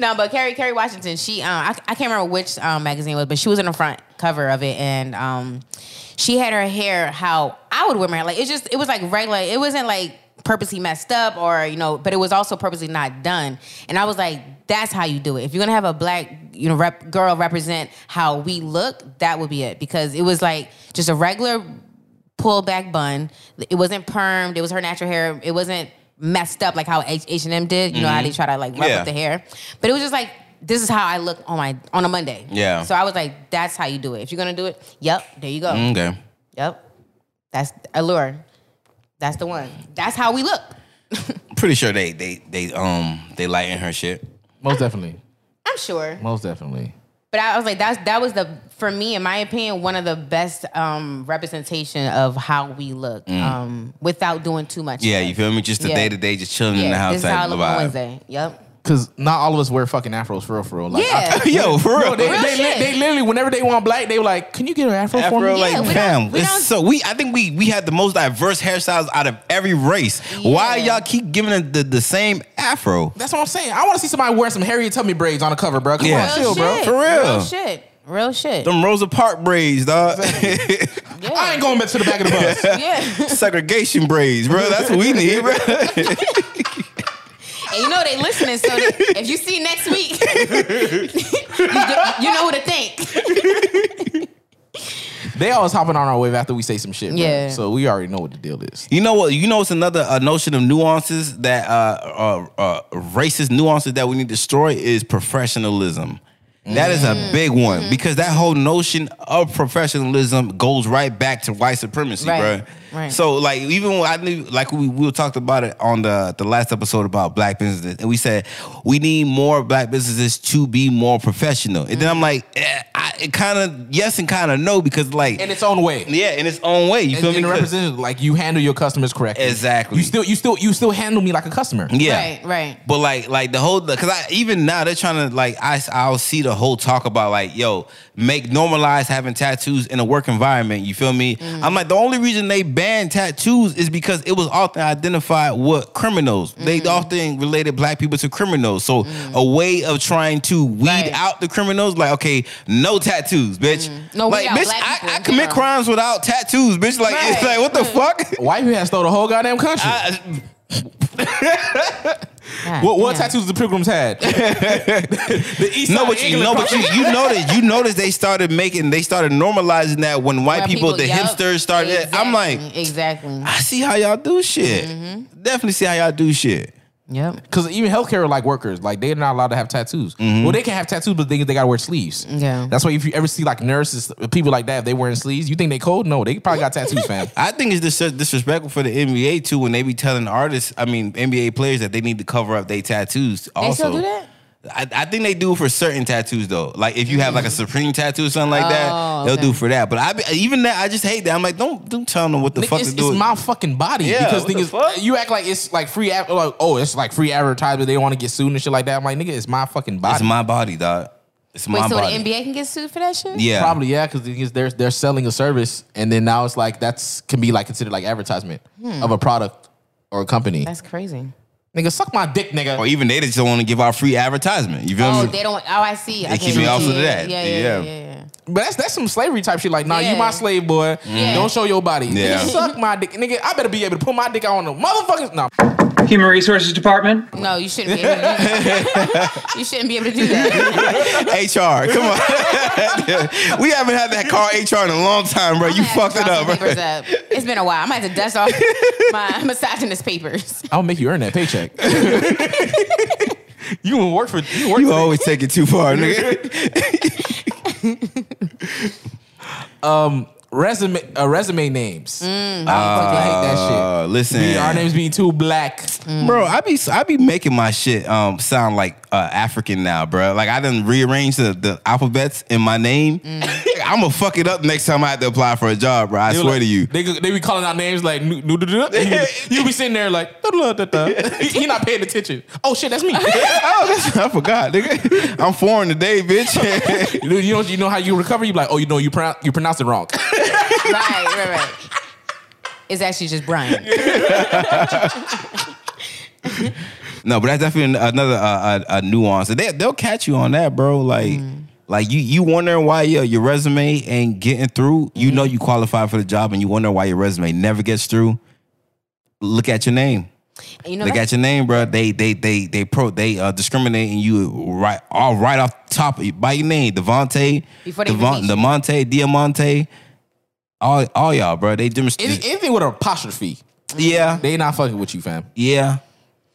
Speaker 3: No, but Carrie Carrie Washington, she um I, I can't remember which um magazine it was, but she was in the front cover of it and um she had her hair how I would wear my hair. Like it's just it was like regular, it wasn't like purposely messed up or you know, but it was also purposely not done. And I was like, that's how you do it. If you're gonna have a black, you know, rep, girl represent how we look, that would be it. Because it was like just a regular pull back bun. It wasn't permed. It was her natural hair. It wasn't messed up like how H and M did. You know how they try to like rough
Speaker 2: Mm-hmm. Yeah.
Speaker 3: up the hair, but it was just like this is how I look on my on a Monday.
Speaker 2: Yeah.
Speaker 3: So I was like, that's how you do it. If you're gonna do it, yep, there you go.
Speaker 2: okay.
Speaker 3: Yep, that's allure. That's the one. That's how we look.
Speaker 2: Pretty sure they they they um they lighten her shit.
Speaker 4: Most definitely.
Speaker 3: I'm sure.
Speaker 4: Most definitely.
Speaker 3: But I was like, that's that was the for me, in my opinion, one of the best um, representation of how we look um, without doing too much.
Speaker 2: Mm. Yeah, you feel me? Just the
Speaker 3: Yeah.
Speaker 2: day to day, just chilling in the
Speaker 3: Yeah,
Speaker 2: house
Speaker 3: this is how I
Speaker 2: type
Speaker 3: look
Speaker 2: of
Speaker 3: on
Speaker 2: vibe.
Speaker 3: Wednesday. Yep.
Speaker 4: Cause not all of us wear fucking afros for real, for real. Like,
Speaker 3: Yeah.
Speaker 2: Yo, for real.
Speaker 4: I- they,
Speaker 3: Real
Speaker 4: they,
Speaker 3: shit.
Speaker 4: they literally, whenever they want black, they were like, "Can you get an afro, for
Speaker 2: Afro,
Speaker 4: me?"
Speaker 2: like,
Speaker 3: Yeah, we
Speaker 2: fam,
Speaker 3: don't- we
Speaker 2: it's
Speaker 3: don't-
Speaker 2: so we. I think we we had the most diverse hairstyles out of every race. Why
Speaker 3: Yeah.
Speaker 2: y'all keep giving it the, the same afro?
Speaker 4: That's what I'm saying. I want to see somebody wearing some Harriet Tubman braids on the cover, bro. Come
Speaker 2: Yeah.
Speaker 4: on,
Speaker 3: Real
Speaker 4: chill, bro.
Speaker 3: shit.
Speaker 2: For real.
Speaker 3: Real shit. Real shit.
Speaker 2: Them Rosa Park braids, dog.
Speaker 3: yeah.
Speaker 4: I ain't going back to the back of the bus.
Speaker 3: yeah.
Speaker 2: Segregation braids, bro. That's what we need, bro.
Speaker 3: and you know they listening, so they- if you see next week, you, do- you know who to thank.
Speaker 4: they always hopping on our wave after we say some shit. bro.
Speaker 3: Yeah.
Speaker 4: So we already know what the deal is.
Speaker 2: You know what? You know it's another uh, notion of nuances that uh, are uh, racist nuances that we need to destroy is professionalism. That is
Speaker 3: Mm-hmm.
Speaker 2: a big one because that whole notion of professionalism goes right back to white supremacy,
Speaker 3: Right,
Speaker 2: bro.
Speaker 3: right.
Speaker 2: So like even when I knew like we we talked about it on the the last episode about black businesses and we said we need more black businesses to be more professional. And then I'm like, eh, I, it kind of yes and kind of no because like
Speaker 4: In its own way.
Speaker 2: yeah, in its own way. You
Speaker 4: And,
Speaker 2: feel me?
Speaker 4: and the
Speaker 2: 'Cause-
Speaker 4: representative, like you handle your customers correctly.
Speaker 2: Exactly.
Speaker 4: You still, you still, you still handle me like a customer.
Speaker 2: Yeah.
Speaker 3: Right, right.
Speaker 2: But like, like the whole, because I even now they're trying to like, I I'll see the whole talk about like, yo, make normalize having tattoos in a work environment. You feel me?
Speaker 3: Mm.
Speaker 2: I'm like, the only reason they banned tattoos is because it was often identified with criminals. They
Speaker 3: Mm.
Speaker 2: often related black people to criminals. So a way of trying to weed
Speaker 3: Right. Mm.
Speaker 2: out the criminals, like, okay, no tattoos, bitch.
Speaker 3: No, we
Speaker 2: like,
Speaker 3: got
Speaker 2: bitch,
Speaker 3: black people
Speaker 2: I, I
Speaker 3: in
Speaker 2: commit
Speaker 3: general.
Speaker 2: crimes without tattoos, bitch. Like, it's
Speaker 3: Right.
Speaker 2: like, what the fuck?
Speaker 4: White people has stole the whole goddamn country.
Speaker 2: I-
Speaker 4: what what
Speaker 3: Yeah.
Speaker 4: tattoos the pilgrims had? the East
Speaker 2: No,
Speaker 4: Side
Speaker 2: but
Speaker 4: of
Speaker 2: you
Speaker 4: England
Speaker 2: know, but
Speaker 4: probably-
Speaker 2: you you noticed you noticed they started making they started normalizing that when white
Speaker 3: White
Speaker 2: people, the
Speaker 3: yup.
Speaker 2: hipsters started. I'm like,
Speaker 3: exactly. Mm-hmm.
Speaker 2: I see how y'all do shit. Definitely see how y'all do shit.
Speaker 3: Yep.
Speaker 4: Because even healthcare like workers, like they're not allowed to have tattoos.
Speaker 2: Mm-hmm.
Speaker 4: Well, they can have tattoos, but they, they gotta wear sleeves.
Speaker 3: Yeah.
Speaker 4: that's why if you ever see like nurses, people like that, if they wearing sleeves, you think they cold? No, they probably got tattoos, fam.
Speaker 2: I think it's dis- disrespectful for the NBA too when they be telling artists, I mean NBA players that they need to cover up their tattoos.
Speaker 3: They
Speaker 2: Also,
Speaker 3: still do that?
Speaker 2: I, I think they do for certain tattoos though. Like if you have like a supreme tattoo or something like
Speaker 3: Mm-hmm.
Speaker 2: that,
Speaker 3: Oh,
Speaker 2: they'll
Speaker 3: okay.
Speaker 2: do for that. But I be- even that, I just hate that. I'm like, don't don't tell them what the
Speaker 4: Nigga,
Speaker 2: fuck
Speaker 4: it's,
Speaker 2: to do.
Speaker 4: it's
Speaker 2: with-
Speaker 4: my fucking body.
Speaker 2: Yeah,
Speaker 4: because
Speaker 2: what the
Speaker 4: niggas,
Speaker 2: fuck?
Speaker 4: you act like it's like free, ad- like oh, it's like free advertisement. They want to get sued and shit like that. I'm like, nigga, it's my fucking body.
Speaker 2: it's my body, dog. It's my
Speaker 3: Wait, so
Speaker 2: body.
Speaker 3: the NBA can get sued for that shit?
Speaker 2: yeah,
Speaker 4: Probably yeah, because they're they're selling a service, and then now it's like that's can be like considered like advertisement of a product or a company.
Speaker 3: That's crazy.
Speaker 4: nigga, suck my dick, nigga.
Speaker 2: Or even they just don't want to give out free advertisement. You feel
Speaker 3: Oh,
Speaker 2: me?
Speaker 3: they don't. Oh, I see. It
Speaker 2: keep me off of that.
Speaker 3: Yeah, yeah, yeah.
Speaker 2: Yeah.
Speaker 3: yeah, yeah.
Speaker 4: But that's that's some slavery type shit. Like, nah,
Speaker 3: Yeah.
Speaker 4: you my slave boy.
Speaker 3: Yeah.
Speaker 4: Don't show your body.
Speaker 2: Yeah.
Speaker 4: Nigga, suck my dick, nigga. I better be able to put my dick out on the motherfuckers. Nah,
Speaker 8: Human Resources Department.
Speaker 3: No, you shouldn't be. Able to do that. you shouldn't be able to do that.
Speaker 2: HR, come on. we haven't had that car HR in a long time, bro. You fucked it up.
Speaker 3: Papers
Speaker 2: Bro.
Speaker 3: up. It's been a while. I'm gonna have to dust off my misogynist papers.
Speaker 4: I'll make you earn that paycheck. you gonna work for you work
Speaker 2: You
Speaker 4: for-
Speaker 2: always take it too far, nigga.
Speaker 4: resume uh, resume names. I fucking hate that
Speaker 2: Uh, listen,
Speaker 4: shit. Be- Our names being too black.
Speaker 2: bro. I be I be making my shit um sound like uh, African now, bro. Like I done rearranged the, the alphabets in my name. I'm gonna fuck it up next time I have to apply for a job, bro. I
Speaker 4: They
Speaker 2: swear
Speaker 4: like-
Speaker 2: to you.
Speaker 4: They, go- they be calling out names like "Nu- nu- du- du- du," and you- you be sitting there like "Du- du- du- du- du." he not paying attention. Oh shit, that's me.
Speaker 2: oh, that's, I forgot, nigga. I'm foreign today, bitch.
Speaker 4: you, know, you know you know how you recover? You be like, oh you know you pronounce you pronounced it wrong.
Speaker 3: right, right, right. It's actually just Brian.
Speaker 2: No, but that's definitely another uh, a, a nuance. They they'll catch you on that, bro. Like
Speaker 3: Mm.
Speaker 2: like you you wondering why your your resume ain't getting through.
Speaker 3: Mm-hmm.
Speaker 2: You know you qualify for the job, and you wonder why your resume never gets through. Look at your name.
Speaker 3: You know,
Speaker 2: Look
Speaker 3: that's-
Speaker 2: at your name, bro. They they they they pro they uh, discriminating you right all right off top by your name, Devonte,
Speaker 3: Before they even meet you.
Speaker 2: Demonte, Diamante, all all y'all, bro. They dem-
Speaker 4: Any, anything with an apostrophe,
Speaker 2: yeah
Speaker 4: they not fucking with you, fam.
Speaker 2: yeah.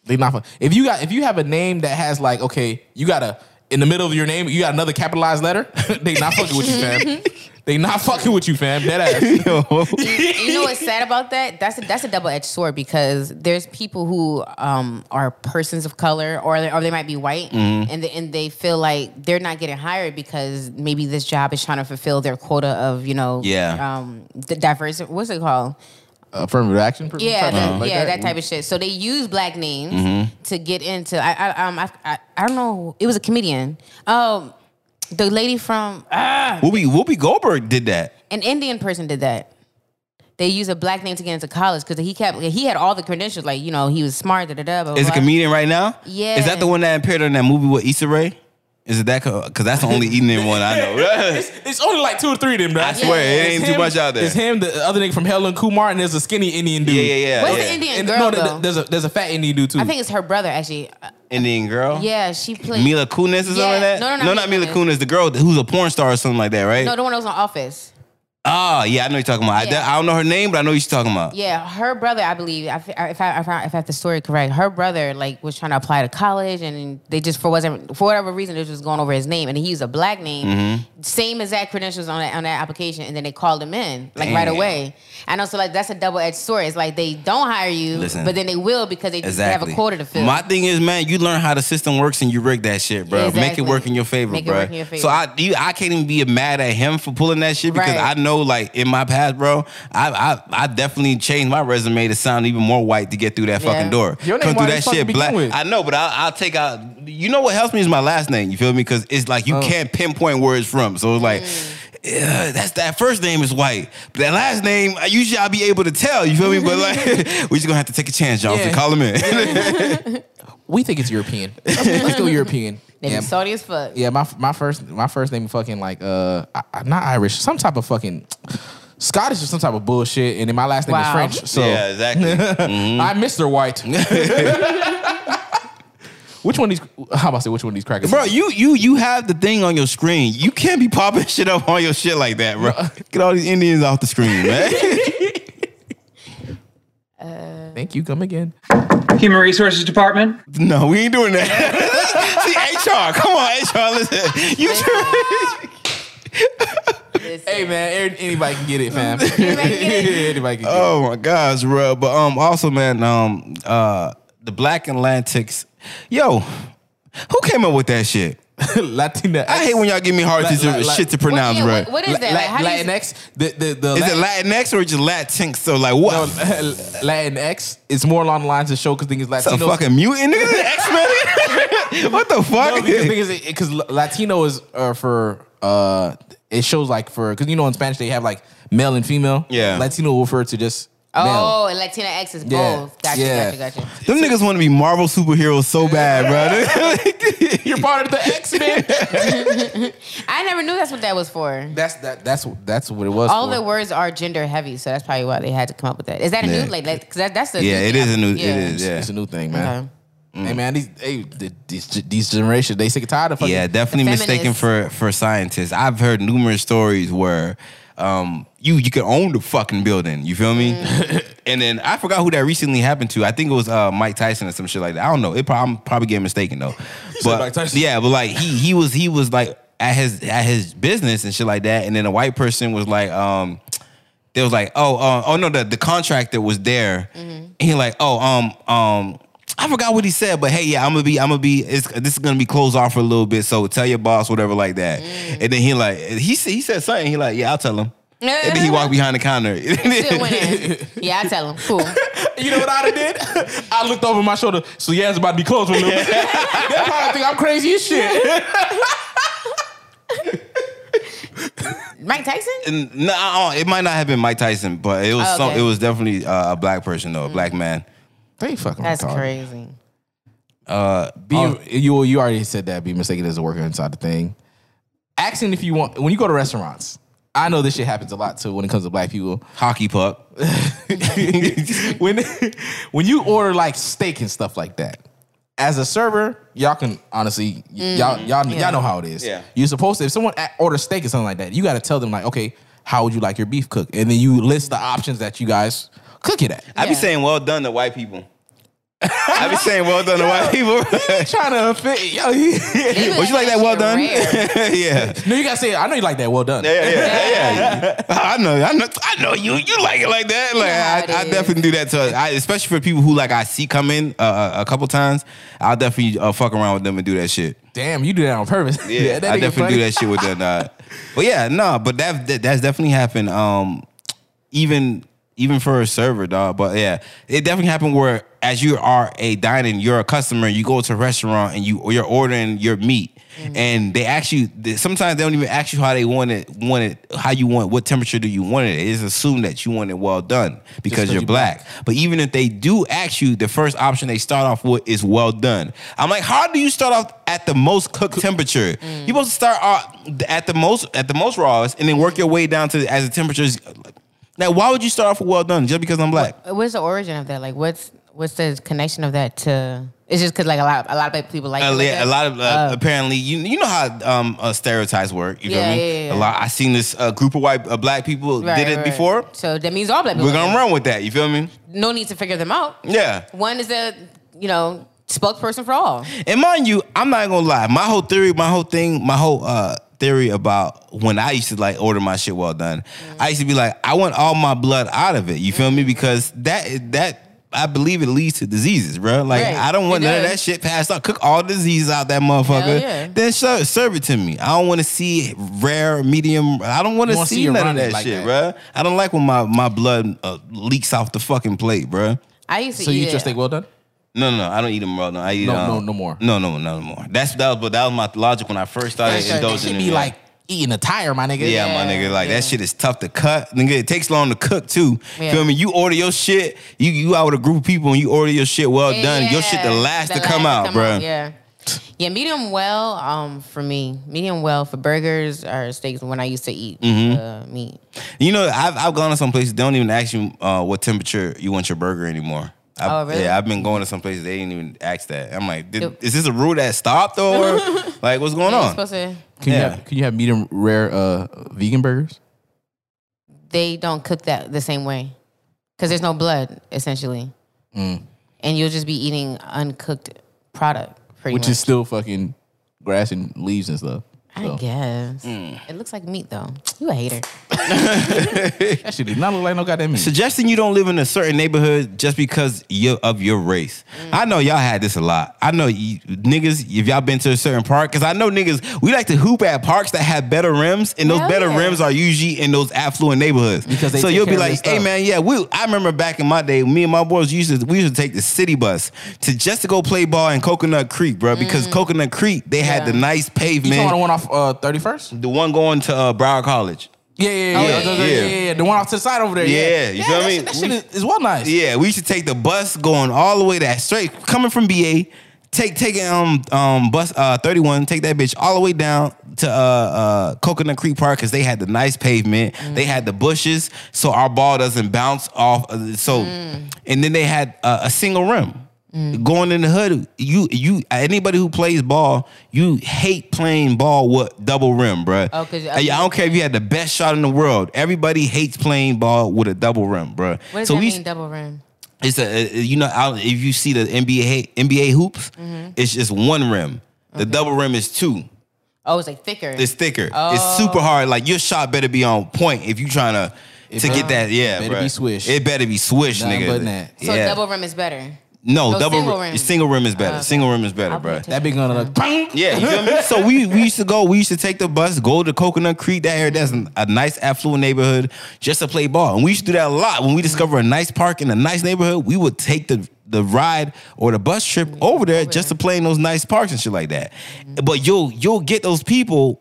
Speaker 4: They not. Fuck. If you got if you have a name that has like okay, you got a in the middle of your name, you got another capitalized letter. they not fucking with you, fam. They not fucking with you, fam. Dead ass.
Speaker 3: you know what's sad about that? That's a, that's a double edged sword because there's people who um, are persons of color or they- or they might be white and they, and they feel like they're not getting hired because maybe this job is trying to fulfill their quota of you know
Speaker 2: Yeah.
Speaker 3: um, the diverse what's it called
Speaker 4: Affirmative action.
Speaker 3: yeah, that, yeah,
Speaker 4: Mm-hmm.
Speaker 3: that. type of shit. So they use black names to get into. I, I, um, I, I, I don't know. It was a comedian. Um, the lady from
Speaker 2: Whoopi Whoopi Goldberg did that.
Speaker 3: an Indian person did that. They used a black name to get into college because he kept he had all the credentials. Like you know, he was smart. Da da da. blah,
Speaker 2: is a
Speaker 3: blah.
Speaker 2: comedian right now.
Speaker 3: Yeah.
Speaker 2: Is that the one that appeared in that movie with Issa Rae? Is it that? Because that's the only Indian one I know.
Speaker 4: It's, it's only like two or three of them, bro.
Speaker 2: I swear, it ain't
Speaker 4: It's
Speaker 2: too
Speaker 4: him-
Speaker 2: much out there.
Speaker 4: It's him, the other nigga from Hell and Kumar, and there's a skinny Indian dude.
Speaker 2: Yeah, yeah, yeah.
Speaker 3: What's
Speaker 2: yeah.
Speaker 3: the Indian
Speaker 4: And
Speaker 3: girl
Speaker 4: no, th-
Speaker 3: though?
Speaker 4: th- there's a there's a fat Indian dude too.
Speaker 3: I think it's her brother actually. Uh,
Speaker 2: Indian girl?
Speaker 3: yeah, she played
Speaker 2: Mila Kunis or something
Speaker 3: Yeah.
Speaker 2: like that?
Speaker 3: No, no, no,
Speaker 2: not
Speaker 3: Mila
Speaker 2: Mila Kunis. The girl who's a porn star or something like that, right?
Speaker 3: No, the one that was on Office.
Speaker 2: oh, yeah, I know you're talking about. I-
Speaker 3: Yeah.
Speaker 2: I, don't know her name, but I know what you're talking about.
Speaker 3: Yeah, her brother, I believe, I- I- if I, if I, if I have the story correct, her brother like was trying to apply to college, and they just for wasn't for whatever reason they was just going over his name, and he used a black name,
Speaker 2: Mm-hmm.
Speaker 3: same exact credentials on that on that application, and then they called him in like right
Speaker 2: Damn.
Speaker 3: away. I know, so like that's a double edged sword. It's like they don't hire you,
Speaker 2: Listen.
Speaker 3: but then they will because they just have
Speaker 2: Exactly.
Speaker 3: a quota to fill.
Speaker 2: My thing is, man, you learn how the system works and you rig that shit, bro. Make it
Speaker 3: Exactly.
Speaker 2: work in your favor,
Speaker 3: Make it
Speaker 2: bro.
Speaker 3: work in your favor.
Speaker 2: So I, you, I can't even be mad at him for pulling that shit because
Speaker 3: Right.
Speaker 2: I know, like in my past, bro, I, I, I definitely changed my resume to sound even more white to get through that
Speaker 3: Yeah.
Speaker 2: fucking door.
Speaker 4: Your name
Speaker 2: Come
Speaker 4: white
Speaker 2: through
Speaker 4: as
Speaker 2: that
Speaker 4: fuck to
Speaker 2: shit,
Speaker 4: begin
Speaker 2: black.
Speaker 4: with.
Speaker 2: I know, but I'll, I'll take out. You know what helps me is my last name. You feel me? Because it's like
Speaker 4: Oh.
Speaker 2: you can't pinpoint where it's from. So it's like. Yeah, that's that first name is white, but that last name I usually I'll be able to tell. You feel me? But like, we just gonna have to take a chance, y'all.
Speaker 4: Yeah.
Speaker 2: To call him in.
Speaker 4: we think it's European. Let's, let's go European.
Speaker 3: they
Speaker 4: Yeah,
Speaker 3: be salty as fuck.
Speaker 4: yeah. My my first my first name fucking like uh I, I'm not Irish, some type of fucking Scottish or some type of bullshit, and then my last name
Speaker 3: Wow.
Speaker 4: is French. So
Speaker 2: yeah, exactly.
Speaker 4: I Mr. White. which one of these? How about to say which one of these crackers?
Speaker 2: Bro, you you you have the thing on your screen. You can't be popping shit up on your shit like that, bro. Get all these Indians off the screen, man.
Speaker 4: Thank you. Come again.
Speaker 8: Human Resources Department.
Speaker 2: no, we ain't doing that. See, HR, come on, HR, listen. You tri-
Speaker 3: Listen.
Speaker 4: Hey man, any- anybody can get it, fam.
Speaker 3: Anybody can get it.
Speaker 4: anybody can get it.
Speaker 2: Oh my gosh, bro. But um also, man, um uh the Black Atlantics, yo. Who came up with that shit?
Speaker 4: Latina.
Speaker 2: I hate when y'all give me hard
Speaker 4: Like-
Speaker 2: to,
Speaker 4: like- like-
Speaker 2: shit to pronounce,
Speaker 3: yeah,
Speaker 2: bro.
Speaker 3: what- what is that? Like, how do you-
Speaker 4: Latinx. The the the.
Speaker 2: Is it Latinx or just Latinx? So like what?
Speaker 4: No, Latinx. It's more along the lines of show because things
Speaker 2: it's a
Speaker 4: Latino.
Speaker 2: fucking mutant nigga. X Men. what the fuck?
Speaker 4: No, because thing is, because Latino is uh, for uh, it shows like for because you know in Spanish they have like male and female.
Speaker 2: Yeah.
Speaker 4: Latino will refer to just
Speaker 3: Oh,
Speaker 4: male.
Speaker 3: and Latina X is
Speaker 4: Yeah.
Speaker 3: both. Gotcha,
Speaker 4: Yeah.
Speaker 3: gotcha, gotcha.
Speaker 2: Them niggas want to be Marvel superheroes so bad, bro.
Speaker 4: You're part of the X Men.
Speaker 3: I never knew that's what that was for.
Speaker 4: that's that. That's that's what it was.
Speaker 3: All
Speaker 4: for.
Speaker 3: the words are gender heavy, so that's probably why they had to come up with that. Is that a
Speaker 2: Yeah.
Speaker 3: new like? like 'cause that, that's the
Speaker 2: yeah, it is a new. It is. Yeah.
Speaker 4: It's a new thing, man.
Speaker 3: Okay.
Speaker 4: Hey man, these hey, th- these these generations they sick and tired of fucking.
Speaker 2: Yeah, definitely
Speaker 3: feminists.
Speaker 2: mistaken for for scientists. I've heard numerous stories where um you you can own the fucking building. You feel me? and then I forgot who that recently happened to. I think it was uh, Mike Tyson or some shit like that. I don't know. It probably, I'm probably getting mistaken though. but
Speaker 4: Mike Tyson.
Speaker 2: yeah, but like he he was he was like at his at his business and shit like that. And then a white person was like um. They was like, oh, uh, oh no, the, the contractor was there.
Speaker 3: Mm-hmm.
Speaker 2: And he like, oh, um, um, I forgot what he said, but hey, yeah, I'm gonna be, I'm gonna be, it's, this is gonna be closed off for a little bit. So tell your boss, whatever, like that.
Speaker 3: Mm.
Speaker 2: And then he like, he said, he said something. He like, yeah, I'll tell him. and then he walked behind the counter.
Speaker 3: Still winning. yeah, I tell them. Cool.
Speaker 4: You know what I done did? I looked over my shoulder. So yeah, it's about to be closed for a little bit. That's how I think I'm crazy as shit.
Speaker 3: Mike Tyson.
Speaker 2: no, uh, it might not have been Mike Tyson, but it was
Speaker 3: Oh,
Speaker 2: some,
Speaker 3: okay. Mm-hmm.
Speaker 2: it was definitely uh, a black person though, a black man.
Speaker 4: They fucking
Speaker 3: That's
Speaker 4: retarded.
Speaker 3: crazy.
Speaker 4: Be, Oh, you you already said that. Be mistaken as a worker inside the thing. Asking if you want when you go to restaurants. I know this shit happens a lot too when it comes to black people.
Speaker 2: Hockey puck.
Speaker 4: when when you order like steak and stuff like that, as a server, y'all can honestly y- y'all y'all
Speaker 3: Mm, yeah.
Speaker 4: y'all know how it is.
Speaker 2: Yeah.
Speaker 4: You're supposed to if someone a- orders steak or something like that, you got to tell them like, okay, how would you like your beef cooked, and then you list the options that you guys cook it at.
Speaker 2: I be
Speaker 3: Yeah.
Speaker 2: saying well done to white people. I be saying well done to white people.
Speaker 4: trying to offend yo. you-
Speaker 3: They do
Speaker 2: Would you like that well
Speaker 3: shit
Speaker 2: done?
Speaker 3: rare.
Speaker 2: yeah.
Speaker 4: no, you gotta say. I know you like that. Well done.
Speaker 2: Yeah, yeah, yeah, yeah. I know, I know, I know you. You like it like that. Like
Speaker 3: know how it
Speaker 2: I, I
Speaker 3: is.
Speaker 2: definitely do that to, I, especially for people who like I see come in uh, a couple times. I'll definitely uh, fuck around with them and do that shit.
Speaker 4: Damn, you do that on purpose.
Speaker 2: Yeah, I
Speaker 4: nigga
Speaker 2: definitely
Speaker 4: funny.
Speaker 2: do that shit with them. Uh, but yeah, no, but that, that that's definitely happened. Um, even even for a server, dog. But yeah, it definitely happened where as you are a dining, you're a customer, you go to a restaurant and you or you're ordering your meat.
Speaker 4: Mm-hmm.
Speaker 2: And they ask you. they- Sometimes they don't even ask you how they want it. Want it? How you want? What temperature do you want it? It's assumed that you want it well done because
Speaker 4: 'cause
Speaker 2: you're
Speaker 4: you
Speaker 2: black. But even if they do ask you, the first option they start off with is well done. I'm like, how do you start off at the most cooked temperature? You're
Speaker 4: Mm.
Speaker 2: supposed to start off at the most at the most rawest, and then work your way down to as the temperatures. Now, why would you start off with well done just because I'm black?
Speaker 3: What's the origin of that? Like, what's what's the connection of that to? It's just because like a lot of, a lot of people like it
Speaker 2: A,
Speaker 3: like
Speaker 2: li-
Speaker 3: that.
Speaker 2: a lot of uh,
Speaker 3: Oh.
Speaker 2: apparently you you know how um, uh, stereotypes work. You feel
Speaker 3: Yeah,
Speaker 2: me?
Speaker 3: yeah, yeah.
Speaker 2: A lot. I seen this uh, group of white uh, black people
Speaker 3: Right,
Speaker 2: did it
Speaker 3: right, right.
Speaker 2: before.
Speaker 3: So that means all black people.
Speaker 2: We're gonna run with that. You feel me?
Speaker 3: No need to figure them out.
Speaker 2: Yeah.
Speaker 3: One is a you know spokesperson for all.
Speaker 2: And mind you, I'm not gonna lie. My whole theory, my whole thing, my whole uh, theory about when I used to like order my shit well done, I used to be like, I want all my blood out of it. You feel me? Because that that I believe it leads to diseases, bro. Like
Speaker 3: Right.
Speaker 2: I don't want
Speaker 3: It
Speaker 2: none of
Speaker 3: does.
Speaker 2: that shit passed out. Cook all diseases out that motherfucker.
Speaker 3: yeah.
Speaker 2: Then serve, serve it to me. I don't want to see rare, medium. I don't want
Speaker 4: You
Speaker 2: to
Speaker 4: wanna
Speaker 2: see,
Speaker 4: see it
Speaker 2: none of
Speaker 4: running
Speaker 2: that
Speaker 4: like
Speaker 2: shit,
Speaker 4: that.
Speaker 2: bro. I don't like when my my blood uh, leaks off the fucking plate, bro.
Speaker 3: I used to
Speaker 4: So
Speaker 3: eat
Speaker 4: you eat your
Speaker 3: it.
Speaker 4: steak well done.
Speaker 2: No, no, no. I don't eat them raw. No, I eat
Speaker 4: No,
Speaker 2: um,
Speaker 4: no, no more.
Speaker 2: No, no, no, no more. That's that was, but that was my logic when I first started
Speaker 3: That shit-
Speaker 4: That
Speaker 2: indulging
Speaker 4: should
Speaker 2: in
Speaker 4: be
Speaker 2: that.
Speaker 4: like eating a tire, my nigga.
Speaker 2: Yeah, my
Speaker 3: Yeah,
Speaker 2: nigga, like
Speaker 3: yeah.
Speaker 2: that shit is tough to cut. Nigga, it takes long to cook too.
Speaker 3: Yeah.
Speaker 2: Feel me? You order your shit, you you out with a group of people and you order your shit well done. Your shit the last to come out,
Speaker 3: bro.
Speaker 2: bruh.
Speaker 3: Yeah. Yeah, medium well um, for me. Medium well for burgers or steaks when I used to eat
Speaker 2: Mm-hmm.
Speaker 3: uh, meat.
Speaker 2: You know, I've I've gone to some places, they don't even ask you uh, what temperature you want your burger anymore. I've,
Speaker 3: Oh, really?
Speaker 2: Yeah, I've been going to some places they didn't even ask that. I'm like, did, is this a rule that stopped or like what's going
Speaker 3: You're
Speaker 2: on?
Speaker 3: supposed to,
Speaker 2: Yeah.
Speaker 4: Can you have can you have medium rare uh, vegan burgers?
Speaker 3: they don't cook that the same way because there's no blood essentially,
Speaker 2: Mm.
Speaker 3: and you'll just be eating uncooked product. Pretty
Speaker 4: Which
Speaker 3: much.
Speaker 4: is still fucking grass and leaves and stuff.
Speaker 3: I guess.
Speaker 2: Mm.
Speaker 3: It looks like meat though. You a hater.
Speaker 4: That shit did not look like no goddamn meat.
Speaker 2: Suggesting you don't live in a certain neighborhood just because you of your race.
Speaker 3: Mm.
Speaker 2: I know y'all had this a lot. I know you, niggas, if y'all been to a certain park, because I know niggas, we like to hoop at parks that have better rims, and those
Speaker 3: Hell
Speaker 2: better
Speaker 3: yeah.
Speaker 2: rims are usually in those affluent neighborhoods.
Speaker 4: Because they
Speaker 2: so
Speaker 4: take
Speaker 2: you'll
Speaker 4: care
Speaker 2: be
Speaker 4: of
Speaker 2: like,
Speaker 4: their
Speaker 2: hey
Speaker 4: stuff."
Speaker 2: man, yeah, we. I remember back in my day, me and my boys used to we used to take the city bus to just to go play ball in Coconut Creek, bro,
Speaker 3: Mm.
Speaker 2: because Coconut Creek they had the nice
Speaker 4: You
Speaker 2: pavement,
Speaker 4: saw the one off uh, 31st?
Speaker 2: the one going to uh, Broward College.
Speaker 4: Yeah, yeah, yeah, yeah, yeah, yeah, yeah. The one off to the side over there.
Speaker 2: Yeah, you feel
Speaker 4: that
Speaker 2: me?
Speaker 4: shit- That shit,
Speaker 2: We-
Speaker 4: is, is well nice.
Speaker 2: Yeah, we should take the bus going all the way to straight coming from BA. Take taking um um bus uh 31, take that bitch all the way down to uh uh Coconut Creek Park because they had the nice pavement,
Speaker 3: Mm.
Speaker 2: they had the bushes, so our ball doesn't bounce off. uh, So
Speaker 3: Mm.
Speaker 2: and then they had uh, a single rim. Going in the hood, you you anybody who plays ball, you hate playing ball with double rim, bruh.
Speaker 3: Oh, 'cause-
Speaker 2: I, I don't care if you had the best shot in the world. Everybody hates playing ball with a double rim, bruh.
Speaker 3: What does
Speaker 2: so
Speaker 3: that
Speaker 2: we
Speaker 3: mean, double rim?
Speaker 2: it's a uh, you know out if you see the NBA NBA hoops, it's just one rim. The double rim is two.
Speaker 3: Oh, it's like thicker.
Speaker 2: It's thicker. It's super hard. Like your shot better be on point if you trying to to
Speaker 4: better-
Speaker 2: get that. Yeah,
Speaker 4: better
Speaker 2: bruh.
Speaker 4: be swish.
Speaker 2: It better be swish,
Speaker 4: Nothing
Speaker 2: nigga.
Speaker 4: but that.
Speaker 3: so
Speaker 2: yeah.
Speaker 3: double rim is better.
Speaker 2: no,
Speaker 3: no,
Speaker 2: double
Speaker 3: single
Speaker 2: rim.
Speaker 3: rim.
Speaker 2: Single rim is better.
Speaker 3: okay.
Speaker 2: Single rim is better,
Speaker 3: I'll
Speaker 2: bro.
Speaker 3: take
Speaker 4: That big gonna look. Bang!
Speaker 2: Yeah, you feel me? So we we used to go. We used to take the bus, go to Coconut Creek. That area, that's a nice affluent neighborhood, just to play ball. And we used to do that a lot. When we discover a nice park in a nice neighborhood, we would take the the ride or the bus trip Mm-hmm. over there Mm-hmm. just to play in those nice parks and shit like that. But you'll you'll get those people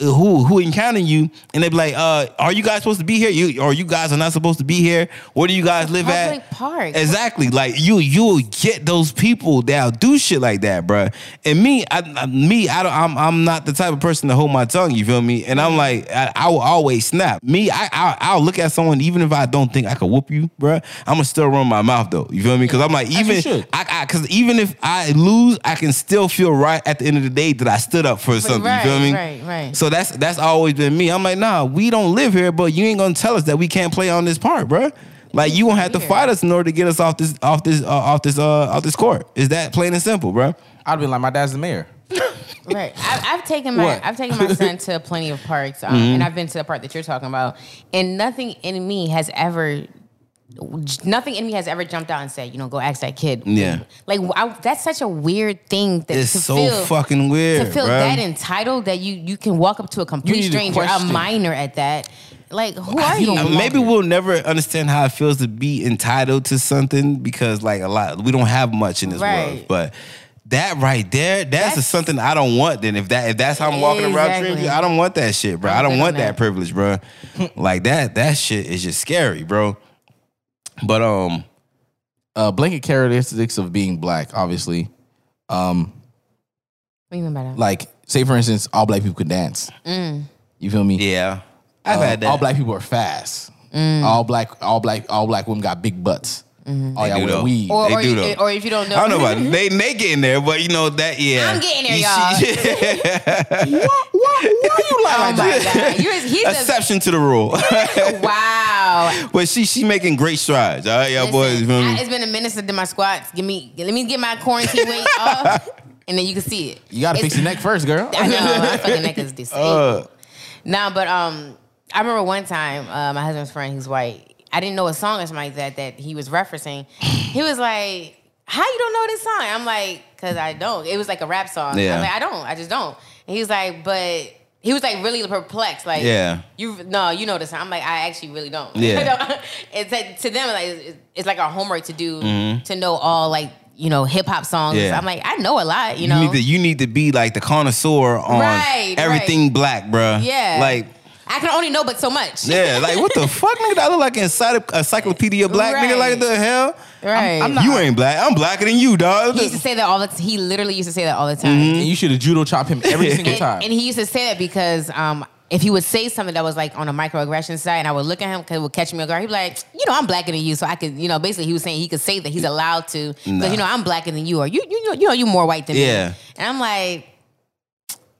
Speaker 2: who who encounter you and they be like, uh, are you guys supposed to be here? You or you guys are not supposed to be here? Where do you guys live
Speaker 3: public
Speaker 2: at?
Speaker 3: park.
Speaker 2: Exactly. Like you you'll get those people that'll do shit like that, bruh. And me, I, I- me, I don't I'm I'm not the type of person to hold my tongue, you feel me?
Speaker 3: Mm-hmm.
Speaker 2: And I'm like, I, I will always snap. Me, I, I I'll look at someone even if I don't think I could whoop you, bruh. I'ma still run my mouth though. You feel me? Cause I'm like,
Speaker 4: you
Speaker 2: even
Speaker 4: should.
Speaker 2: I, I cause even if I lose, I can still feel right at the end of the day that I stood up for something.
Speaker 3: right,
Speaker 2: you feel me?
Speaker 3: right, right.
Speaker 2: So that's that's always been me. I'm like, nah, we don't live here, but you ain't gonna tell us that we can't play on this part, bruh. Like you gonna have to
Speaker 3: Weird.
Speaker 2: fight us in order to get us off this off this uh, off this uh off this court. Is that plain and simple, bruh?
Speaker 4: I'd be like, my dad's the mayor.
Speaker 3: Right. I've, I've taken my
Speaker 4: What?
Speaker 3: I've taken my son to plenty of parks,
Speaker 2: Mm-hmm.
Speaker 3: um, and I've been to the park that you're talking about, and nothing in me has ever. Nothing in me has ever jumped out and said, you know, go ask that kid.
Speaker 2: Yeah.
Speaker 3: like I, that's such a weird thing that
Speaker 2: It's
Speaker 3: to
Speaker 2: so
Speaker 3: feel,
Speaker 2: fucking weird,
Speaker 3: to feel
Speaker 2: bruh.
Speaker 3: that entitled that you you can walk up to a complete
Speaker 4: need to
Speaker 3: stranger, a
Speaker 4: question.
Speaker 3: minor at that. Like, who are
Speaker 4: you
Speaker 3: you?
Speaker 4: don't
Speaker 2: Uh,
Speaker 4: belong
Speaker 2: maybe we'll never understand how it feels to be entitled to something because like a lot we don't have much in this world.
Speaker 3: Right.
Speaker 2: But that right there, that's,
Speaker 3: That's-
Speaker 2: something I don't want. Then if that if that's how I'm walking around,
Speaker 3: Exactly.
Speaker 2: treating you, I don't want that shit, bro. I
Speaker 3: I'm
Speaker 2: don't
Speaker 3: good
Speaker 2: want
Speaker 3: on
Speaker 2: that.
Speaker 3: that.
Speaker 2: privilege, bro. like that that shit is just scary, bro. But um,
Speaker 4: Uh, blanket characteristics of being black, obviously.
Speaker 3: What do you mean by that?
Speaker 4: Like, say for instance, all black people can dance. You feel me?
Speaker 2: yeah, I've
Speaker 4: Uh,
Speaker 2: had that.
Speaker 4: All black people are fast. All black, all black, all black women got big butts. All
Speaker 2: They
Speaker 4: y'all
Speaker 2: do
Speaker 4: wear
Speaker 2: though.
Speaker 4: weave.
Speaker 3: or,
Speaker 2: they
Speaker 3: or,
Speaker 2: do
Speaker 3: you-
Speaker 2: though.
Speaker 3: or if you don't know,
Speaker 2: I don't know about they they getting there, but you know that yeah.
Speaker 3: I'm getting there,
Speaker 2: You
Speaker 3: y'all.
Speaker 2: see-
Speaker 4: why, why, why you
Speaker 3: Oh
Speaker 4: like
Speaker 3: my
Speaker 4: that?
Speaker 3: god, you is he's a,
Speaker 2: Exception to the rule.
Speaker 3: wow.
Speaker 2: But she she making great strides. All right, y'all boys.
Speaker 3: Listen,
Speaker 2: you feel
Speaker 3: I-
Speaker 2: me?
Speaker 3: it's been a minute since I did my squats. Give me, let me get my quarantine weight off, and then you can see it.
Speaker 4: You gotta
Speaker 3: It's-
Speaker 4: fix your neck first, girl.
Speaker 3: I know my fucking neck
Speaker 2: Uh.
Speaker 3: is disabled. nah, but um, I remember one time uh, my husband's friend, he's white. I didn't know a song or something like that that he was referencing. He was like, "How you don't know this song?" I'm like, "Cause I don't." It was like a rap song.
Speaker 2: Yeah.
Speaker 3: I'm like, I don't. I just don't. And he was like, but. He was like really perplexed, like
Speaker 2: Yeah.
Speaker 3: you no, you know this. I'm like I actually really don't.
Speaker 2: Yeah.
Speaker 3: I don't- it's like, to them like it's, it's like our homework to do to know all like you know hip hop songs.
Speaker 2: Mm-hmm. Yeah.
Speaker 3: I'm like I know a lot, you
Speaker 2: You
Speaker 3: know.
Speaker 2: need to you need to be like the connoisseur on
Speaker 3: Right,
Speaker 2: everything black, bruh.
Speaker 3: Yeah.
Speaker 2: Like
Speaker 3: I can only know but so much.
Speaker 2: yeah, like what the fuck, nigga? That look like an encycl- encyclopedia black nigga. Like
Speaker 3: Right.
Speaker 2: the hell?
Speaker 3: Right.
Speaker 4: I'm not-
Speaker 2: You ain't black. I'm blacker than you, dog.
Speaker 3: he used to say that all the he literally used to say that all the
Speaker 2: Mm-hmm.
Speaker 3: time.
Speaker 4: And you should have judo chop him every single
Speaker 3: And,
Speaker 4: time.
Speaker 3: and he used to say that because um if he would say something that was like on a microaggression side, and I would look at him, 'cause it would catch me off guard. He'd be like, "You know, I'm blacker than you, so I could, you know." Basically, he was saying he could say that he's allowed to, because
Speaker 2: Nah.
Speaker 3: you know, I'm blacker than you, or you, you know, you know, you more white than me.
Speaker 2: Yeah.
Speaker 3: And I'm like,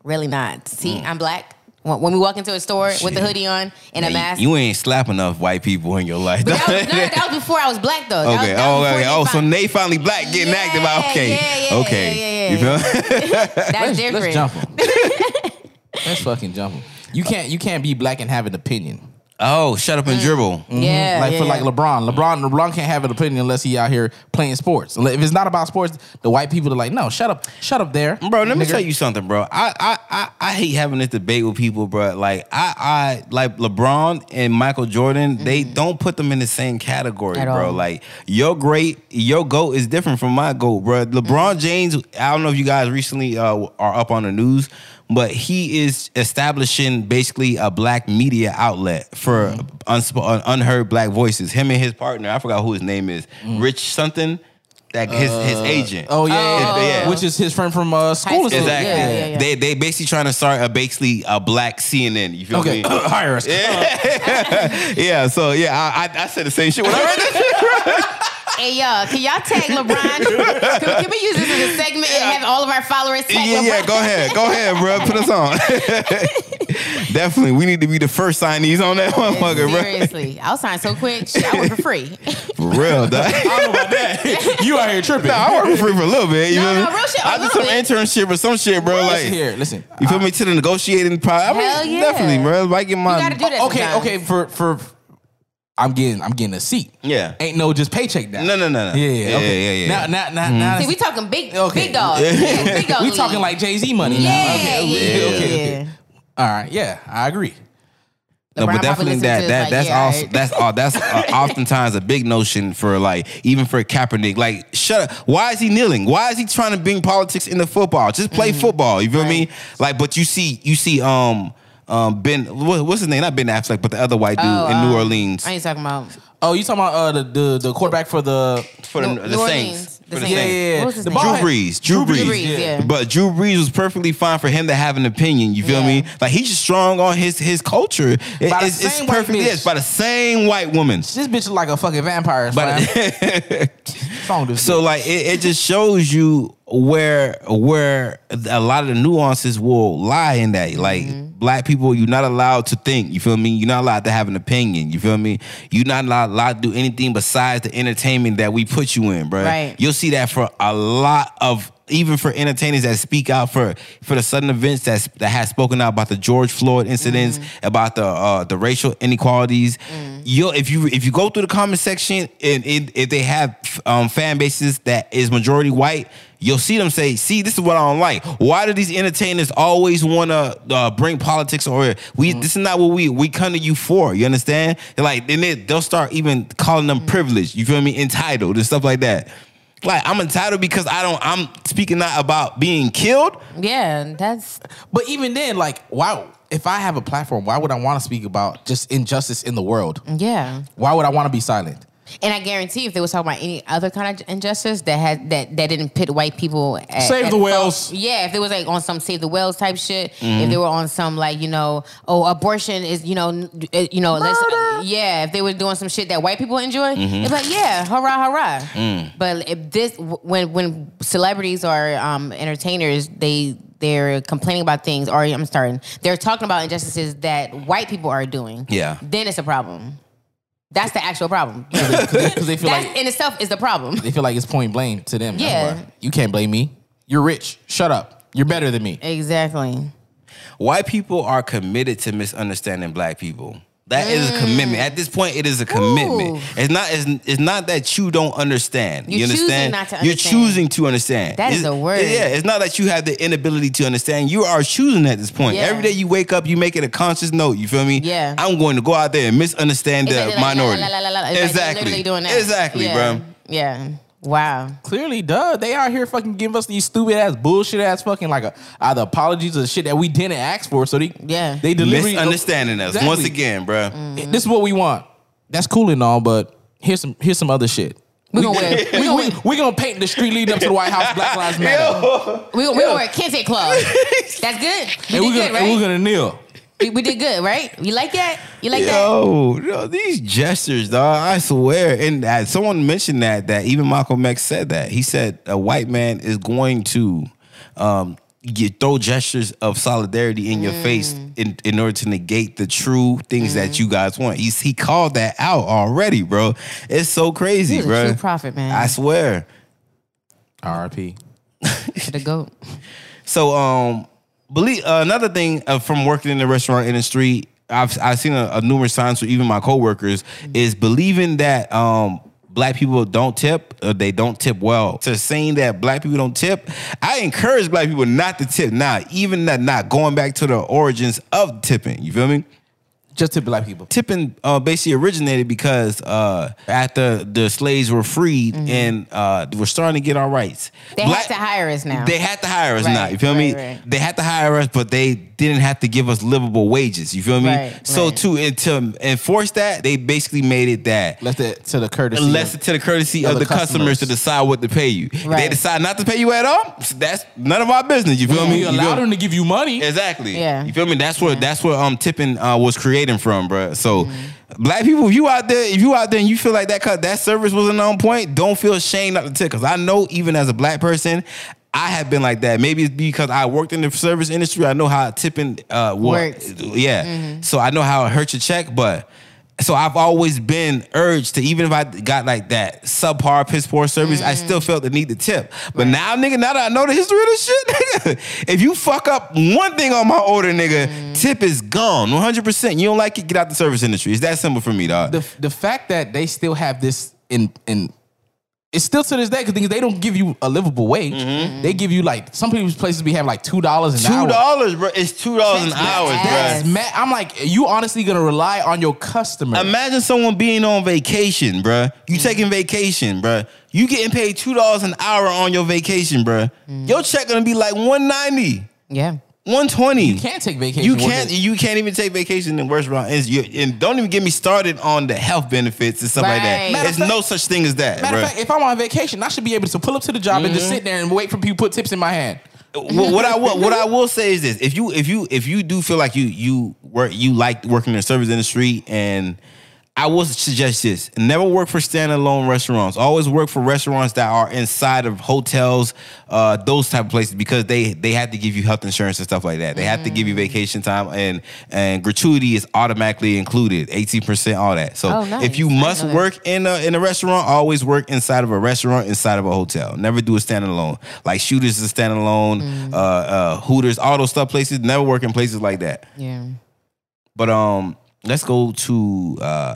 Speaker 3: really not. See, I'm black. When when we walk into a store with the
Speaker 2: Mm. Shit.
Speaker 3: hoodie on and a
Speaker 2: Man,
Speaker 3: mask,
Speaker 2: You ain't slap enough white people in your life.
Speaker 3: But that was, no, that was before I was black though. That was-
Speaker 2: okay.
Speaker 3: that
Speaker 2: Oh,
Speaker 3: was
Speaker 2: okay.
Speaker 3: before
Speaker 2: Oh, so
Speaker 3: fin-
Speaker 2: they finally black getting
Speaker 3: Yeah,
Speaker 2: active. Okay.
Speaker 3: yeah, yeah,
Speaker 2: okay.
Speaker 3: yeah, yeah, yeah.
Speaker 2: You feel?
Speaker 3: that's different.
Speaker 4: Let's jump him. That's fucking jumping. You can't you can't be black and have an opinion.
Speaker 2: Oh, shut up and dribble.
Speaker 3: Mm. Yeah,
Speaker 4: like
Speaker 3: yeah,
Speaker 4: for
Speaker 3: yeah.
Speaker 4: like LeBron, LeBron, LeBron can't have an opinion unless he out here playing sports. If it's not about sports, the white people are like, no, shut up, shut up there,
Speaker 3: Oh,
Speaker 2: Bro, let me
Speaker 4: nigga."
Speaker 2: tell you something, bro. I, I I I hate having this debate with people, bro. Like I I like LeBron and Michael Jordan, they
Speaker 4: Mm-hmm.
Speaker 2: don't put them in the same category,
Speaker 3: At
Speaker 2: bro.
Speaker 3: all.
Speaker 2: Like your great your goat is different from my goat, bro. LeBron
Speaker 4: Mm-hmm.
Speaker 2: James, I don't know if you guys recently uh, are up on the news, but he is establishing basically a black media outlet for
Speaker 4: Mm-hmm.
Speaker 2: unsp- un- unheard black voices. Him and his partner, I forgot who his name is, Rich something. That his his agent.
Speaker 4: Mm. Oh yeah, yeah,
Speaker 2: His-
Speaker 4: yeah. which is his friend from uh, school.
Speaker 3: school.
Speaker 4: or something.
Speaker 2: Exactly.
Speaker 3: Yeah, yeah, yeah.
Speaker 2: They they basically trying to start a basically a black CNN. You feel
Speaker 4: Okay,
Speaker 2: me?
Speaker 4: hire us.
Speaker 2: yeah. So yeah, I, I I said the same shit when I read that. shit.
Speaker 3: Hey, y'all, can y'all tag LeBron? can, can we use this as a segment and have all of our followers tag
Speaker 2: yeah,
Speaker 3: LeBron?
Speaker 2: yeah. Go ahead, go ahead, bro. Put us on. Definitely, we need to be the first signees on that motherfucker, bro.
Speaker 3: Seriously, I'll sign so quick. Shit, I work for free.
Speaker 2: For real, dog.
Speaker 4: you out here tripping.
Speaker 2: Nah, I work for free for a little bit. You
Speaker 3: No,
Speaker 2: feel
Speaker 3: no,
Speaker 2: me?
Speaker 3: real shit, a
Speaker 2: I did
Speaker 3: little
Speaker 2: some
Speaker 3: bit.
Speaker 2: internship or some shit, bro. Like,
Speaker 4: listen here, listen.
Speaker 2: you feel me? To the negotiating part. I mean,
Speaker 3: Hell yeah.
Speaker 2: definitely, bro. If I get my
Speaker 3: You gotta do that.
Speaker 4: okay,
Speaker 3: sometimes.
Speaker 4: okay. For for, I'm getting I'm getting a seat.
Speaker 2: Yeah.
Speaker 4: ain't no just paycheck now.
Speaker 2: No, no, no, no.
Speaker 4: Yeah, yeah,
Speaker 2: Yeah,
Speaker 4: okay.
Speaker 2: yeah, yeah, yeah.
Speaker 4: Now, now, now, now
Speaker 3: See, we
Speaker 4: it's-
Speaker 3: talking big,
Speaker 4: Okay.
Speaker 3: big dogs. Yeah, big dog
Speaker 4: we
Speaker 3: league.
Speaker 4: talking like Jay Z money.
Speaker 3: Yeah,
Speaker 4: now. Okay, okay,
Speaker 3: yeah,
Speaker 4: okay,
Speaker 3: yeah.
Speaker 4: okay. All right, yeah, I agree.
Speaker 2: No,
Speaker 3: LeBron
Speaker 2: but
Speaker 3: probably
Speaker 2: definitely
Speaker 3: listened to
Speaker 2: that
Speaker 3: it,
Speaker 2: that
Speaker 3: like,
Speaker 2: that's
Speaker 3: yeah,
Speaker 2: also
Speaker 3: alright.
Speaker 2: that's all that's uh, oftentimes a big notion for like even for Kaepernick. Like, shut up. Why is he kneeling? Why is he trying to bring politics into football? Just play
Speaker 3: Mm-hmm.
Speaker 2: football. You feel me? Like, but you see, you see, um, um, Ben, what, what's his name? Not Ben Affleck, but the other white dude
Speaker 3: Oh,
Speaker 2: in
Speaker 3: um,
Speaker 2: New Orleans
Speaker 3: I ain't talking about
Speaker 4: Oh, you talking about uh, the, the the quarterback for the
Speaker 2: for the,
Speaker 3: New-
Speaker 2: the Saints.
Speaker 3: New Orleans.
Speaker 2: For
Speaker 3: The
Speaker 2: the
Speaker 3: Saints.
Speaker 4: yeah,
Speaker 2: Saints.
Speaker 4: yeah, yeah.
Speaker 3: What was his
Speaker 4: the
Speaker 3: name?
Speaker 4: ball
Speaker 2: Drew
Speaker 4: head-
Speaker 2: Brees, Drew Brees,
Speaker 3: Drew Brees, yeah.
Speaker 2: but Drew Brees was perfectly fine for him to have an opinion. You feel
Speaker 3: Yeah.
Speaker 2: me? Like he's just strong on his his culture. It-
Speaker 4: the
Speaker 2: it's, it's
Speaker 4: same white
Speaker 2: perfectly
Speaker 4: bitch.
Speaker 2: yes, by the same white woman.
Speaker 4: This bitch look like a fucking vampire. But song this
Speaker 2: So like it, it just shows you where where a lot of the nuances will lie in that. Like black people, you're not allowed to think. You feel me? You're not allowed to have an opinion. You feel me? You're not allowed, allowed to do anything besides the entertainment that we put you in, bro.
Speaker 3: Right.
Speaker 2: You'll see that for a lot of even for entertainers that speak out for for the sudden events that's, that has spoken out about the George Floyd incidents, about the uh, the racial inequalities. You'll if you if you go through the comment section and it, if they have um, fan bases that is majority white, you'll see them say, "See, this is what I don't like. Why do these entertainers always want to uh, bring politics or we? This is not what we we come to you for. You understand? They're like then they, they'll start even calling them privileged. You feel me? Entitled and stuff like that." Like I'm entitled because I don't. I'm speaking out about being killed.
Speaker 3: yeah. That's
Speaker 4: But even then, like, wow, if I have a platform, why would I want to speak about just injustice in the world?
Speaker 3: yeah.
Speaker 4: Why would I want to be silent?
Speaker 3: And I guarantee, if they was talking about any other kind of injustice that had that that didn't pit white people, at,
Speaker 4: Save
Speaker 3: at
Speaker 4: the
Speaker 3: fault-
Speaker 4: whales. Mm-hmm.
Speaker 3: Yeah, if they was like on some save the whales type shit, if they were on some like you know, oh abortion is you know n- uh, you know let's yeah, if they were doing some shit that white people enjoy,
Speaker 4: Mm-hmm.
Speaker 3: it's like yeah, hurrah hurrah.
Speaker 4: Mm.
Speaker 3: But if this when when celebrities or um, entertainers they. They're complaining about things, or I'm starting. They're talking about injustices that white people are doing.
Speaker 2: Yeah.
Speaker 3: then it's a problem. That's the actual problem.
Speaker 4: Because they feel
Speaker 3: That
Speaker 4: like
Speaker 3: in itself is the problem.
Speaker 4: they feel like it's point blame to them. That's
Speaker 3: Yeah.
Speaker 4: why. you can't blame me. You're rich. Shut up. You're better than me.
Speaker 3: Exactly.
Speaker 2: White people are committed to misunderstanding black people. That is a commitment. At this point, it is a commitment.
Speaker 3: Ooh.
Speaker 2: It's not. It's, it's not that you don't understand.
Speaker 3: You're
Speaker 2: you
Speaker 3: choosing
Speaker 2: understand?
Speaker 3: not to
Speaker 2: You're
Speaker 3: understand.
Speaker 2: choosing to understand.
Speaker 3: That is
Speaker 2: It's-
Speaker 3: a word.
Speaker 2: Yeah. It's not that you have the inability to understand. You are choosing at this point.
Speaker 3: Yeah.
Speaker 2: Every day you wake up, you make it a conscious note. You feel me?
Speaker 3: Yeah.
Speaker 2: I'm going to go out there and misunderstand
Speaker 3: It's
Speaker 2: the
Speaker 3: like they're like,
Speaker 2: minority.
Speaker 3: la, la, la, la, la. It's like they're
Speaker 2: Exactly.
Speaker 3: literally doing that.
Speaker 2: Exactly,
Speaker 3: yeah.
Speaker 2: bro.
Speaker 3: Yeah. Wow.
Speaker 4: Clearly, duh. They out here fucking giving us these stupid ass bullshit ass fucking like a, either apologies or shit that we didn't ask for. So they
Speaker 3: Yeah.
Speaker 4: they deliberately
Speaker 2: Misunderstanding us
Speaker 4: Exactly.
Speaker 2: once again, bro.
Speaker 4: This is what we want. That's cool and all, but here's some here's some other shit.
Speaker 3: We gonna wear we
Speaker 4: We,
Speaker 3: gonna
Speaker 4: we,
Speaker 3: wear
Speaker 4: we gonna paint the street leading up to the White House Black Lives Matter.
Speaker 3: we gonna, we gonna wear a kente club. That's good. We
Speaker 4: and
Speaker 3: did
Speaker 4: we're gonna
Speaker 3: good, right?
Speaker 4: and we're gonna kneel.
Speaker 3: we, we did good, right? You like that? You like that?
Speaker 2: Yo, yo, these gestures, dog. I swear. And uh, someone mentioned that that even Malcolm X said that. He said a white man is going to um get throw gestures of solidarity in your face
Speaker 3: Mm.
Speaker 2: in, in order to negate the true things that
Speaker 3: Mm-hmm.
Speaker 2: you guys want. He's he called that out already, bro. It's so crazy,
Speaker 3: He's a
Speaker 2: bro.
Speaker 3: true prophet, man.
Speaker 2: I swear.
Speaker 4: R.I.P.
Speaker 3: To the goat.
Speaker 2: So um believe uh, another thing uh, from working in the restaurant industry, I've I've seen a, a numerous signs for even my coworkers
Speaker 3: Mm-hmm.
Speaker 2: is believing that um, black people don't tip or they don't tip well. To saying that black people don't tip, I encourage black people not to tip now, even that not going back to the origins of tipping. You feel me?
Speaker 4: Just to black people.
Speaker 2: tipping uh, basically originated because uh, after the slaves were freed and uh, were starting to get our rights,
Speaker 3: Mm-hmm. They
Speaker 2: Black-
Speaker 3: have to hire us now.
Speaker 2: They had to hire us
Speaker 3: Right,
Speaker 2: now. You feel me?
Speaker 3: right, right.
Speaker 2: They had to hire us, but they didn't have to give us livable wages. You feel me?
Speaker 3: Right,
Speaker 2: so
Speaker 3: right.
Speaker 2: to and to enforce that, they basically made it that.
Speaker 4: Left it to the courtesy.
Speaker 2: Unless
Speaker 4: of-
Speaker 2: it's to the courtesy
Speaker 4: of
Speaker 2: of the,
Speaker 4: the
Speaker 2: customers. to
Speaker 4: customers.
Speaker 2: decide what to pay you. If they
Speaker 3: Right.
Speaker 2: decide not to pay you at all, that's none of our business. You feel me?
Speaker 4: we
Speaker 2: You
Speaker 4: allowed
Speaker 2: feel-
Speaker 4: them to give you money.
Speaker 2: Exactly.
Speaker 3: Yeah.
Speaker 2: You feel me? That's where that's where um tipping uh, was creating from, bruh. So, black people, if you out there, if you out there and you feel like that cut that service wasn't on point, don't feel shame not to tip. Cause I know even as a black person. I have been like that. Maybe it's because I worked in the service industry. I know how tipping uh, wo-
Speaker 3: Works.
Speaker 2: Yeah, so I know how it hurts your check. But so I've always been urged to even if I got like that subpar piss poor service, I still felt the need to tip. But now, nigga, now that I know the history of this shit, nigga, if you fuck up one thing on my order, nigga, tip is gone, one hundred percent. You don't like it, get out the service industry. It's that simple for me, dog.
Speaker 4: the the fact that they still have this in in it's still to this day because they don't give you a livable wage.
Speaker 3: Mm-hmm.
Speaker 4: They give you like some people's places be having like two dollars an
Speaker 2: two
Speaker 4: hour.
Speaker 2: dollars, bro. It's two dollars an
Speaker 3: That's
Speaker 2: hour,
Speaker 3: ass.
Speaker 2: bro.
Speaker 4: Man, I'm like, you honestly gonna rely on your customer?
Speaker 2: Imagine someone being on vacation, bruh. You
Speaker 4: Mm.
Speaker 2: taking vacation, bruh. You getting paid two dollars an hour on your vacation, bruh.
Speaker 4: Mm.
Speaker 2: Your check gonna be like one ninety.
Speaker 3: yeah.
Speaker 2: 120.
Speaker 4: you can't take vacation.
Speaker 2: You
Speaker 4: with
Speaker 2: can't.
Speaker 4: it.
Speaker 2: You can't even take vacation in restaurant. And, you, and don't even get me started on the health benefits and stuff like that.
Speaker 3: Right. Matter
Speaker 2: There's
Speaker 4: of
Speaker 2: no such thing as that.
Speaker 4: Matter
Speaker 2: bruh.
Speaker 4: of fact, if I'm on vacation, I should be able to pull up to the job and just
Speaker 3: Mm-hmm.
Speaker 4: sit there and wait for people to put tips in my hand.
Speaker 2: what, what I will, what I will say is this: if you if you if you do feel like you you work you like working in the service industry, and I will suggest this: never work for standalone restaurants. Always work for restaurants that are inside of hotels, uh, those type of places, because they they have to give you health insurance and stuff like that. They have to
Speaker 3: Mm.
Speaker 2: give you vacation time, and and gratuity is automatically included, eighteen percent, all that. So
Speaker 3: Oh, nice.
Speaker 2: if you
Speaker 3: I
Speaker 2: must
Speaker 3: know that.
Speaker 2: work work in a in a restaurant, always work inside of a restaurant, inside of a hotel. Never do a standalone. Like shooters is standalone,
Speaker 3: Mm.
Speaker 2: uh, uh, Hooters, all those stuff places. Never work in places like that.
Speaker 3: Yeah.
Speaker 2: But um, let's go to uh,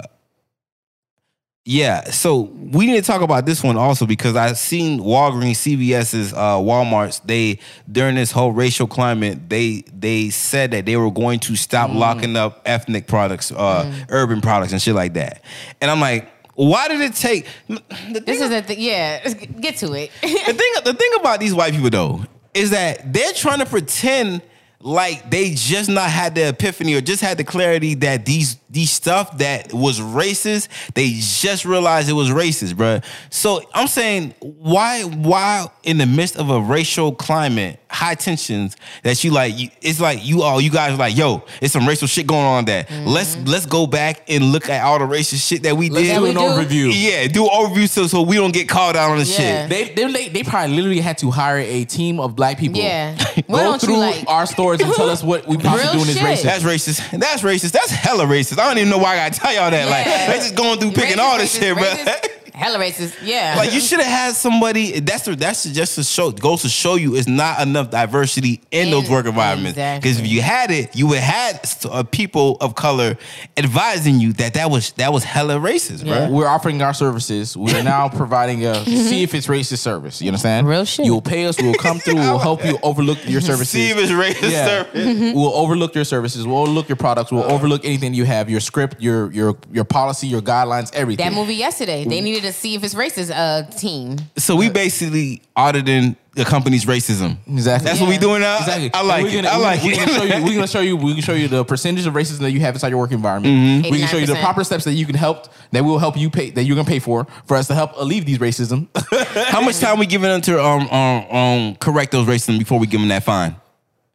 Speaker 2: yeah. So we need to talk about this one also because I've seen Walgreens, CVS's, uh, Walmart's. They during this whole racial climate, they they said that they were going to stop
Speaker 3: Mm.
Speaker 2: locking up ethnic products, uh, urban products, and shit like that. And I'm like, why did it take? The thing
Speaker 3: This is a th- yeah. Get to it.
Speaker 2: the thing the thing about these white people though is that they're trying to pretend like they just not had the epiphany or just had the clarity that these these stuff that was racist they just realized it was racist bruh. so i'm saying why why in the midst of a racial climate high tensions that you like you, it's like you all you guys are like yo it's some racial shit going on there let's let's go back and look at all the racist shit that we
Speaker 4: Mm-hmm. Let's
Speaker 2: did
Speaker 4: do
Speaker 3: we
Speaker 4: an
Speaker 3: do.
Speaker 4: overview.
Speaker 2: yeah do overview so, so we don't get called out on the
Speaker 3: Yeah.
Speaker 2: shit
Speaker 4: They, they they they probably literally had to hire a team of black people.
Speaker 3: Yeah. What
Speaker 4: Go
Speaker 3: don't you
Speaker 4: through
Speaker 3: like?
Speaker 4: our stores and tell us what we possibly
Speaker 3: Real
Speaker 4: doing is
Speaker 3: shit.
Speaker 4: racist.
Speaker 2: That's racist. That's racist. That's hella racist. I don't even know why I gotta tell y'all that.
Speaker 3: Yeah.
Speaker 2: Like, they just going through picking all this
Speaker 3: Racist,
Speaker 2: shit,
Speaker 3: racist,
Speaker 2: bro.
Speaker 3: Hella racist. Yeah.
Speaker 2: like, you should have had somebody. That's the, that's just to show goes to show you it's not enough diversity in
Speaker 3: In-
Speaker 2: those work environments.
Speaker 3: Exactly.
Speaker 2: Because if you had it, you would had s- uh, people of color advising you that that was that was hella racist, bro.
Speaker 3: Yeah.
Speaker 4: We're offering our services. We are now providing a see if it's racist service. You understand?
Speaker 3: Real shit.
Speaker 4: You'll pay us. We'll come through. We'll help you overlook your services.
Speaker 2: See if it's racist.
Speaker 4: Yeah.
Speaker 2: service.
Speaker 4: We'll overlook your services. We'll overlook your products. We'll overlook anything you have. Your script, your your your policy, your guidelines, everything.
Speaker 3: that movie yesterday. They needed to see if it's racist. Uh, team.
Speaker 2: So we basically auditing the company's racism.
Speaker 4: Exactly.
Speaker 2: That's what we doing now.
Speaker 4: Exactly.
Speaker 2: I like
Speaker 4: And we're
Speaker 2: it.
Speaker 4: gonna-
Speaker 2: I
Speaker 4: we're
Speaker 2: like
Speaker 4: gonna- we're
Speaker 2: it.
Speaker 4: Gonna show you, we're gonna show you. We can show you the percentage of racism that you have inside your work environment.
Speaker 2: Mm-hmm.
Speaker 4: We can show you the
Speaker 3: 89%.
Speaker 4: proper steps that you can help. That will help you pay. That you're gonna pay for for us to help alleviate these racism.
Speaker 2: How much time we giving them to um, um, um, correct those racism before we give them that fine?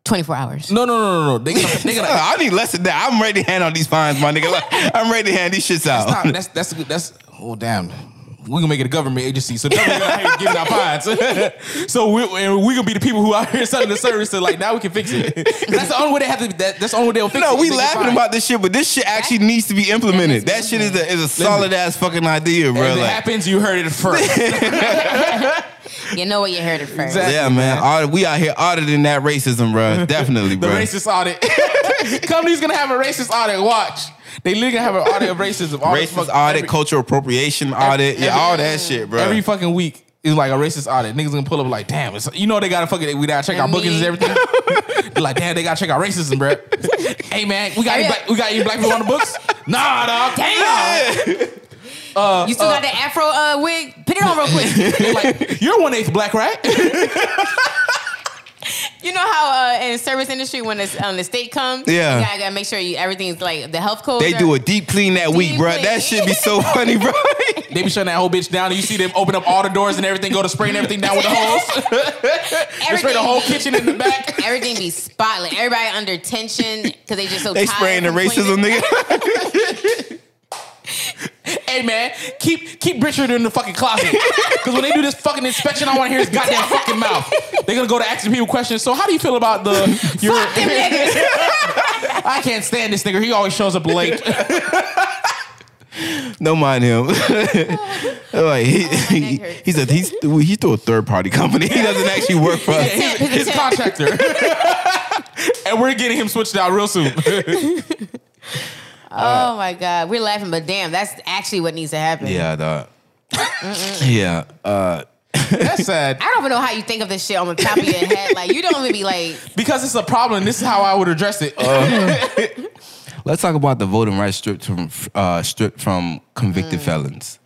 Speaker 3: Twenty four hours.
Speaker 4: no, no, no, no, no. They gonna, they gonna,
Speaker 2: Uh, I need less than that. I'm ready to hand out these fines, my nigga. Like, I'm ready to hand these shits out.
Speaker 4: Nah, that's that's that's oh damn. We gonna make it a government agency, so now we're gonna out here giving out fines. so we and we gonna be the people who out here selling the service. So like now we can fix it. 'Cause That's the only way they have to. That, that's the only way they'll fix it.
Speaker 2: no, we
Speaker 4: They get
Speaker 2: laughing
Speaker 4: fined.
Speaker 2: about this shit, but this shit actually needs to be implemented. That shit is a is a solid ass fucking idea,
Speaker 4: If
Speaker 2: bro.
Speaker 4: it
Speaker 2: Like,
Speaker 4: happens, you heard it first.
Speaker 3: You know where you heard it first.
Speaker 4: Exactly.
Speaker 2: Yeah, man. Audit- we out here auditing that racism, bro. Definitely,
Speaker 4: The
Speaker 2: bro.
Speaker 4: racist audit. Company's gonna have a racist audit. Watch. They literally gonna have an audit of racism. All this
Speaker 2: Racist
Speaker 4: fuck-
Speaker 2: audit,
Speaker 4: every-
Speaker 2: cultural appropriation audit, yeah,
Speaker 4: every-
Speaker 2: all that shit, bro.
Speaker 4: Every fucking week is like a racist audit. Niggas gonna pull up like, damn, it's, you know they gotta fucking we gotta check our
Speaker 3: And
Speaker 4: bookings
Speaker 3: me.
Speaker 4: and everything. They're like, damn, they gotta check our racism, bro. hey man, we got any
Speaker 3: Yeah.
Speaker 4: black, we got any black people on the books? Nah, dog.
Speaker 3: Damn. you still got the afro uh, wig? Put it on real quick.
Speaker 4: They're like, you're one eighth black, right?
Speaker 3: you know how uh, in service industry when the, um, the state comes,
Speaker 2: Yeah.
Speaker 3: you gotta, gotta make sure you, everything's like the health code.
Speaker 2: they do a deep clean that week,
Speaker 3: Deep
Speaker 2: bro.
Speaker 3: clean.
Speaker 2: That shit be so funny, bro.
Speaker 4: they be shutting that whole bitch down, and you see them open up all the doors and everything, go to spraying everything down with the hose. They spray the whole kitchen in the back.
Speaker 3: Everything be spotless. Everybody under tension because they just so
Speaker 2: they
Speaker 3: tired
Speaker 2: spraying the
Speaker 3: of
Speaker 2: racism,
Speaker 3: complaining.
Speaker 2: nigga.
Speaker 4: Hey man, keep keep Richard in the fucking closet. Cause when they do this fucking inspection, I want to hear his goddamn fucking mouth. They're gonna go to asking people questions. So how do you feel about the your
Speaker 3: Fuck them niggas.
Speaker 4: I can't stand this nigga. He always shows up late.
Speaker 2: Don't mind him. like he, he,
Speaker 3: neck hurts.
Speaker 2: he's a he's he's through a third party company. He doesn't actually work for us.
Speaker 3: Tip, hit the
Speaker 4: His
Speaker 3: tip.
Speaker 4: contractor. and we're getting him switched out real soon.
Speaker 3: Oh my god, we're laughing, but damn, that's actually what needs to happen.
Speaker 2: Yeah, dog. yeah. Uh,
Speaker 4: That's sad.
Speaker 3: I don't even know how you think of this shit on the top of your head. Like you don't even be like,
Speaker 4: Because it's a problem. This is how I would address it.
Speaker 3: Uh.
Speaker 2: let's talk about the voting rights stripped from uh, stripped from convicted felons.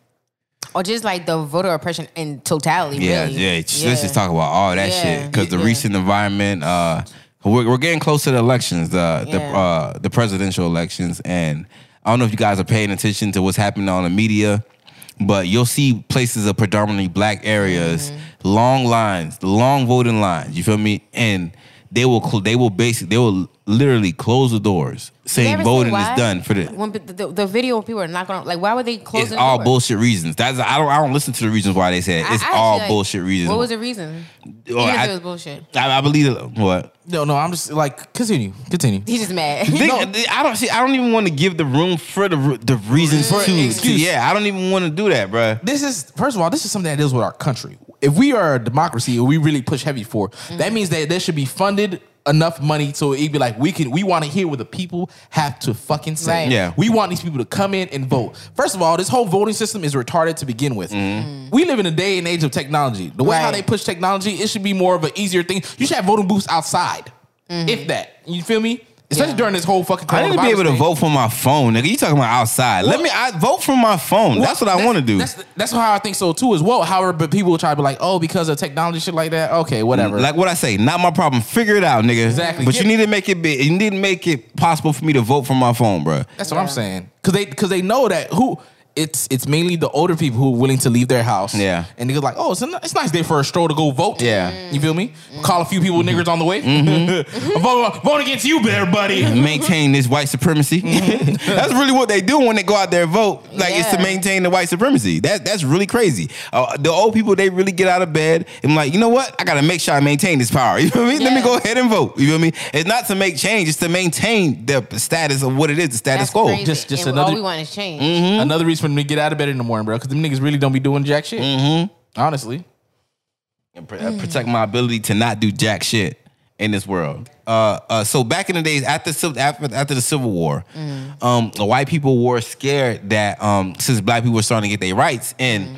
Speaker 3: or just like the voter oppression in totality.
Speaker 2: Yeah,
Speaker 3: really.
Speaker 2: yeah. Let's just talk about all that
Speaker 3: Yeah,
Speaker 2: shit because the
Speaker 3: yeah.
Speaker 2: recent environment. Uh, we're, we're getting close to the elections, the the
Speaker 3: Yeah.
Speaker 2: uh, the presidential elections, and I don't know if you guys are paying attention to what's happening on the media, but you'll see places of predominantly black areas,
Speaker 3: Mm-hmm.
Speaker 2: long lines, long voting lines. You feel me? And they will cl- they will basically they will literally close the doors,
Speaker 3: You
Speaker 2: saying
Speaker 3: ever seen
Speaker 2: voting
Speaker 3: why?
Speaker 2: is done for the
Speaker 3: When the, the, the video people are not gonna like. Why would they close?
Speaker 2: it's
Speaker 3: the
Speaker 2: all
Speaker 3: door?
Speaker 2: bullshit reasons. That's I don't I don't listen to the reasons why they said it.
Speaker 3: I-
Speaker 2: it's
Speaker 3: I actually,
Speaker 2: all
Speaker 3: like,
Speaker 2: bullshit reasons.
Speaker 3: What was the reason?
Speaker 2: Or
Speaker 3: Even if
Speaker 2: I-
Speaker 3: it was bullshit.
Speaker 2: I, I believe it. What?
Speaker 4: no, no, I'm just like, continue. Continue.
Speaker 3: He's just mad.
Speaker 2: Think- I don't see. I don't even want to give the room for the ru- the reasons
Speaker 4: For
Speaker 2: to, to-
Speaker 4: excuse.
Speaker 2: Yeah, I don't even want to do that, bruh.
Speaker 4: this is first of all, this is something that deals with our country. If we are a democracy and we really push heavy for, that
Speaker 3: Mm-hmm.
Speaker 4: means that there should be funded enough money so it'd be like we can we want to hear what the people have to fucking say.
Speaker 3: Right.
Speaker 2: Yeah.
Speaker 4: We want these people to come in and vote. First of all, this whole voting system is retarded to begin with.
Speaker 2: Mm-hmm.
Speaker 4: We live in a day and age of technology. The way how
Speaker 3: Right.
Speaker 4: they push technology, it should be more of an easier thing. You should have voting booths outside. If that. You feel me? Especially
Speaker 3: Mm-hmm. Yeah.
Speaker 4: during this whole fucking
Speaker 2: I need to be
Speaker 4: coronavirus
Speaker 2: able to
Speaker 4: thing.
Speaker 2: vote from my phone, nigga. You talking about outside? Let
Speaker 4: Well-
Speaker 2: me. I vote from my phone. that's what I want to do.
Speaker 4: That's, that's how I think so too as well. However, but people try to be like, oh, because of technology shit like that. Okay, whatever.
Speaker 2: Like what I say, not my problem. Figure it out, nigga.
Speaker 4: Exactly.
Speaker 2: But you
Speaker 4: Get-
Speaker 2: need to make it. Big. You need to make it possible for me to vote from my phone, bruh.
Speaker 4: that's what I'm saying. Because they because they know that who it's it's mainly the older people who are willing to leave their house.
Speaker 2: Yeah.
Speaker 4: and they go like, oh, it's a, ni- it's a nice day for a stroll to go vote.
Speaker 2: Yeah. Mm-hmm. Mm.
Speaker 4: you feel me? Call a few people niggers on the way.
Speaker 2: Mm-hmm.
Speaker 4: I'm voting, voting against you, there, buddy.
Speaker 3: Mm-hmm.
Speaker 2: Maintain this white supremacy. that's really what they do when they go out there and vote. Like it's to
Speaker 3: Yeah.
Speaker 2: maintain the white supremacy. That that's really crazy. Uh, the old people they really get out of bed and like you know what? I gotta make sure I maintain this power. You feel me? Let me
Speaker 3: Yeah.
Speaker 2: go ahead and vote. You feel me? It's not to make change. It's to maintain the status of what it is, the status
Speaker 3: that's
Speaker 2: quo. Mm-hmm.
Speaker 3: crazy.
Speaker 4: Just- just
Speaker 3: and
Speaker 4: another-
Speaker 3: All we want is change.
Speaker 4: Another reason for them to get out of bed in the morning, bro. Because them niggas really don't be doing jack shit. Mm-hmm. Honestly,
Speaker 2: and pr- uh, protect my ability to not do jack shit in this world. Uh, uh, so back in the days after civ- after, after the Civil War, um, the white people were scared that um, since black people were starting to get their rights and.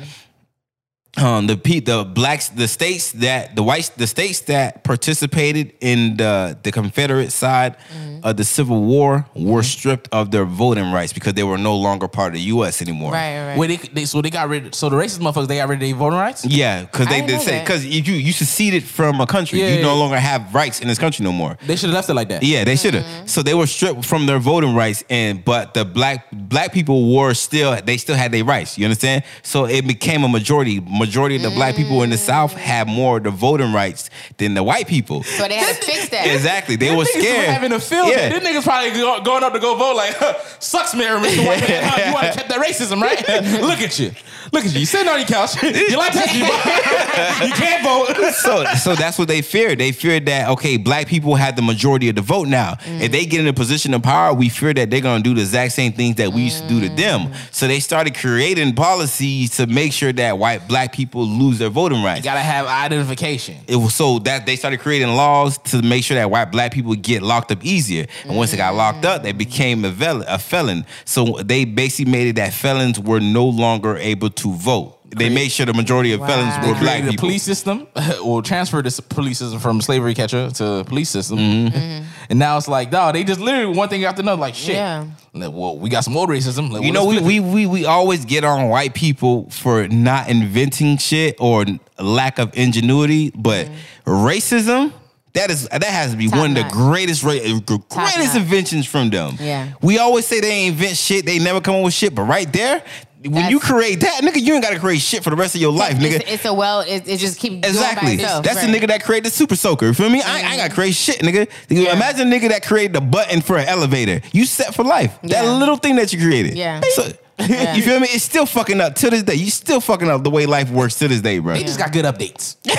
Speaker 2: Um, the pe- the blacks the states that the whites the states that participated in the the Confederate side of the Civil War were stripped of their voting rights because they were no longer part of the U.S. anymore.
Speaker 3: Right, right.
Speaker 4: where they, they so they got rid. So the racist motherfuckers they got rid of their voting rights.
Speaker 2: Yeah, because they
Speaker 3: didn't
Speaker 2: did
Speaker 3: know
Speaker 2: say
Speaker 3: that.
Speaker 2: because if you you seceded from a country,
Speaker 4: Yeah,
Speaker 2: you
Speaker 4: yeah,
Speaker 2: no
Speaker 4: yeah.
Speaker 2: longer have rights in this country no more.
Speaker 4: They should have left it like that.
Speaker 2: Yeah, they should have. So they were stripped from their voting rights, and but the black black people were still they still had their rights. You understand? So it became a majority. Majority of the black people in the South had more of the voting rights than the white people.
Speaker 3: So they had to fix that.
Speaker 2: Exactly, they
Speaker 4: Them
Speaker 2: were
Speaker 4: niggas
Speaker 2: scared.
Speaker 4: were having a field.
Speaker 2: Yeah.
Speaker 4: Yeah. Them niggas probably go, going up to go vote like, huh, sucks, Mayor Mr. White Man. Huh, You want to check that racism, right? Look at you. Look at you. You sitting on your couch. You like that? You, you can't vote.
Speaker 2: so so that's what they feared. They feared that okay, black people had the majority of the vote now. If they get in a position of power, we fear that they're gonna do the exact same things that we used to do to them. So they started creating policies to make sure that white black people lose their voting rights.
Speaker 4: You gotta have identification.
Speaker 2: it was so that they started creating laws to make sure that white black people get locked up easier. And once they got locked up, they became a, vel- a felon. So they basically made it that felons were no longer able to vote. They made sure the majority of felons
Speaker 4: They
Speaker 2: were black
Speaker 4: created a
Speaker 2: people.
Speaker 4: police system, or transferred this police system from slavery catcher to police system,
Speaker 2: Mm-hmm.
Speaker 4: and now it's like, dog, they just literally one thing after another. Like shit.
Speaker 3: Yeah.
Speaker 4: Like, Well, we got some old racism. Like,
Speaker 2: You know,
Speaker 4: well,
Speaker 2: we,
Speaker 4: let's
Speaker 2: we we we always get on white people for not inventing shit or lack of ingenuity, but racism. That is that has to be
Speaker 3: Mm-hmm. Top
Speaker 2: one of
Speaker 3: notch.
Speaker 2: the greatest ra- uh, greatest
Speaker 3: notch.
Speaker 2: inventions from them.
Speaker 3: Yeah.
Speaker 2: we always say they invent shit, they never come up with shit, but right there, when you
Speaker 3: That's-
Speaker 2: create that, nigga, you ain't got to create shit for the rest of your life, nigga.
Speaker 3: It's, it's a well. It, it just keeps
Speaker 2: Exactly.
Speaker 3: Going by itself.
Speaker 2: That's
Speaker 3: right. Mm-hmm.
Speaker 2: the nigga that created the super soaker. You feel me? I, I ain't got to create shit, nigga. You
Speaker 3: Yeah.
Speaker 2: Imagine a nigga that created the button for an elevator. You set for life. That
Speaker 3: Yeah.
Speaker 2: little thing that you created.
Speaker 3: Yeah.
Speaker 2: So-
Speaker 3: Yeah.
Speaker 2: You feel me? It's still fucking up to this day. You still fucking up the way life works to this day, bro.
Speaker 4: They just got good updates. they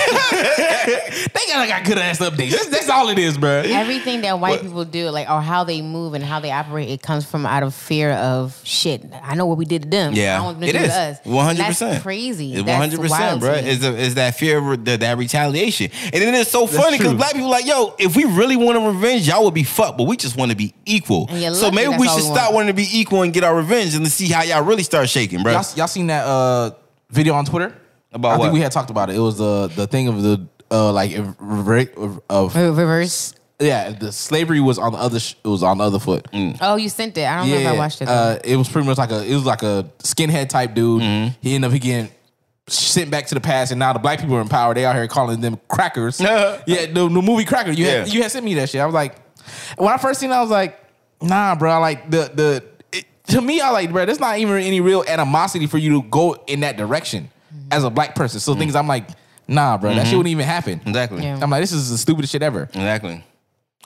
Speaker 4: got, got good ass updates. That's, that's all it is, bro.
Speaker 3: Everything that white people do, like or how they move and how they operate, it comes from out of fear of shit. I know what we did to them. I
Speaker 2: Yeah,
Speaker 3: don't want them
Speaker 2: it
Speaker 3: to do
Speaker 2: is
Speaker 3: to us.
Speaker 2: one hundred percent.
Speaker 3: That's crazy.
Speaker 2: It's one
Speaker 3: That's
Speaker 2: hundred percent,
Speaker 3: wild to
Speaker 2: bro.
Speaker 3: me.
Speaker 2: It's, a, it's that fear, of the, that retaliation, and then it's so funny because
Speaker 4: true.
Speaker 2: black people like, yo, if we really want to revenge, y'all would be fucked, but we just want to be equal.
Speaker 3: And you're
Speaker 2: So
Speaker 3: lucky
Speaker 2: maybe
Speaker 3: that's
Speaker 2: we
Speaker 3: all
Speaker 2: should
Speaker 3: we
Speaker 2: stop
Speaker 3: want.
Speaker 2: wanting to be equal and get our revenge and let's see how y'all really start shaking, bro.
Speaker 4: Y'all, y'all seen that uh, video on Twitter?
Speaker 2: About
Speaker 4: I
Speaker 2: what?
Speaker 4: think we had talked about it. It was the the thing of the uh, like of, of- of
Speaker 3: Re- reverse.
Speaker 4: yeah, the slavery was on the other sh- it was on the other foot.
Speaker 2: Mm.
Speaker 3: Oh, you sent it. I don't know if I watched it. though.
Speaker 4: Uh, it was pretty much like a it was like a skinhead type dude.
Speaker 2: Mm-hmm.
Speaker 4: He ended up he getting sent back to the past, and now the black people are in power. They out here calling them crackers. yeah, the, the movie Cracker. You had,
Speaker 2: Yeah.
Speaker 4: you had sent me that shit. I was like, when I first seen, it, I was like, nah, bro. Like the the it, to me, I like, bro. There's not even any real animosity for you to go in that direction
Speaker 3: Mm-hmm.
Speaker 4: as a black person. So things I'm like, nah, bro. That shit wouldn't even happen.
Speaker 2: Mm. Mm-hmm. exactly.
Speaker 3: Yeah.
Speaker 4: I'm like, this is the stupidest shit ever.
Speaker 2: Exactly.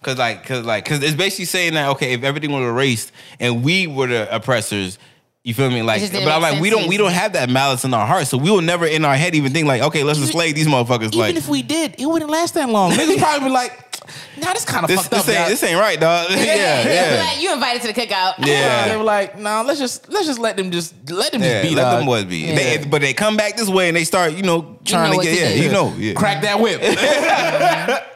Speaker 2: Cause like, cause like, cause it's basically saying that okay, if everything was erased and we were the oppressors, you feel me? Like,
Speaker 3: just
Speaker 2: but
Speaker 3: didn't
Speaker 2: I'm
Speaker 3: make
Speaker 2: like, we
Speaker 3: sense
Speaker 2: don't,
Speaker 3: to
Speaker 2: we
Speaker 3: you.
Speaker 2: don't have that malice in our heart, so we will never in our head even think like, okay, let's enslave these motherfuckers. like,
Speaker 4: Even if we did, it wouldn't last that long. Niggas probably be like, nah, this kind of
Speaker 2: this,
Speaker 4: fucked
Speaker 2: this
Speaker 4: up.
Speaker 2: ain't
Speaker 4: dog.
Speaker 2: this ain't right, dog. yeah, yeah,
Speaker 3: Like, you invited to the cookout.
Speaker 4: Yeah, they
Speaker 2: yeah.
Speaker 4: were like, no, let's just let's just let them just let them
Speaker 2: Yeah,
Speaker 4: just be
Speaker 2: let
Speaker 4: dog.
Speaker 2: them boys be. They, but they come back this way and they start, you know, trying
Speaker 3: know
Speaker 2: to
Speaker 3: what
Speaker 2: get.
Speaker 3: to
Speaker 2: yeah,
Speaker 3: do.
Speaker 2: you know, yeah.
Speaker 4: Crack that whip.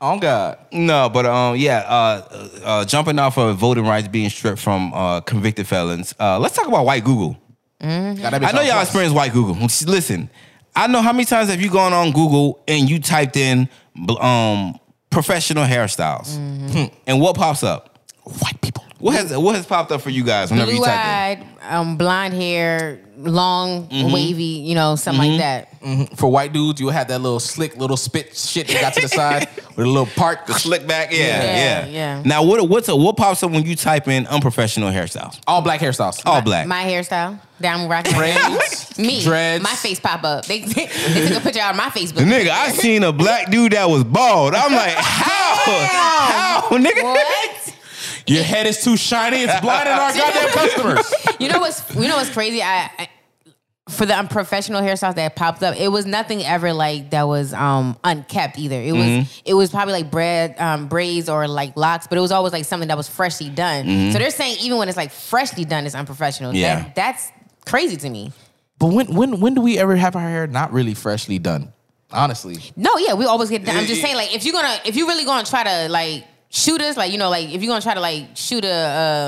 Speaker 4: On God,
Speaker 2: No, but um, yeah, uh, uh, jumping off of voting rights being stripped from uh, convicted felons. Uh, let's talk about white Google.
Speaker 3: Mm-hmm.
Speaker 4: God, that bitch
Speaker 2: I know
Speaker 4: on
Speaker 2: y'all
Speaker 4: plus.
Speaker 2: experienced white Google. Listen, I know how many times have you gone on Google and you typed in bl- um professional hairstyles, Hmm. and what pops up? White people. What has what has popped up for you guys whenever you
Speaker 3: Blue
Speaker 2: type
Speaker 3: eyed, um, blonde hair, long,
Speaker 4: Mm-hmm.
Speaker 3: wavy, you know, something like that.
Speaker 4: For white dudes, you had that little slick little spit shit that got to the side with a little part.
Speaker 2: in? Slick back, yeah, yeah,
Speaker 3: Yeah, yeah.
Speaker 2: Now what what's a, what pops up when you type in unprofessional hairstyles?
Speaker 4: All black hairstyles.
Speaker 2: All black.
Speaker 3: My hairstyle, down rock
Speaker 4: Braids,
Speaker 3: Me,
Speaker 4: dreads.
Speaker 3: my face pop up. They, they took a picture out of my Facebook.
Speaker 2: Nigga, I seen a black dude that was bald. I'm like, how? How, nigga?
Speaker 3: What?
Speaker 4: Your head is too shiny. It's blinding our goddamn customers.
Speaker 3: You know what's you know what's crazy? I, I for the unprofessional hairstyles that popped up, it was nothing ever like that was um unkept either. It was it was probably like bread um, braids or like locks, but it was always like something that was freshly done. So they're saying even when it's like freshly done, it's unprofessional.
Speaker 2: Yeah.
Speaker 3: That, that's crazy to me.
Speaker 4: But when when when do we ever have our hair not really freshly done? Honestly,
Speaker 3: No, yeah, we always get. I'm just saying, like, if you're gonna, if you really gonna try to like shoot us, like, you know, like if you're gonna try to like shoot a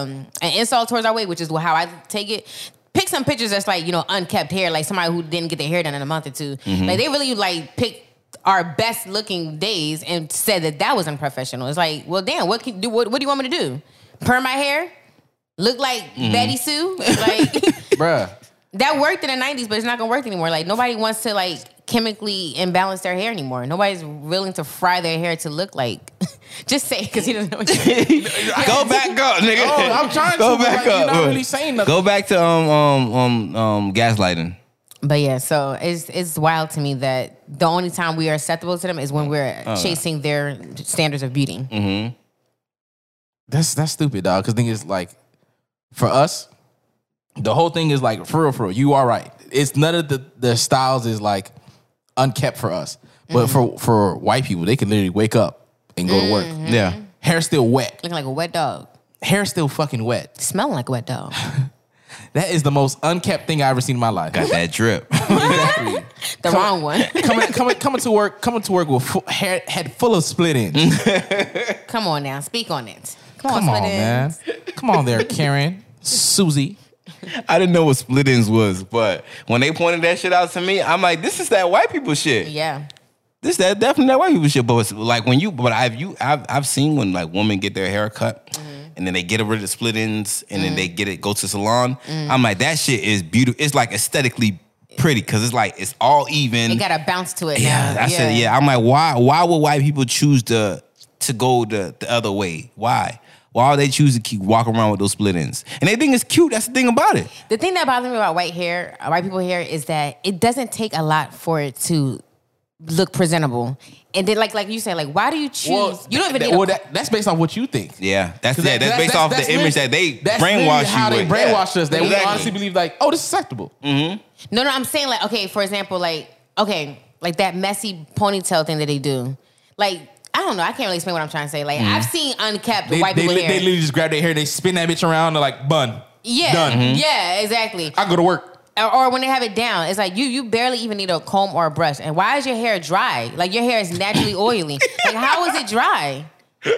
Speaker 3: um, an insult towards our way, which is how I take it. Pick some pictures that's like you know unkept hair, like somebody who didn't get their hair done in a month or 2 Like they really like picked our best looking days and said that that was unprofessional. It's like, well, damn, what can do? What, what do you want me to do? Perm my hair? Look like Betty Sue? Like.
Speaker 4: bruh.
Speaker 3: that worked in the 90s but it's not gonna work anymore like nobody wants to like chemically imbalance their hair anymore nobody's willing to fry their hair to look like just say because he doesn't know what you
Speaker 2: Go back up, nigga.
Speaker 4: Oh, I'm trying
Speaker 2: Go
Speaker 4: to, but,
Speaker 2: back
Speaker 4: like, you're
Speaker 2: up.
Speaker 4: not really saying nothing.
Speaker 2: Go back to um um um um gaslighting.
Speaker 3: but yeah so it's it's wild to me that the only time we are acceptable to them is when we're chasing their standards of beauty
Speaker 4: That's that's stupid, dog. Because thing is, like, for us, the whole thing is like for real, for real. You are right. It's none of the the styles is like unkept for us, but for for white people, they can literally wake up and go to work.
Speaker 2: Yeah.
Speaker 4: Hair still wet.
Speaker 3: looking like a wet dog
Speaker 4: hair's still fucking wet.
Speaker 3: Smelling like a wet dog.
Speaker 4: That is the most unkept thing I ever seen in my life.
Speaker 2: Got that drip.
Speaker 4: exactly.
Speaker 3: The wrong one.
Speaker 4: coming, coming, coming to work, coming to work with full, hair, head full of split ends.
Speaker 3: Come on now, speak on it. Come on,
Speaker 4: Come on,
Speaker 3: split
Speaker 4: man.
Speaker 3: ends.
Speaker 4: Come on there, Karen, Susie.
Speaker 2: I didn't know what split ends was, but when they pointed that shit out to me, I'm like, this is that white people shit.
Speaker 3: Yeah.
Speaker 2: This that definitely that white people shit. But it's like when you, but I've you, I've I've seen when like women get their hair cut.
Speaker 4: Mm-hmm.
Speaker 2: And then they get rid of the split ends, and then
Speaker 4: Mm.
Speaker 2: they get it go to salon. I'm like, that shit is beautiful. It's like aesthetically pretty because it's like it's all even.
Speaker 3: It got a bounce to it.
Speaker 2: Yeah,
Speaker 3: now.
Speaker 2: I said yeah. I'm like, why? Why would white people choose to to go the, the other way? Why? Why would they choose to keep walking around with those split ends? And they think it's cute. That's the thing about it.
Speaker 3: The thing that bothers me about white hair, uh, white people hair, is that it doesn't take a lot for it to look presentable. And then, like, like you said, like, why do you choose? you don't even
Speaker 4: that,
Speaker 3: need.
Speaker 4: well,
Speaker 3: a,
Speaker 4: that, that's based on what you think.
Speaker 2: Yeah, that's it. That's,
Speaker 4: that-
Speaker 2: based off
Speaker 4: that's
Speaker 2: the image
Speaker 4: literally-
Speaker 2: that they
Speaker 4: that's
Speaker 2: brainwash
Speaker 4: literally
Speaker 2: you
Speaker 4: how they
Speaker 2: with.
Speaker 4: brainwashed us. That we
Speaker 2: Exactly.
Speaker 4: honestly believe, like, oh, this is acceptable.
Speaker 3: Mm. no, no, I'm saying like, okay, for example, like, okay, like that messy ponytail thing that they do, like. I don't know. I can't really explain what I'm trying to say. Like I've seen unkept
Speaker 4: Mm-hmm. They,
Speaker 3: white
Speaker 4: they,
Speaker 3: people
Speaker 4: li-
Speaker 3: hair.
Speaker 4: they literally just grab their hair, they spin that bitch around, they're like, bun.
Speaker 3: yeah,
Speaker 4: Done.
Speaker 3: yeah, exactly.
Speaker 4: I go to work.
Speaker 3: or, or when they have it down, it's like you you barely even need a comb or a brush. And why is your hair dry? Like your hair is naturally oily. Like how is it dry?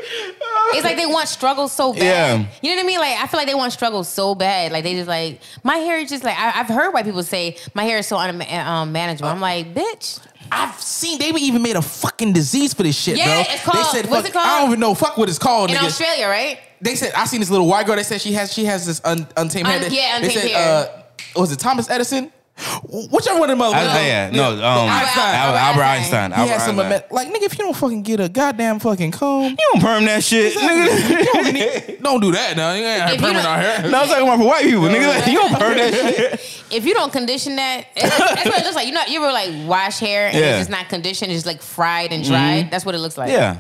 Speaker 3: It's like they want struggle so bad.
Speaker 2: Yeah.
Speaker 3: You know what I mean? Like I feel like they want struggle so bad. Like they just like my hair is just like I, I've heard white people say my hair is so unma- um, manageable. I'm like bitch.
Speaker 4: I've seen they even made a fucking disease for this shit,
Speaker 3: Yeah,
Speaker 4: bro.
Speaker 3: it's called-
Speaker 4: they said,
Speaker 3: what's
Speaker 4: fuck-
Speaker 3: it called?
Speaker 4: I don't even know fuck what it's called,
Speaker 3: In
Speaker 4: nigga.
Speaker 3: Australia, right?
Speaker 4: they said I seen this little white girl. They said she has she has this un, untamed hair.
Speaker 3: Un-
Speaker 4: They-
Speaker 3: yeah,
Speaker 4: they
Speaker 3: untamed
Speaker 4: said,
Speaker 3: hair.
Speaker 4: Uh, was it Thomas Edison? Whichever one of the motherfuckers.
Speaker 2: I was yeah, no, um, Albert
Speaker 4: Einstein.
Speaker 2: Albert, Einstein.
Speaker 3: Einstein.
Speaker 4: He
Speaker 2: Albert
Speaker 4: had some
Speaker 2: Einstein.
Speaker 4: ama- like nigga. If you don't fucking get a goddamn fucking comb,
Speaker 2: you don't perm that shit, nigga.
Speaker 4: don't do that. Now you ain't
Speaker 3: If you
Speaker 4: permanent
Speaker 3: don't-
Speaker 4: out here.
Speaker 2: No, I'm talking about for white people, nigga. Like, you don't perm that shit.
Speaker 3: If you don't condition that, that's, that's what it looks like. You know, you ever like wash hair and
Speaker 2: Yeah. Mm-hmm.
Speaker 3: it's just not conditioned, it's just like fried and dried. That's what it looks like.
Speaker 2: Yeah.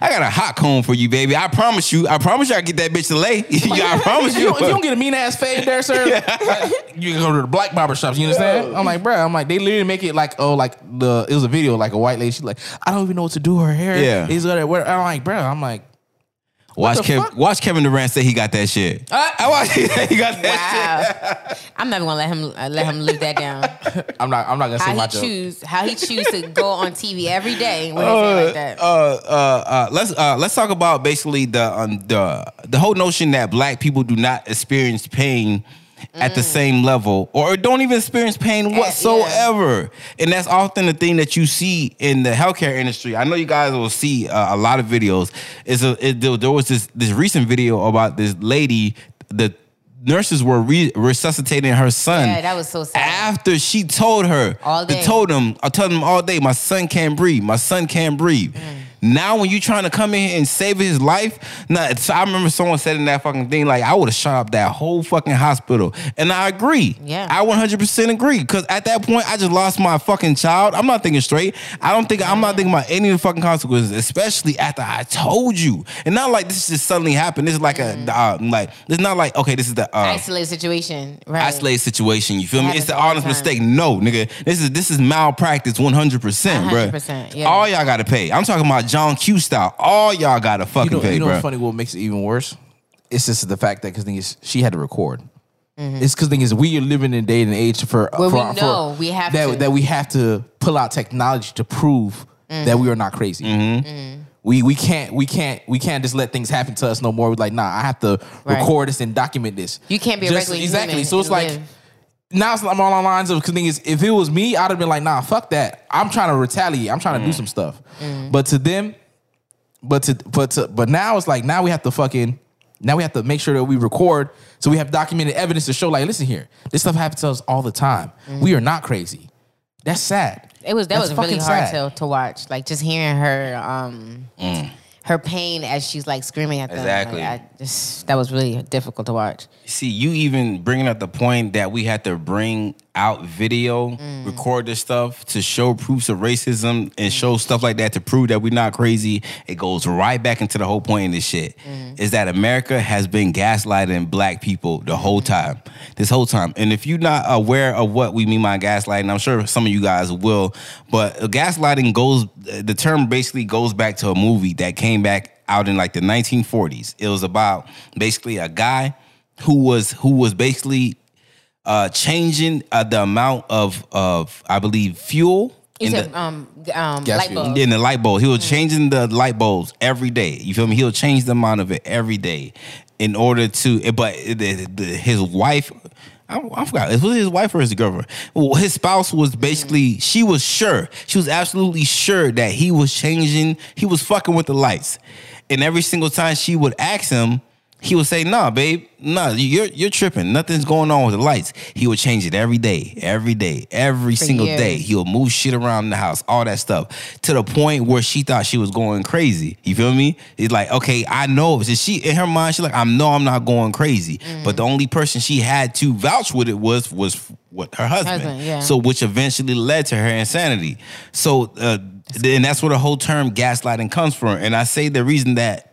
Speaker 2: I got a hot comb for you, baby. I promise you. I promise you, I get that bitch to lay. yeah, I promise
Speaker 4: If you,
Speaker 2: you.
Speaker 4: don't, if you don't get a mean ass fade there, sir, you can go to the black barber shops. You understand? I'm like, bro. I'm like, they literally make it like, oh, like the it was a video like a white lady. She's like, I don't even know what to do with her hair.
Speaker 2: Yeah.
Speaker 4: he's gonna. wear- I'm like, bro. I'm like,
Speaker 2: watch,
Speaker 4: the
Speaker 2: Kev-
Speaker 4: fuck?
Speaker 2: watch Kevin Durant say he got that shit. I watched he said he got that shit.
Speaker 3: Wow. I'm never gonna let him uh, let him live that down.
Speaker 4: I'm not. I'm not gonna say
Speaker 3: How
Speaker 4: my
Speaker 3: he
Speaker 4: joke.
Speaker 3: choose how he choose to go on TV every day when they say like that.
Speaker 2: uh, uh, uh, let's uh, let's talk about basically the um, the the whole notion that black people do not experience pain at the
Speaker 3: Mm.
Speaker 2: same level or don't even experience pain
Speaker 3: yeah.
Speaker 2: whatsoever and that's often the thing that you see in the healthcare industry i know you guys will see uh, a lot of videos it's a, it, there there was this this recent video about this lady the nurses were re- resuscitating her son
Speaker 3: Yeah, that was so sad.
Speaker 2: after she told her
Speaker 3: All
Speaker 2: they
Speaker 3: day.
Speaker 2: told him I told him all day my son can't breathe my son can't
Speaker 3: Mm.
Speaker 2: breathe now when you trying to come in here and save his life nah, it's- I remember someone said in that fucking thing like I would have shot up that whole fucking hospital and I agree
Speaker 3: Yeah.
Speaker 2: I 100% agree cause at that point I just lost my fucking child I'm not thinking straight I don't think I'm not thinking about any of the fucking consequences especially after I told you and not like this just suddenly happened this is like
Speaker 3: Mm.
Speaker 2: a uh, like it's not like okay this is the uh,
Speaker 3: Isolated situation, right?
Speaker 2: isolated situation. You feel me?
Speaker 3: It
Speaker 2: It's the
Speaker 3: happens all
Speaker 2: honest
Speaker 3: the
Speaker 2: mistake.
Speaker 3: time.
Speaker 2: No, nigga, this is this is malpractice one hundred percent, bro.
Speaker 3: 100%, yeah.
Speaker 2: All y'all gotta pay. I'm talking about John Q style. All y'all gotta fucking
Speaker 4: you know,
Speaker 2: pay,
Speaker 4: you know
Speaker 2: bro.
Speaker 4: what's funny? What makes it even worse? It's just the fact that because thing is she had to record. It's because thing is we are living in a day and age for
Speaker 3: Where
Speaker 4: for,
Speaker 3: we
Speaker 4: for-
Speaker 3: know we have
Speaker 4: that,
Speaker 3: to.
Speaker 4: that we have to pull out technology to prove that we are not crazy. Mm-hmm. We we can't we can't we can't just let things happen to us no more. We're like, nah, I have to
Speaker 3: Right.
Speaker 4: record this and document this.
Speaker 3: You can't be a
Speaker 4: Just-
Speaker 3: regular
Speaker 4: exactly.
Speaker 3: human
Speaker 4: so it's
Speaker 3: and
Speaker 4: like.
Speaker 3: live.
Speaker 4: Now it's, I'm all on lines of because thing is, if it was me, I'd have been like, nah, fuck that. I'm trying to retaliate. I'm trying to do
Speaker 3: Mm.
Speaker 4: some stuff. But to them, but to but to but now it's like now we have to fucking now we have to make sure that we record so we have documented evidence to show like listen here this stuff happens to us all the time
Speaker 3: Mm.
Speaker 4: we are not crazy that's sad
Speaker 3: It was that
Speaker 4: That's
Speaker 3: was really
Speaker 4: fucking
Speaker 3: hard
Speaker 4: sad. Mm.
Speaker 3: to, to watch. Like just hearing her um her pain as she's like screaming at them. Like,
Speaker 2: Exactly.
Speaker 3: I just, that was really difficult to watch.
Speaker 2: See, you even bringing up the point that we had to bring out video, record this stuff to show proofs of racism and show stuff like that to prove that we're not crazy. It goes right back into the whole point of this shit is that America has been gaslighting black people the whole time, this whole time. And if you're not aware of what we mean by gaslighting, I'm sure some of you guys will, but gaslighting goes, the term basically goes back to a movie that came back out in like the 1940s. It was about basically a guy who was who was basically uh, changing uh, the amount of of I believe fuel.
Speaker 3: You
Speaker 2: in
Speaker 3: said
Speaker 2: the-
Speaker 3: um, g- um,
Speaker 4: Gas
Speaker 3: light
Speaker 4: fuel.
Speaker 3: bulb.
Speaker 2: in the light bulbs. He was changing the light bulbs every day. You feel me? He'll change the amount of it every day in order to. But the, the, his wife, I, I forgot. It was his wife or his girlfriend. Well, his spouse was basically. She was sure. She was absolutely sure that he was changing. He was fucking with the lights, and every single time she would ask him. He would say, "Nah, babe, nah, you're you're tripping. Nothing's going on with the lights." He would change it every day, every day, every single
Speaker 3: years.
Speaker 2: day. He'll move shit around the house, all that stuff, to the point where she thought she was going crazy. You feel me? It's like, okay, I know. So she in her mind, she's like, I know I'm not going crazy.
Speaker 3: Mm.
Speaker 2: But the only person she had to vouch with it was was what her husband.
Speaker 3: Husband, yeah.
Speaker 2: So which eventually led to her insanity. So uh, and that's where the whole term gaslighting comes from. And I say the reason that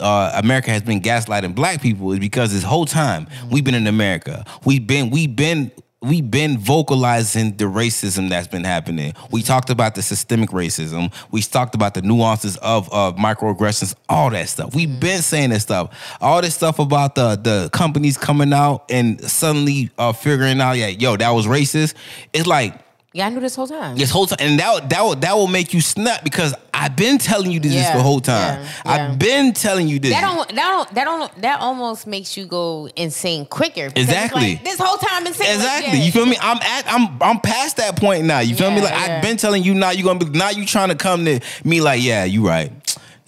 Speaker 2: uh, America has been gaslighting black people is because this whole time
Speaker 3: Mm-hmm.
Speaker 2: we've been in America, we've been we've been we've been vocalizing the racism that's been happening. We talked about the systemic racism. We talked about the nuances of of microaggressions, all that stuff. We've
Speaker 3: Mm-hmm.
Speaker 2: been saying this stuff. All this stuff about the the companies coming out and suddenly uh, figuring out, yeah, yo, that was racist. It's like
Speaker 3: Yeah, I knew this whole time.
Speaker 2: this whole time, and that will- that will, that will make you snap because I've been telling you this
Speaker 3: Yeah,
Speaker 2: the whole time.
Speaker 3: yeah, yeah.
Speaker 2: I've been telling you this.
Speaker 3: That don't that don't that don't that almost makes you go insane quicker. because it's
Speaker 2: Exactly.
Speaker 3: like, this whole time insane.
Speaker 2: Exactly. You feel me? I'm at I'm I'm past that point now. You feel me?
Speaker 3: Yeah,
Speaker 2: Like
Speaker 3: yeah.
Speaker 2: I've been telling you now you gonna be now you trying to come to me like, yeah, you right.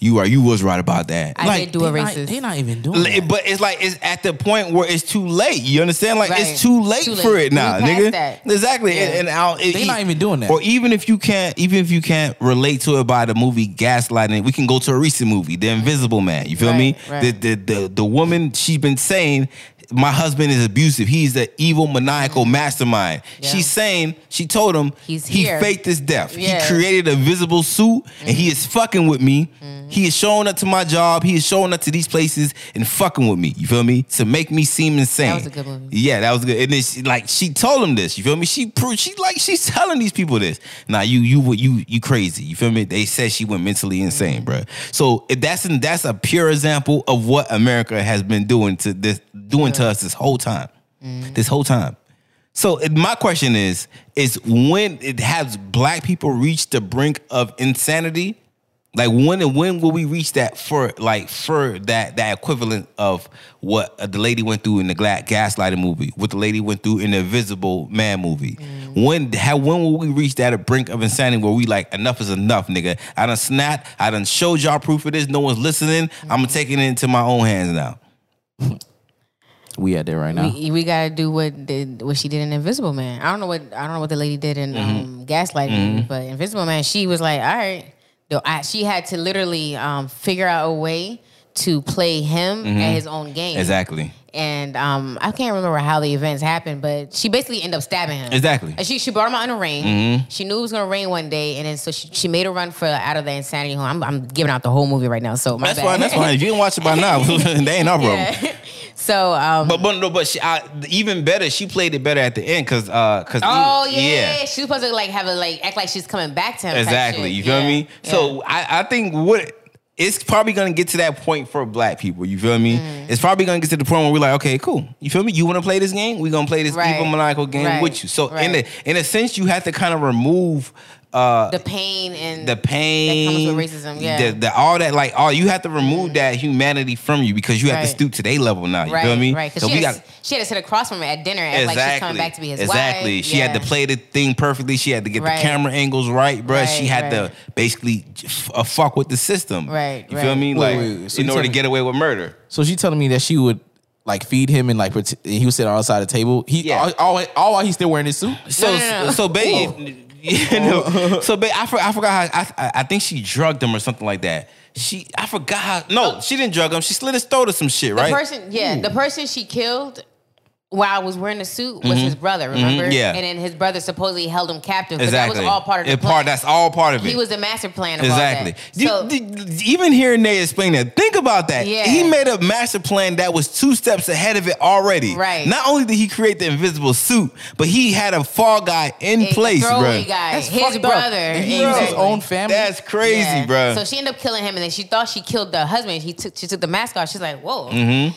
Speaker 2: You are you was right about that.
Speaker 3: I
Speaker 2: like,
Speaker 3: did do a
Speaker 4: They not-
Speaker 3: racist.
Speaker 4: They not even doing
Speaker 2: li-
Speaker 4: it.
Speaker 2: But it's like it's at the point where it's too late. You understand? Like
Speaker 3: Right.
Speaker 2: it's too late,
Speaker 3: Too late.
Speaker 2: for it
Speaker 3: We
Speaker 2: now,
Speaker 3: past
Speaker 2: nigga.
Speaker 3: that.
Speaker 2: Exactly. And,
Speaker 3: Yeah.
Speaker 2: and I'll, it- e-
Speaker 4: They not even doing that.
Speaker 2: Or even if you can't, even if you can't relate to it by the movie Gaslighting, we can go to a recent movie, The Invisible Man. You feel
Speaker 3: Right,
Speaker 2: me?
Speaker 3: right.
Speaker 2: The, the the the woman she's been saying. My husband is abusive. He's the evil, maniacal mastermind.
Speaker 3: Mm-hmm. Yeah.
Speaker 2: She's saying, she told him
Speaker 3: He's
Speaker 2: he
Speaker 3: here.
Speaker 2: faked his death.
Speaker 3: Yeah.
Speaker 2: He created a visible suit and he is fucking with me. He is showing up to my job. He is showing up to these places and fucking with me. You feel me? To make me seem insane.
Speaker 3: That was a good movie.
Speaker 2: Yeah, that was good. And then she, like she told him this. You feel me? She proved she like she's telling these people this. Now you you you you crazy. You feel me? They said she went mentally
Speaker 3: Mm-hmm.
Speaker 2: insane, bruh. So if that's an, that's a pure example of what America has been doing to this doing to us this whole time.
Speaker 3: Mm-hmm.
Speaker 2: This whole time. So it, my question is: Is when it has black people reached the brink of insanity? Like when and when will we reach that for like for that that equivalent of what uh, the lady went through in the gla- gaslighting movie, what the lady went through in the Invisible Man movie?
Speaker 3: Mm.
Speaker 2: When how when will we reach that brink of insanity where we like enough is enough, nigga? I done snapped. I done showed y'all proof of this. No one's listening. I'm taking it into my own hands now.
Speaker 4: We at there right now.
Speaker 3: We, we gotta do what did what she did in Invisible Man. I don't know what I don't know what the lady did in
Speaker 2: Mm-hmm.
Speaker 3: um, Gaslighting, but Invisible Man, she was like, all right, Though I, she had to literally um, figure out a way to play him
Speaker 2: Mm-hmm.
Speaker 3: at his own game.
Speaker 2: Exactly.
Speaker 3: And um, I can't remember how the events happened, but she basically ended up stabbing him.
Speaker 2: Exactly.
Speaker 3: And she she brought him out in the rain.
Speaker 2: Mm-hmm.
Speaker 3: She knew it was gonna rain one day, and then so she, she made a run for out of the insanity home. I'm, I'm giving out the whole movie right now, so my
Speaker 2: That's
Speaker 3: bad.
Speaker 2: why. That's why. If you didn't watch it by now, they ain't our problem.
Speaker 3: so um,
Speaker 2: But but no, but she, I, even better, she played it better at the end because uh because
Speaker 3: Oh yeah, she's supposed to like have a like act like she's coming back to him. type
Speaker 2: exactly.
Speaker 3: shit.
Speaker 2: You feel
Speaker 3: Yeah,
Speaker 2: me?
Speaker 3: yeah.
Speaker 2: So I I think what. It's probably gonna get to that point for black people. You feel me?
Speaker 3: Mm.
Speaker 2: It's probably gonna get to the point where we're like, okay, cool. You feel me? You wanna play this game? we gonna play this
Speaker 3: Right.
Speaker 2: evil maniacal game
Speaker 3: Right.
Speaker 2: with you. So in
Speaker 3: Right.
Speaker 2: a in a sense, you have to kind of remove uh
Speaker 3: the pain and
Speaker 2: the pain
Speaker 3: that comes with racism. Yeah, Mm.
Speaker 2: the, the- all that like all you have to remove that humanity from you because you have to
Speaker 3: Right.
Speaker 2: stoop to their level now. You
Speaker 3: right,
Speaker 2: feel me?
Speaker 3: right. Because
Speaker 2: So
Speaker 3: she,
Speaker 2: we
Speaker 3: had
Speaker 2: got
Speaker 3: to- she had to sit across from him at dinner and like she's coming back to be his
Speaker 2: exactly.
Speaker 3: wife.
Speaker 2: She had to
Speaker 3: Yeah.
Speaker 2: play the thing perfectly. She had to get
Speaker 3: Right.
Speaker 2: the camera angles right, bruh. she
Speaker 3: Right,
Speaker 2: had
Speaker 3: right.
Speaker 2: to basically f- uh, fuck with the system.
Speaker 3: Right,
Speaker 2: You feel
Speaker 3: right.
Speaker 2: me?
Speaker 4: Wait,
Speaker 2: Like
Speaker 4: wait, wait. So
Speaker 2: in
Speaker 4: you
Speaker 2: order to
Speaker 4: telling-
Speaker 2: get away with murder.
Speaker 4: So she telling me that she would like feed him and like pret- and he would sit on the side of the table. He
Speaker 2: Yeah.
Speaker 4: all, all, all while he's still wearing his suit.
Speaker 2: So
Speaker 3: No, no, no.
Speaker 2: so babe, you know, so babe, I, for, I forgot how I, I I think she drugged him or something like that. She I forgot how no, she didn't drug him. She slid his throat or some shit,
Speaker 3: Oh. The
Speaker 2: right?
Speaker 3: person, yeah, the person she killed while I was wearing the suit was his brother, remember?
Speaker 2: Mhm, Mm-hmm. yeah.
Speaker 3: And then his brother supposedly held him captive. 'cause That
Speaker 2: Exactly.
Speaker 3: was all part of the
Speaker 2: It
Speaker 3: plan.
Speaker 2: part- that's all part of it.
Speaker 3: He was the master plan of
Speaker 2: Exactly.
Speaker 3: all that. So,
Speaker 2: You- you- even hearing Nate explain that, think about that.
Speaker 3: Yeah.
Speaker 2: He made a master plan that was two steps ahead of it already.
Speaker 3: Right.
Speaker 2: Not only did he create the invisible suit, but he had a fall guy in
Speaker 3: a
Speaker 2: place,
Speaker 3: throwaway
Speaker 2: bro.
Speaker 3: guy, his
Speaker 4: fucked up.
Speaker 3: brother.
Speaker 4: And he used his
Speaker 3: Exactly.
Speaker 4: own family.
Speaker 2: That's crazy,
Speaker 3: Yeah.
Speaker 2: bro.
Speaker 3: So she ended up killing him, and then she thought she killed the husband. He took she took the mask off. She's like, whoa.
Speaker 2: Mm-hmm.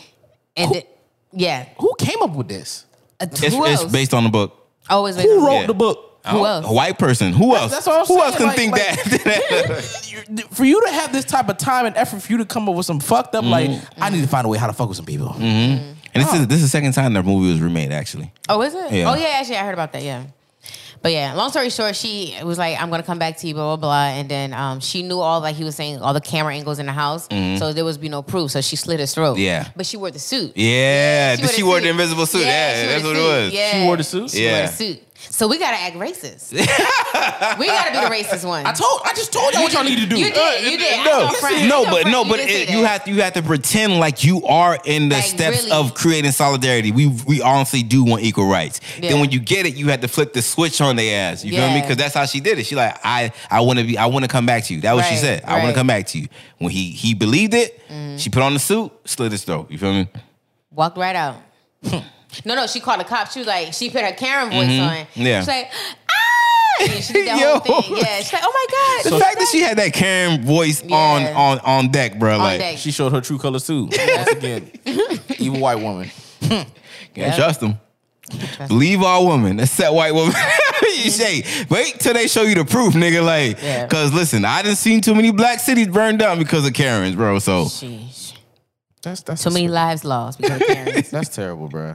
Speaker 3: And it- yeah,
Speaker 4: Who came up with this?
Speaker 3: Uh,
Speaker 2: it's,
Speaker 3: who
Speaker 2: it's
Speaker 3: else? Oh,
Speaker 2: based on the book.
Speaker 3: Always like
Speaker 4: Who wrote
Speaker 2: Yeah.
Speaker 4: the book?
Speaker 2: I don't-
Speaker 3: else?
Speaker 2: A white person. Who else?
Speaker 4: that's what I'm
Speaker 2: Who else can think
Speaker 4: saying, like-
Speaker 2: that?
Speaker 4: For you to have this type of time and effort for you to come up with some fucked up, like, I need to find a way how to fuck with some people.
Speaker 2: and this is this is the second time that movie was remade, actually.
Speaker 3: Oh, is it?
Speaker 2: Yeah.
Speaker 3: Oh, yeah, actually, I heard about that, yeah. But yeah, long story short, she was like, I'm gonna come back to you, blah, blah, blah. And then um, she knew all, like he was saying, all the camera angles in the house. So there was be no proof. So she slit his throat.
Speaker 2: Mm-hmm. Yeah.
Speaker 3: But she wore the suit.
Speaker 2: Yeah. She,
Speaker 3: the
Speaker 2: wore
Speaker 3: suit.
Speaker 2: the invisible suit. Yeah,
Speaker 3: she wore
Speaker 2: that's
Speaker 3: the
Speaker 2: what
Speaker 3: suit.
Speaker 2: it was.
Speaker 3: Yeah.
Speaker 4: She wore the suit?
Speaker 3: She wore
Speaker 2: Yeah.
Speaker 3: the suit. So we gotta act racist. we gotta be the racist one.
Speaker 4: I told, I just told y'all what y'all need to do.
Speaker 3: You did, you did. I
Speaker 2: Uh, No,
Speaker 3: told Frank- I
Speaker 2: no,
Speaker 3: told
Speaker 2: but
Speaker 3: Frank
Speaker 2: no, but
Speaker 3: did say
Speaker 2: it,
Speaker 3: that.
Speaker 2: you have to you have to pretend like you are in the
Speaker 3: Like,
Speaker 2: steps
Speaker 3: really.
Speaker 2: of creating solidarity. We we honestly do want equal rights.
Speaker 3: Yeah.
Speaker 2: Then when you get it, you have to flip the switch on their ass. You feel me?
Speaker 3: Yeah.
Speaker 2: Because that's how she did it. She like I I want to be I want to come back to you. That was what she
Speaker 3: Right,
Speaker 2: said. I want
Speaker 3: right. Mm.
Speaker 2: to come back to you. When he he believed it, she put on the suit, slit his throat. You feel me?
Speaker 3: Walked right out. no, no, she called the cops. She was like, she put her Karen voice on.
Speaker 2: Mm-hmm. Yeah.
Speaker 3: She's like, ah! And she did that
Speaker 2: Yo.
Speaker 3: whole thing. Yeah. She's like, oh my God.
Speaker 2: The fact that she had that Karen voice on
Speaker 3: Yeah.
Speaker 2: on on deck, bro. like
Speaker 3: deck.
Speaker 4: She showed her true colors too. Once again, evil white woman.
Speaker 2: Can't trust them. Believe all women, except white women. you say, wait till they show you the proof, nigga. Like,
Speaker 3: Yeah.
Speaker 2: cause listen, I didn't seen too many black cities burned down because of Karens, bro. So
Speaker 3: Sheesh.
Speaker 4: That's that's
Speaker 3: Too many lives lost because of Karens.
Speaker 4: That's terrible, bro.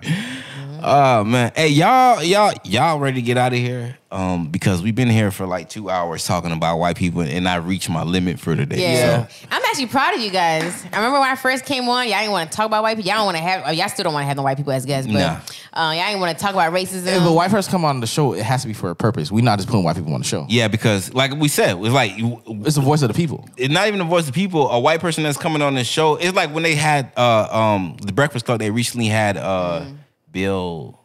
Speaker 2: Oh man, hey y'all, y'all, y'all ready to get out of here? Um, because we've been here for like two hours talking about white people, and I reached my limit for today.
Speaker 3: Yeah.
Speaker 2: so.
Speaker 3: I'm actually proud of you guys. I remember when I first came on, y'all didn't want to talk about white people. Y'all don't want to have, oh, y'all still don't want to have no white people as guests, but
Speaker 2: Nah.
Speaker 3: uh, y'all didn't want to talk about racism.
Speaker 4: If the white person come on the show, it has to be for a purpose. we not just putting white people on the show.
Speaker 2: yeah, because like we said, it was like you-
Speaker 4: It's the voice of the people.
Speaker 2: it's not even the voice of people. A white person that's coming on the show. It's like when they had uh, um, the Breakfast Club. They recently had uh,
Speaker 4: Mm.
Speaker 2: Bill,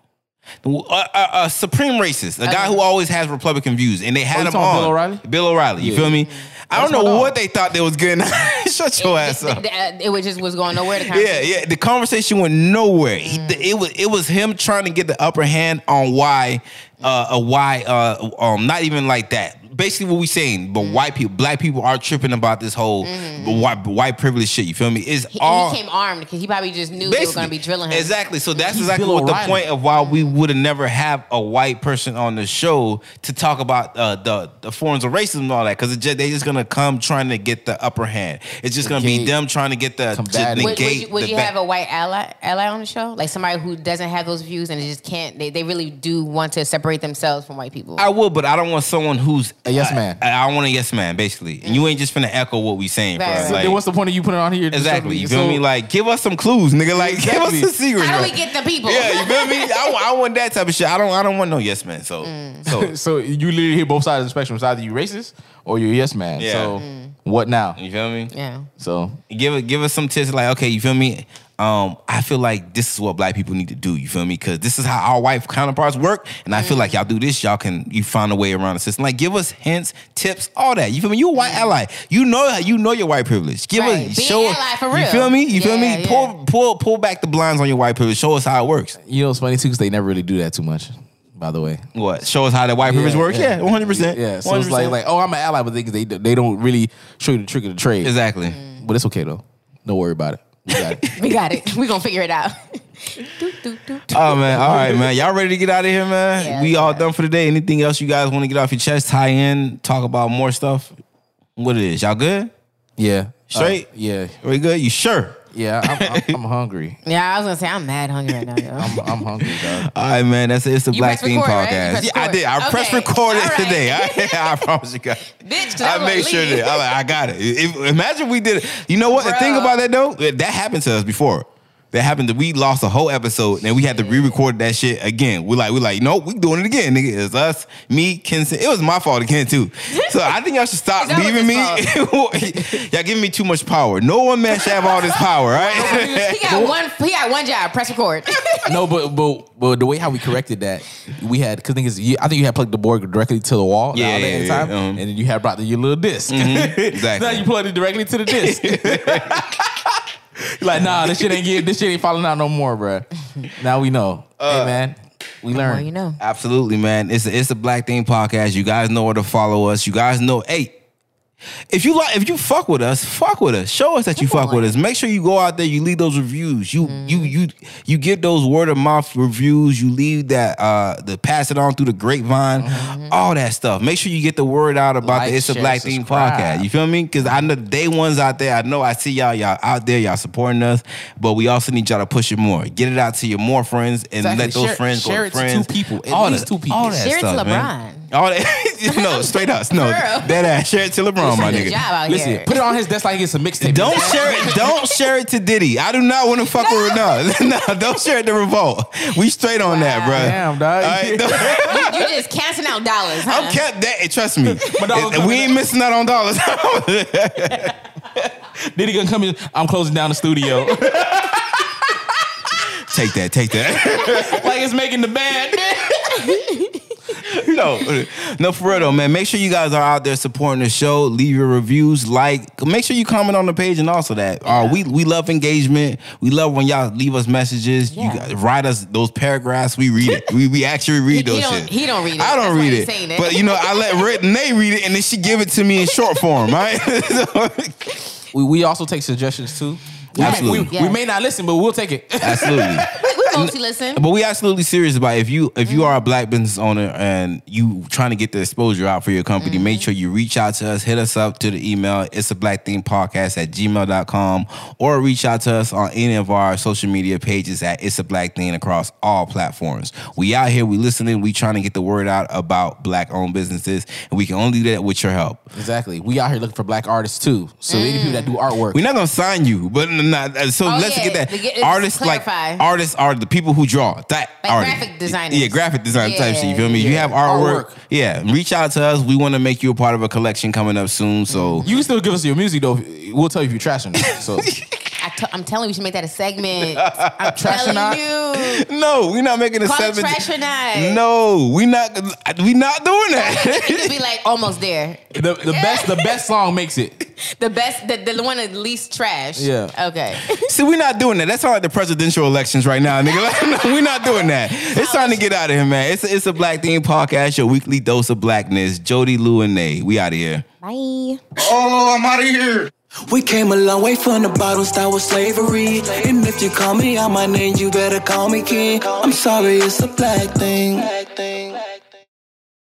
Speaker 2: a, a, a uh, supreme racist, a guy who always has Republican views, and they had
Speaker 4: Uh-huh. Oh, you
Speaker 2: him
Speaker 4: talking
Speaker 2: on
Speaker 4: Bill O'Reilly?
Speaker 2: Bill O'Reilly. You feel me? I don't
Speaker 4: That's my
Speaker 2: know
Speaker 4: dog.
Speaker 2: what they thought they was getting. Shut your
Speaker 3: it,
Speaker 2: ass
Speaker 3: just-
Speaker 2: up.
Speaker 3: the- uh, it was just was going nowhere. The
Speaker 2: Yeah,
Speaker 3: conversation.
Speaker 2: yeah. The conversation went nowhere. He-
Speaker 3: Mm.
Speaker 2: the- it was it was him trying to get the upper hand on why, uh, uh, why, uh, um, not even like that. Basically, what we saying,
Speaker 3: Mm.
Speaker 2: but white people, black people are tripping about this whole white white privilege shit. You feel me? It's
Speaker 3: He,
Speaker 2: all
Speaker 3: he came armed because he probably just knew they were going to be drilling him. Mm.
Speaker 2: Exactly. So that's
Speaker 4: He's
Speaker 2: exactly
Speaker 4: Bill
Speaker 2: what the
Speaker 4: O'Reilly.
Speaker 2: point of why we would have never have a white person on the show to talk about uh, the the forms of racism and all that because just, they just gonna come trying to get the upper hand. It's just gonna be
Speaker 4: Negate.
Speaker 2: them trying to get the to
Speaker 4: Combat it.
Speaker 2: negate.
Speaker 3: Would, would you, would
Speaker 2: the
Speaker 3: you
Speaker 2: back-
Speaker 3: have a white ally ally on the show, like somebody who doesn't have those views and just can't? They, they really do want to separate themselves from white people.
Speaker 2: I would, but I don't want someone who's
Speaker 4: A yes
Speaker 2: I-
Speaker 4: man.
Speaker 2: I, I want a yes man, basically. And you ain't just finna echo what we saying,
Speaker 3: Right,
Speaker 2: bro.
Speaker 3: right. So
Speaker 2: Like,
Speaker 4: then what's the point of you putting it on here?
Speaker 2: exactly. You feel
Speaker 4: So-
Speaker 2: me? Like, give us some clues, nigga. Like,
Speaker 4: Exactly.
Speaker 2: give us the secret.
Speaker 3: How do
Speaker 2: bro.
Speaker 3: we get the people?
Speaker 2: Yeah, you feel me? I, wa- I want that type of shit. I don't. I don't want no yes man. So,
Speaker 3: Mm.
Speaker 2: so
Speaker 4: so you literally hear both sides of the spectrum. It's either you racist or you're a yes man.
Speaker 2: Yeah.
Speaker 4: So what now?
Speaker 2: you feel me?
Speaker 3: yeah.
Speaker 4: So
Speaker 2: give it, give us some tips. Like, okay, you feel me? Um, I feel like this is what black people need to do. You feel me? Because this is how our white counterparts work, and I feel like y'all do this, y'all can you find a way around the system. Like, give us hints, tips, all that. You feel me? You a white ally. You know you know your white privilege. Give
Speaker 3: Right.
Speaker 2: us
Speaker 3: Be an
Speaker 2: show us-
Speaker 3: ally for
Speaker 2: You
Speaker 3: real.
Speaker 2: feel me? You feel
Speaker 3: Yeah,
Speaker 2: me?
Speaker 3: yeah.
Speaker 2: Pull pull pull back the blinds on your white privilege. Show us how it works.
Speaker 4: you know it's funny too because they never really do that too much. By the way,
Speaker 2: What? Show us how the white privilege works. Yeah, one hundred percent.
Speaker 4: Yeah, so it's like like oh I'm an ally, but they they, they don't really show you the trick of the trade.
Speaker 2: exactly.
Speaker 4: But it's okay though. Don't worry about it. We got it.
Speaker 3: We got it. We're going to figure it out. do, do, do, do.
Speaker 2: Oh man, all right, man. Y'all ready to get out of here, man?
Speaker 3: Yeah,
Speaker 2: we all
Speaker 3: yeah.
Speaker 2: done for today. Anything else you guys want to get off your chest? Tie in, talk about more stuff. What it is? Y'all good?
Speaker 4: yeah,
Speaker 2: Straight?
Speaker 4: Uh, yeah,
Speaker 2: We good? You sure?
Speaker 4: yeah. I'm, I'm, I'm hungry.
Speaker 3: Yeah, I was going to say, I'm mad hungry right now, yo.
Speaker 4: I'm, I'm hungry, dog.
Speaker 2: All right, man. That's it. It's the
Speaker 3: You
Speaker 2: Black
Speaker 3: pressed
Speaker 2: Theme
Speaker 3: record, right? You
Speaker 2: Podcast.
Speaker 3: pressed
Speaker 2: Yeah, I
Speaker 3: record.
Speaker 2: did. I press
Speaker 3: Okay.
Speaker 2: recorded
Speaker 3: All right.
Speaker 2: today. I, I promise you guys.
Speaker 3: Bitch, 'cause
Speaker 2: I
Speaker 3: I'm
Speaker 2: make
Speaker 3: gonna
Speaker 2: sure
Speaker 3: leave.
Speaker 2: that I, I got it. If- imagine we did it. You know what? The thing
Speaker 3: Bruh.
Speaker 2: about that though, that happened to us before. that happened that we lost a whole episode and we had to re-record that shit again. We like, we like, nope, we doing it again, nigga. It's us, me, Kenson. It was my fault again too. So I think y'all should stop
Speaker 3: Is that what
Speaker 2: leaving me.
Speaker 3: it's
Speaker 2: y'all giving me too much power. No one man should have all this power, right?
Speaker 3: He got one. He got one job. Press record.
Speaker 4: no, but but but the way how we corrected that, we had because niggas, you, I think you had plugged the board directly to the wall.
Speaker 2: Yeah,
Speaker 4: all that
Speaker 2: yeah, yeah,
Speaker 4: time,
Speaker 2: um. Mm-hmm.
Speaker 4: and then you had brought the, your little disk
Speaker 2: exactly.
Speaker 4: now you plugged it directly to the disc. like, nah, this shit ain't get, this shit ain't falling out no more, bruh. Now we know.
Speaker 2: Uh,
Speaker 4: hey man, we
Speaker 3: Well,
Speaker 4: learned.
Speaker 3: you know.
Speaker 2: Absolutely, man. It's a, it's a Black Thing podcast. You guys know where to follow us. You guys know, hey, if you like, if you fuck with us, fuck with us. Show us that you
Speaker 3: Come
Speaker 2: fuck with
Speaker 3: on.
Speaker 2: us. Make sure you go out there. You leave those reviews. You
Speaker 4: Mm-hmm.
Speaker 2: you you you get those word of mouth reviews. You leave that uh the pass it on through the grapevine, all that stuff. Make sure you get the word out about
Speaker 4: Mm-hmm. Like,
Speaker 2: the It's a
Speaker 4: share,
Speaker 2: Black Thing
Speaker 4: subscribe.
Speaker 2: podcast. You feel me? Because I know the day ones out there. I know I see y'all y'all out there. Y'all supporting us, but we also need y'all to push it more. Get it out to your more friends and
Speaker 4: Exactly.
Speaker 2: let those
Speaker 4: Share-
Speaker 2: friends
Speaker 4: share
Speaker 2: go
Speaker 4: it to
Speaker 2: friends.
Speaker 4: two people. At
Speaker 2: All
Speaker 4: least
Speaker 2: that-
Speaker 4: two people.
Speaker 2: all that
Speaker 3: Share it to
Speaker 2: stuff, man. All that, no, straight up, no,
Speaker 3: Girl.
Speaker 2: dead ass. Share it to LeBron, my
Speaker 3: Good
Speaker 2: nigga.
Speaker 3: job out
Speaker 4: Listen,
Speaker 3: here.
Speaker 4: put it on his desk like it's a mixtape.
Speaker 2: Don't share it. Don't share it to Diddy. I do not want to fuck with no. no, don't share it to Revolt. We straight on that,
Speaker 3: Wow.
Speaker 2: bro.
Speaker 4: Damn, dog.
Speaker 2: All right, don't-
Speaker 3: you you just casting out dollars. Huh?
Speaker 2: I'm kept that. and Trust me,
Speaker 4: dog,
Speaker 2: we ain't missing out on dollars.
Speaker 4: Diddy gonna come in. I'm closing down the studio. like
Speaker 2: take that. Take that.
Speaker 4: it's making the band.
Speaker 2: no, no, for real though, man. Make sure you guys are out there supporting the show. Leave your reviews, like, make sure you comment on the page, and also that. Uh, we we love engagement. We love when y'all leave us messages.
Speaker 3: Yeah.
Speaker 2: You guys write us those paragraphs. We read it. we we actually read
Speaker 3: He- he
Speaker 2: those.
Speaker 3: don't-
Speaker 2: shit.
Speaker 3: he don't read it.
Speaker 2: I
Speaker 3: That's
Speaker 2: don't
Speaker 3: why
Speaker 2: read
Speaker 3: he's
Speaker 2: it.
Speaker 3: saying it.
Speaker 2: But you know, I let Rit and Nay read it, and then she give it to me in short form. Right?
Speaker 4: We, we also take suggestions too.
Speaker 2: Absolutely.
Speaker 4: We, we may not listen, but we'll take it.
Speaker 2: Absolutely.
Speaker 3: we, we mostly listen.
Speaker 2: But we absolutely serious about it. if you if you are a black business owner and you trying to get the exposure out for your company, make sure you reach out to us, hit us up to the email, it's a black thing podcast at gmail.com, or reach out to us on any of our social media pages at it's a black thing across all platforms. We out here, we listening, we trying to get the word out about black owned businesses, and we can only do that with your help.
Speaker 4: Exactly. We out here looking for black artists too. So any people that do artwork.
Speaker 2: We're not gonna sign you, but n- not, uh, so
Speaker 3: Oh,
Speaker 2: let's
Speaker 3: yeah,
Speaker 2: get that
Speaker 3: to get- let's
Speaker 2: artists like
Speaker 3: clarify.
Speaker 2: artists are the people who draw that
Speaker 3: Like
Speaker 2: artist.
Speaker 3: graphic designers.
Speaker 2: yeah, graphic design type
Speaker 3: Yeah,
Speaker 2: shit. You feel me? You
Speaker 3: yeah.
Speaker 2: have artwork,
Speaker 4: Artwork.
Speaker 2: yeah. Reach out to us. We want to make you a part of a collection coming up soon. So
Speaker 4: you can still give us your music though. We'll tell you if you're trashing it. So
Speaker 3: I t- I'm telling you, we should make that a segment. I'm
Speaker 4: Trash or
Speaker 3: telling
Speaker 4: not?
Speaker 3: you.
Speaker 2: no, we're not making a
Speaker 3: Call it
Speaker 2: seven.
Speaker 3: trash or not.
Speaker 2: No, we not. uh, We not doing
Speaker 3: You
Speaker 2: that.
Speaker 3: could be like almost there.
Speaker 4: the, the best the best song makes it.
Speaker 3: The best, the, the one at least trash.
Speaker 4: Yeah.
Speaker 3: Okay.
Speaker 2: See, we're not doing that. That's all like the presidential elections right now, nigga. Like, no, we're not doing that. It's time to get out of here, man. It's a, it's a black theme podcast. Your weekly dose of blackness. Jody Lou and Nay. We out of here.
Speaker 3: Bye.
Speaker 1: Oh, I'm out of here.
Speaker 9: We came a long way from the bottle, start with slavery. And if you call me out my name, you better call me king. I'm sorry, it's a black thing.